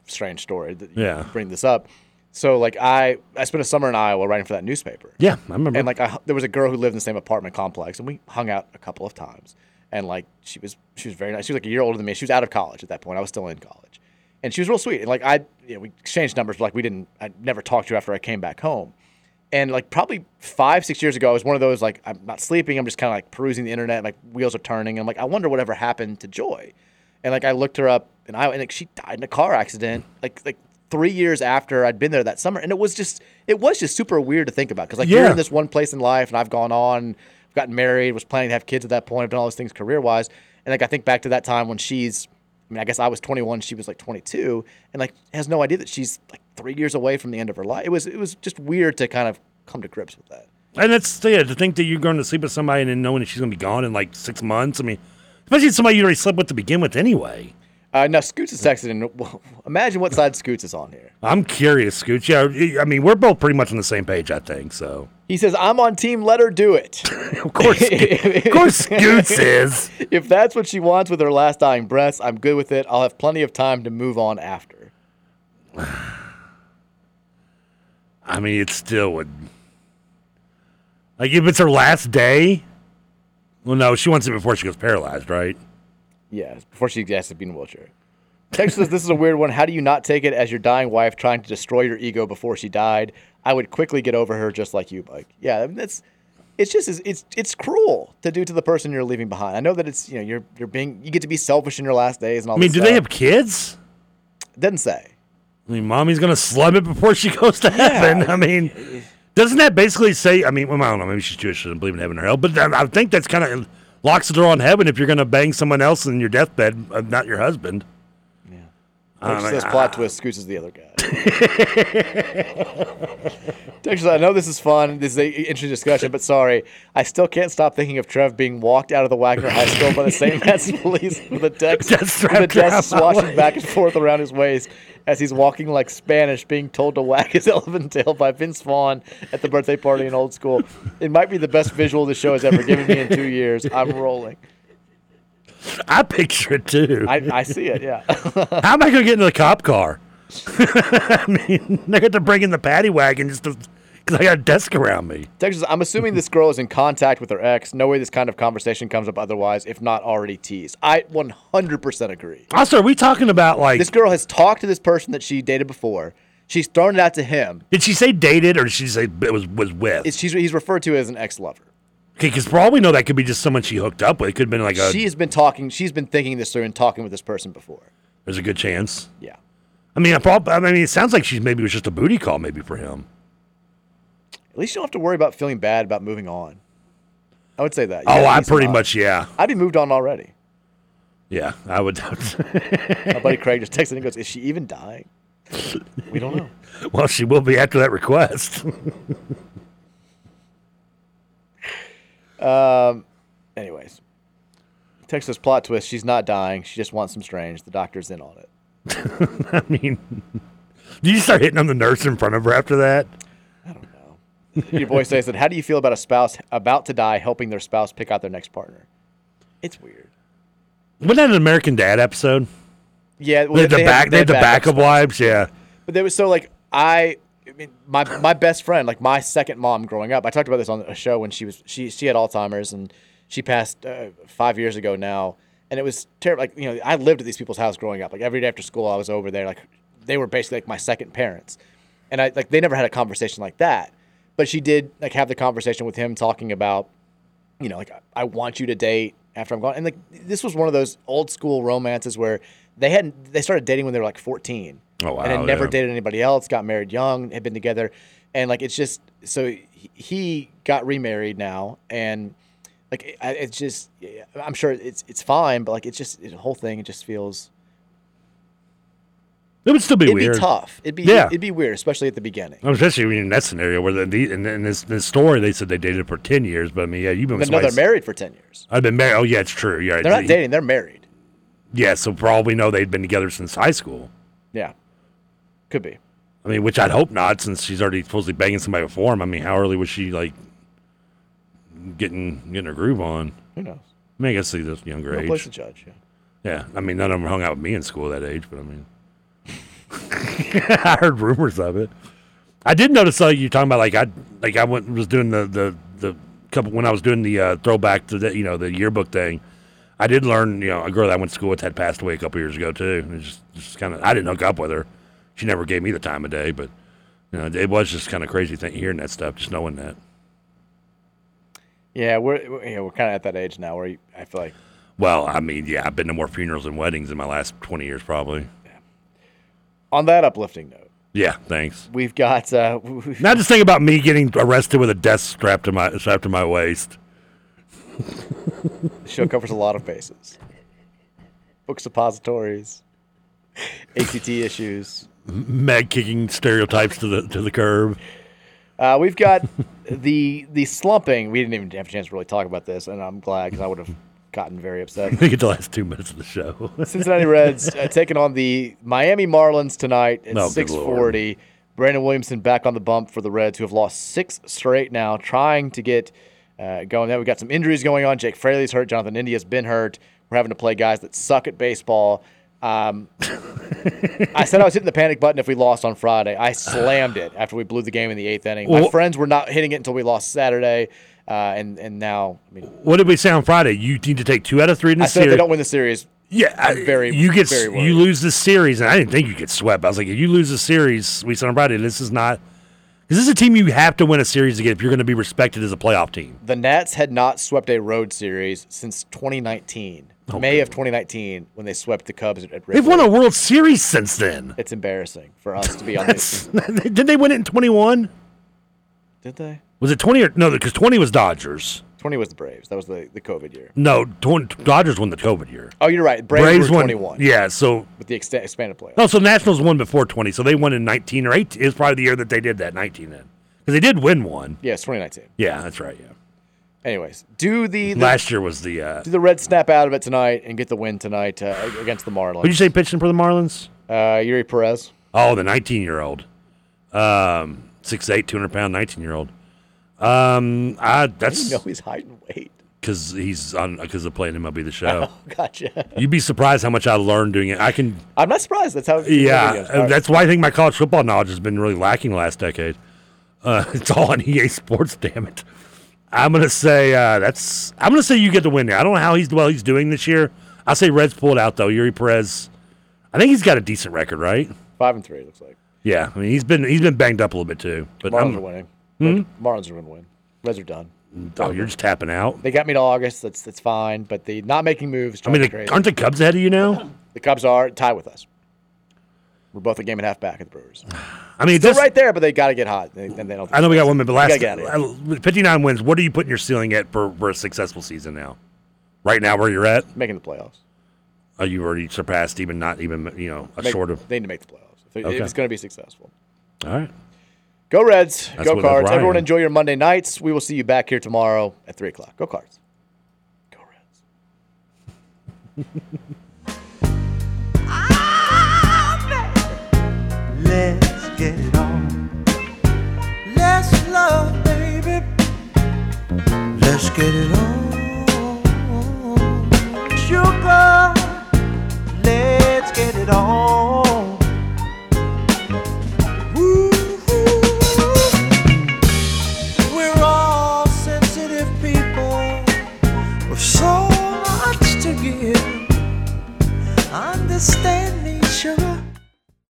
[SPEAKER 3] strange story that you
[SPEAKER 4] Yeah.
[SPEAKER 3] bring this up. So like I I spent a summer in Iowa writing for that newspaper.
[SPEAKER 4] Yeah, I remember.
[SPEAKER 3] And like I, there was a girl who lived in the same apartment complex and we hung out a couple of times. And like she was she was very nice. She was like a year older than me. She was out of college at that point. I was still in college. And she was real sweet. And like I you know, we exchanged numbers, but like we didn't I never talked to her after I came back home. And like probably five, six years ago, I was one of those like I'm not sleeping, I'm just kinda like perusing the internet, like wheels are turning. I'm like, I wonder whatever happened to Joy. And like I looked her up and I and like she died in a car accident like like three years after I'd been there that summer. And it was just it was just super weird to think about because like you're
[SPEAKER 4] Yeah.
[SPEAKER 3] in this one place in life and I've gone on, gotten married, was planning to have kids at that point, I've done all those things career wise. And like I think back to that time when she's I mean, I guess I was 21, she was like 22, and like has no idea that she's like three years away from the end of her life. It was it was just weird to kind of come to grips with that.
[SPEAKER 4] And that's yeah, to think that you're going to sleep with somebody and then knowing that she's going to be gone in like six months. I mean, especially somebody you already slept with to begin with anyway.
[SPEAKER 3] Uh, now Scoots is texting, and well, imagine what side Scoots is on here.
[SPEAKER 4] I'm curious, Scooch. Yeah, I mean, we're both pretty much on the same page, I think. So,
[SPEAKER 3] He says, "I'm on team. Let her do it."
[SPEAKER 4] of course, of course, Scoots is.
[SPEAKER 3] If that's what she wants with her last dying breaths, I'm good with it. I'll have plenty of time to move on after.
[SPEAKER 4] I mean, it still would. Like, if it's her last day. Well, no, she wants it before she goes paralyzed, right?
[SPEAKER 3] Yeah, before she has to be in a wheelchair. Text says, This is a weird one. How do you not take it as your dying wife trying to destroy your ego before she died? I would quickly get over her just like you, Mike. Yeah, I mean, that's. It's just it's it's cruel to do to the person you're leaving behind. I know that it's you know you're you're being you get to be selfish in your last days and all.
[SPEAKER 4] I mean,
[SPEAKER 3] this
[SPEAKER 4] do
[SPEAKER 3] stuff.
[SPEAKER 4] they have kids?
[SPEAKER 3] Doesn't say.
[SPEAKER 4] I mean, mommy's gonna slum it before she goes to heaven. I mean, doesn't that basically say? I mean, well, I don't know. Maybe she's Jewish, she doesn't believe in heaven or hell. But I I think that's kind of locks the door on heaven if you're gonna bang someone else in your deathbed, uh, not your husband. Yeah.
[SPEAKER 3] Which says plot twist, Scoots is the other guy. Text says, I know this is fun. This is an interesting discussion, but sorry. I still can't stop thinking of Trev being walked out of the Wagner High School by the same Mets police with a text with a
[SPEAKER 4] strapped around my
[SPEAKER 3] desk swashing
[SPEAKER 4] waist.
[SPEAKER 3] back and forth around his waist as he's walking like Spanish, being told to wag his elephant tail by Vince Vaughn at the birthday party in old school. It might be the best visual the show has ever given me in two years. I'm rolling.
[SPEAKER 4] I picture it too.
[SPEAKER 3] I, I see it, yeah.
[SPEAKER 4] How am I going to get into the cop car? I mean, I got to bring in the paddy wagon just because I got a desk around me.
[SPEAKER 3] Texas, I'm assuming this girl is in contact with her ex. No way this kind of conversation comes up otherwise, if not already teased. I 100% agree.
[SPEAKER 4] Also, are we talking about like?
[SPEAKER 3] This girl has talked to this person that she dated before. She's thrown it out to him.
[SPEAKER 4] Did she say dated or did she say it was was with?
[SPEAKER 3] It's, she's, he's referred to as an ex lover.
[SPEAKER 4] Okay, because for all we know, that could be just someone she hooked up with. It could have been like a.
[SPEAKER 3] She has been talking, she's been thinking this through and talking with this person before.
[SPEAKER 4] there's a good chance.
[SPEAKER 3] Yeah.
[SPEAKER 4] I mean, I, prob- I mean, it sounds like she's maybe it was just a booty call, maybe for him.
[SPEAKER 3] At least you don't have to worry about feeling bad about moving on. I would say that.
[SPEAKER 4] oh,
[SPEAKER 3] Yeah, at
[SPEAKER 4] I
[SPEAKER 3] least
[SPEAKER 4] pretty
[SPEAKER 3] not.
[SPEAKER 4] much yeah,
[SPEAKER 3] I'd be moved on already.
[SPEAKER 4] yeah. I would.
[SPEAKER 3] My buddy Craig just texted and goes, Is she even dying? We don't know.
[SPEAKER 4] well, she will be after that request.
[SPEAKER 3] Um, anyways, Texas plot twist. She's not dying. She just wants some strange. The doctor's in on it.
[SPEAKER 4] I mean, do you start hitting on the nurse in front of her after that?
[SPEAKER 3] Your boy says that. How do you feel about a spouse about to die helping their spouse pick out their next partner? It's weird.
[SPEAKER 4] Wasn't that an American Dad episode?
[SPEAKER 3] Yeah, well,
[SPEAKER 4] they had the
[SPEAKER 3] had-
[SPEAKER 4] back, they had the
[SPEAKER 3] had
[SPEAKER 4] backup wives. Yeah,
[SPEAKER 3] But they was so like I, I mean, my my best friend, like my second mom growing up. I talked about this on a show when she was she she had Alzheimer's and she passed uh, five years ago now, and it was terrible. Like you know, I lived at these people's house growing up. Like every day after school, I was over there. Like they were basically like my second parents, and I like they never had a conversation like that. But she did like have the conversation with him talking about you know, like I want you to date after I'm gone. And like this was one of those old school romances where they hadn't they started dating when they were like 14.
[SPEAKER 4] Oh,
[SPEAKER 3] And
[SPEAKER 4] wow,
[SPEAKER 3] had never
[SPEAKER 4] yeah.
[SPEAKER 3] dated anybody else. Got married young. Had been together, and like it's just so he- he got remarried now, and like I- it's just I'm sure it's it's fine, but like it's just the whole thing. It just feels
[SPEAKER 4] it would still be
[SPEAKER 3] it'd
[SPEAKER 4] weird.
[SPEAKER 3] be tough. It'd be
[SPEAKER 4] Yeah.
[SPEAKER 3] it'd be weird, especially at the beginning.
[SPEAKER 4] Especially when you're in that scenario where the, the in, in this, this story they said they dated for ten years, but I mean, yeah, you've been.
[SPEAKER 3] But
[SPEAKER 4] With
[SPEAKER 3] no, they're
[SPEAKER 4] somebody-
[SPEAKER 3] married for ten years.
[SPEAKER 4] I've been married. Oh yeah, it's true. Yeah,
[SPEAKER 3] They're not dating. They're married.
[SPEAKER 4] Yeah, so for all we know, they'd been together since high school.
[SPEAKER 3] Yeah, could be.
[SPEAKER 4] I mean, which I'd hope not, since she's already supposedly banging somebody before him. I mean, how early was she like getting getting her groove on?
[SPEAKER 3] Who knows?
[SPEAKER 4] I mean, I guess at this younger
[SPEAKER 3] No
[SPEAKER 4] age.
[SPEAKER 3] place to judge. Yeah.
[SPEAKER 4] Yeah, I mean, none of them hung out with me in school that age, but I mean, I heard rumors of it. I did notice like you talking about like I like I went was doing the the the couple when I was doing the uh, throwback to the you know the yearbook thing. I did learn you know a girl that I went to school with had passed away a couple years ago too. It's just, just kind of I didn't hook up with her. She never gave me the time of day, but you know it was just kind of crazy thing hearing that stuff, just knowing that.
[SPEAKER 3] Yeah, we're we're- yeah, we're kind of at that age now where you, I feel like
[SPEAKER 4] Well, I mean, yeah, I've been to more funerals and weddings in my last twenty years probably.
[SPEAKER 3] on that uplifting note,
[SPEAKER 4] Yeah, thanks.
[SPEAKER 3] we've got uh, we-
[SPEAKER 4] Now just think about me getting arrested with a desk strapped to my strapped to my waist.
[SPEAKER 3] the show covers a lot of bases: book suppositories, ACT issues.
[SPEAKER 4] Meg kicking stereotypes to the to the curb.
[SPEAKER 3] Uh, we've got the the slumping. We didn't even have a chance to really talk about this, and I'm glad because I would have gotten very upset.
[SPEAKER 4] Look at the last two minutes of the show.
[SPEAKER 3] Cincinnati Reds uh, taking on the Miami Marlins tonight at
[SPEAKER 4] Oh, good
[SPEAKER 3] 6:40. Brandon Williamson back on the bump for the Reds, who have lost six straight now, trying to get uh, going. There, we've got some injuries going on. Jake Fraley's hurt. Jonathan India's been hurt. We're having to play guys that suck at baseball. Um, I said I was hitting the panic button if we lost on Friday. I slammed it after we blew the game in the eighth inning. My
[SPEAKER 4] Well-
[SPEAKER 3] friends were not hitting it until we lost Saturday, uh, and and now I mean,
[SPEAKER 4] What did we say on Friday? You need to take two out of three in the
[SPEAKER 3] I said if
[SPEAKER 4] series.
[SPEAKER 3] they don't win the series.
[SPEAKER 4] Yeah,
[SPEAKER 3] I'm very
[SPEAKER 4] you get
[SPEAKER 3] very worried.
[SPEAKER 4] you lose the series, and I didn't think you could swept. I was like, if you lose the series, we said on Friday, this is not. This is a team you have to win a series to get if you're going to be respected as a playoff team.
[SPEAKER 3] The Nats had not swept a road series since 2019, May of 2019, when they swept the Cubs at Wrigley.
[SPEAKER 4] Oh, They've won a World Series since then.
[SPEAKER 3] It's embarrassing for us to be on
[SPEAKER 4] That's,
[SPEAKER 3] this.
[SPEAKER 4] did they win it in 21?
[SPEAKER 3] Did they?
[SPEAKER 4] Was it 20 or no? Because 20 was Dodgers.
[SPEAKER 3] 20 was the Braves. That was the, the COVID year.
[SPEAKER 4] No, 20, Dodgers won the COVID year.
[SPEAKER 3] Oh, you're right. Braves,
[SPEAKER 4] Braves
[SPEAKER 3] were
[SPEAKER 4] won-
[SPEAKER 3] 21.
[SPEAKER 4] yeah, Oh. so-
[SPEAKER 3] with the exta- expanded playoff.
[SPEAKER 4] No, so Nationals won before 20, so they won in 19 or 18. It was probably the year that they did that 19 then because they did win one.
[SPEAKER 3] Yes, 2019.
[SPEAKER 4] Yeah, that's right. Yeah,
[SPEAKER 3] Anyways, do the, the
[SPEAKER 4] last year was the. Uh,
[SPEAKER 3] do the Reds snap out of it tonight and get the win tonight uh, against the Marlins?
[SPEAKER 4] who'd you say pitching for the Marlins?
[SPEAKER 3] Uh, Yuri Perez.
[SPEAKER 4] Oh, the 19 year old. Um, 6'8, 200 pound, 19 year old. Um, I, that's
[SPEAKER 3] you know he's hiding weight.
[SPEAKER 4] because he's on because of playing MLB the show.
[SPEAKER 3] Gotcha.
[SPEAKER 4] You'd be surprised how much I learned doing it. I can,
[SPEAKER 3] I'm not surprised. That's how.
[SPEAKER 4] yeah,
[SPEAKER 3] All right.
[SPEAKER 4] that's why I think my college football knowledge has been really lacking the last decade. Uh, it's all on EA Sports, damn it. I'm gonna say uh, that's. I'm gonna say you get the win there. I don't know how he's well he's doing this year. I say Reds pulled out though. Yuri Perez, I think he's got a decent record, right?
[SPEAKER 3] five and three. It looks like
[SPEAKER 4] Yeah, I mean he's been he's been banged up a little bit too. But
[SPEAKER 3] Marlins
[SPEAKER 4] I'm,
[SPEAKER 3] are winning.
[SPEAKER 4] Hmm?
[SPEAKER 3] Marlins are going to win. Reds are done.
[SPEAKER 4] Oh, you're just tapping out.
[SPEAKER 3] They got me to August. That's that's fine. But the not making moves.
[SPEAKER 4] I mean,
[SPEAKER 3] drives me
[SPEAKER 4] the,
[SPEAKER 3] crazy.
[SPEAKER 4] aren't the Cubs ahead of you now?
[SPEAKER 3] The Cubs are tied with us. We're both a game and a half back at the Brewers.
[SPEAKER 4] I mean,
[SPEAKER 3] They're
[SPEAKER 4] this,
[SPEAKER 3] right there, but they got to get hot. They- and they don't
[SPEAKER 4] I know we got one minute, but
[SPEAKER 3] We gotta
[SPEAKER 4] last
[SPEAKER 3] get out
[SPEAKER 4] uh, 59 wins. What are you putting your ceiling at for, for a successful season now? Right now, where you're at,
[SPEAKER 3] making the playoffs.
[SPEAKER 4] are you Uh, already surpassed even not even you know a
[SPEAKER 3] Make-
[SPEAKER 4] short of?
[SPEAKER 3] They need to make the playoffs. If, they- if
[SPEAKER 4] Okay.
[SPEAKER 3] it's going to be successful.
[SPEAKER 4] All right,
[SPEAKER 3] Go Reds.
[SPEAKER 4] That's
[SPEAKER 3] go
[SPEAKER 4] what- that's
[SPEAKER 3] Cards.
[SPEAKER 4] Ryan.
[SPEAKER 3] Everyone enjoy your Monday nights. We will see you back here tomorrow at 3 o'clock. Go Cards.
[SPEAKER 8] Let's get it on. Let's love, baby. Let's get it on. Sugar, let's get it on.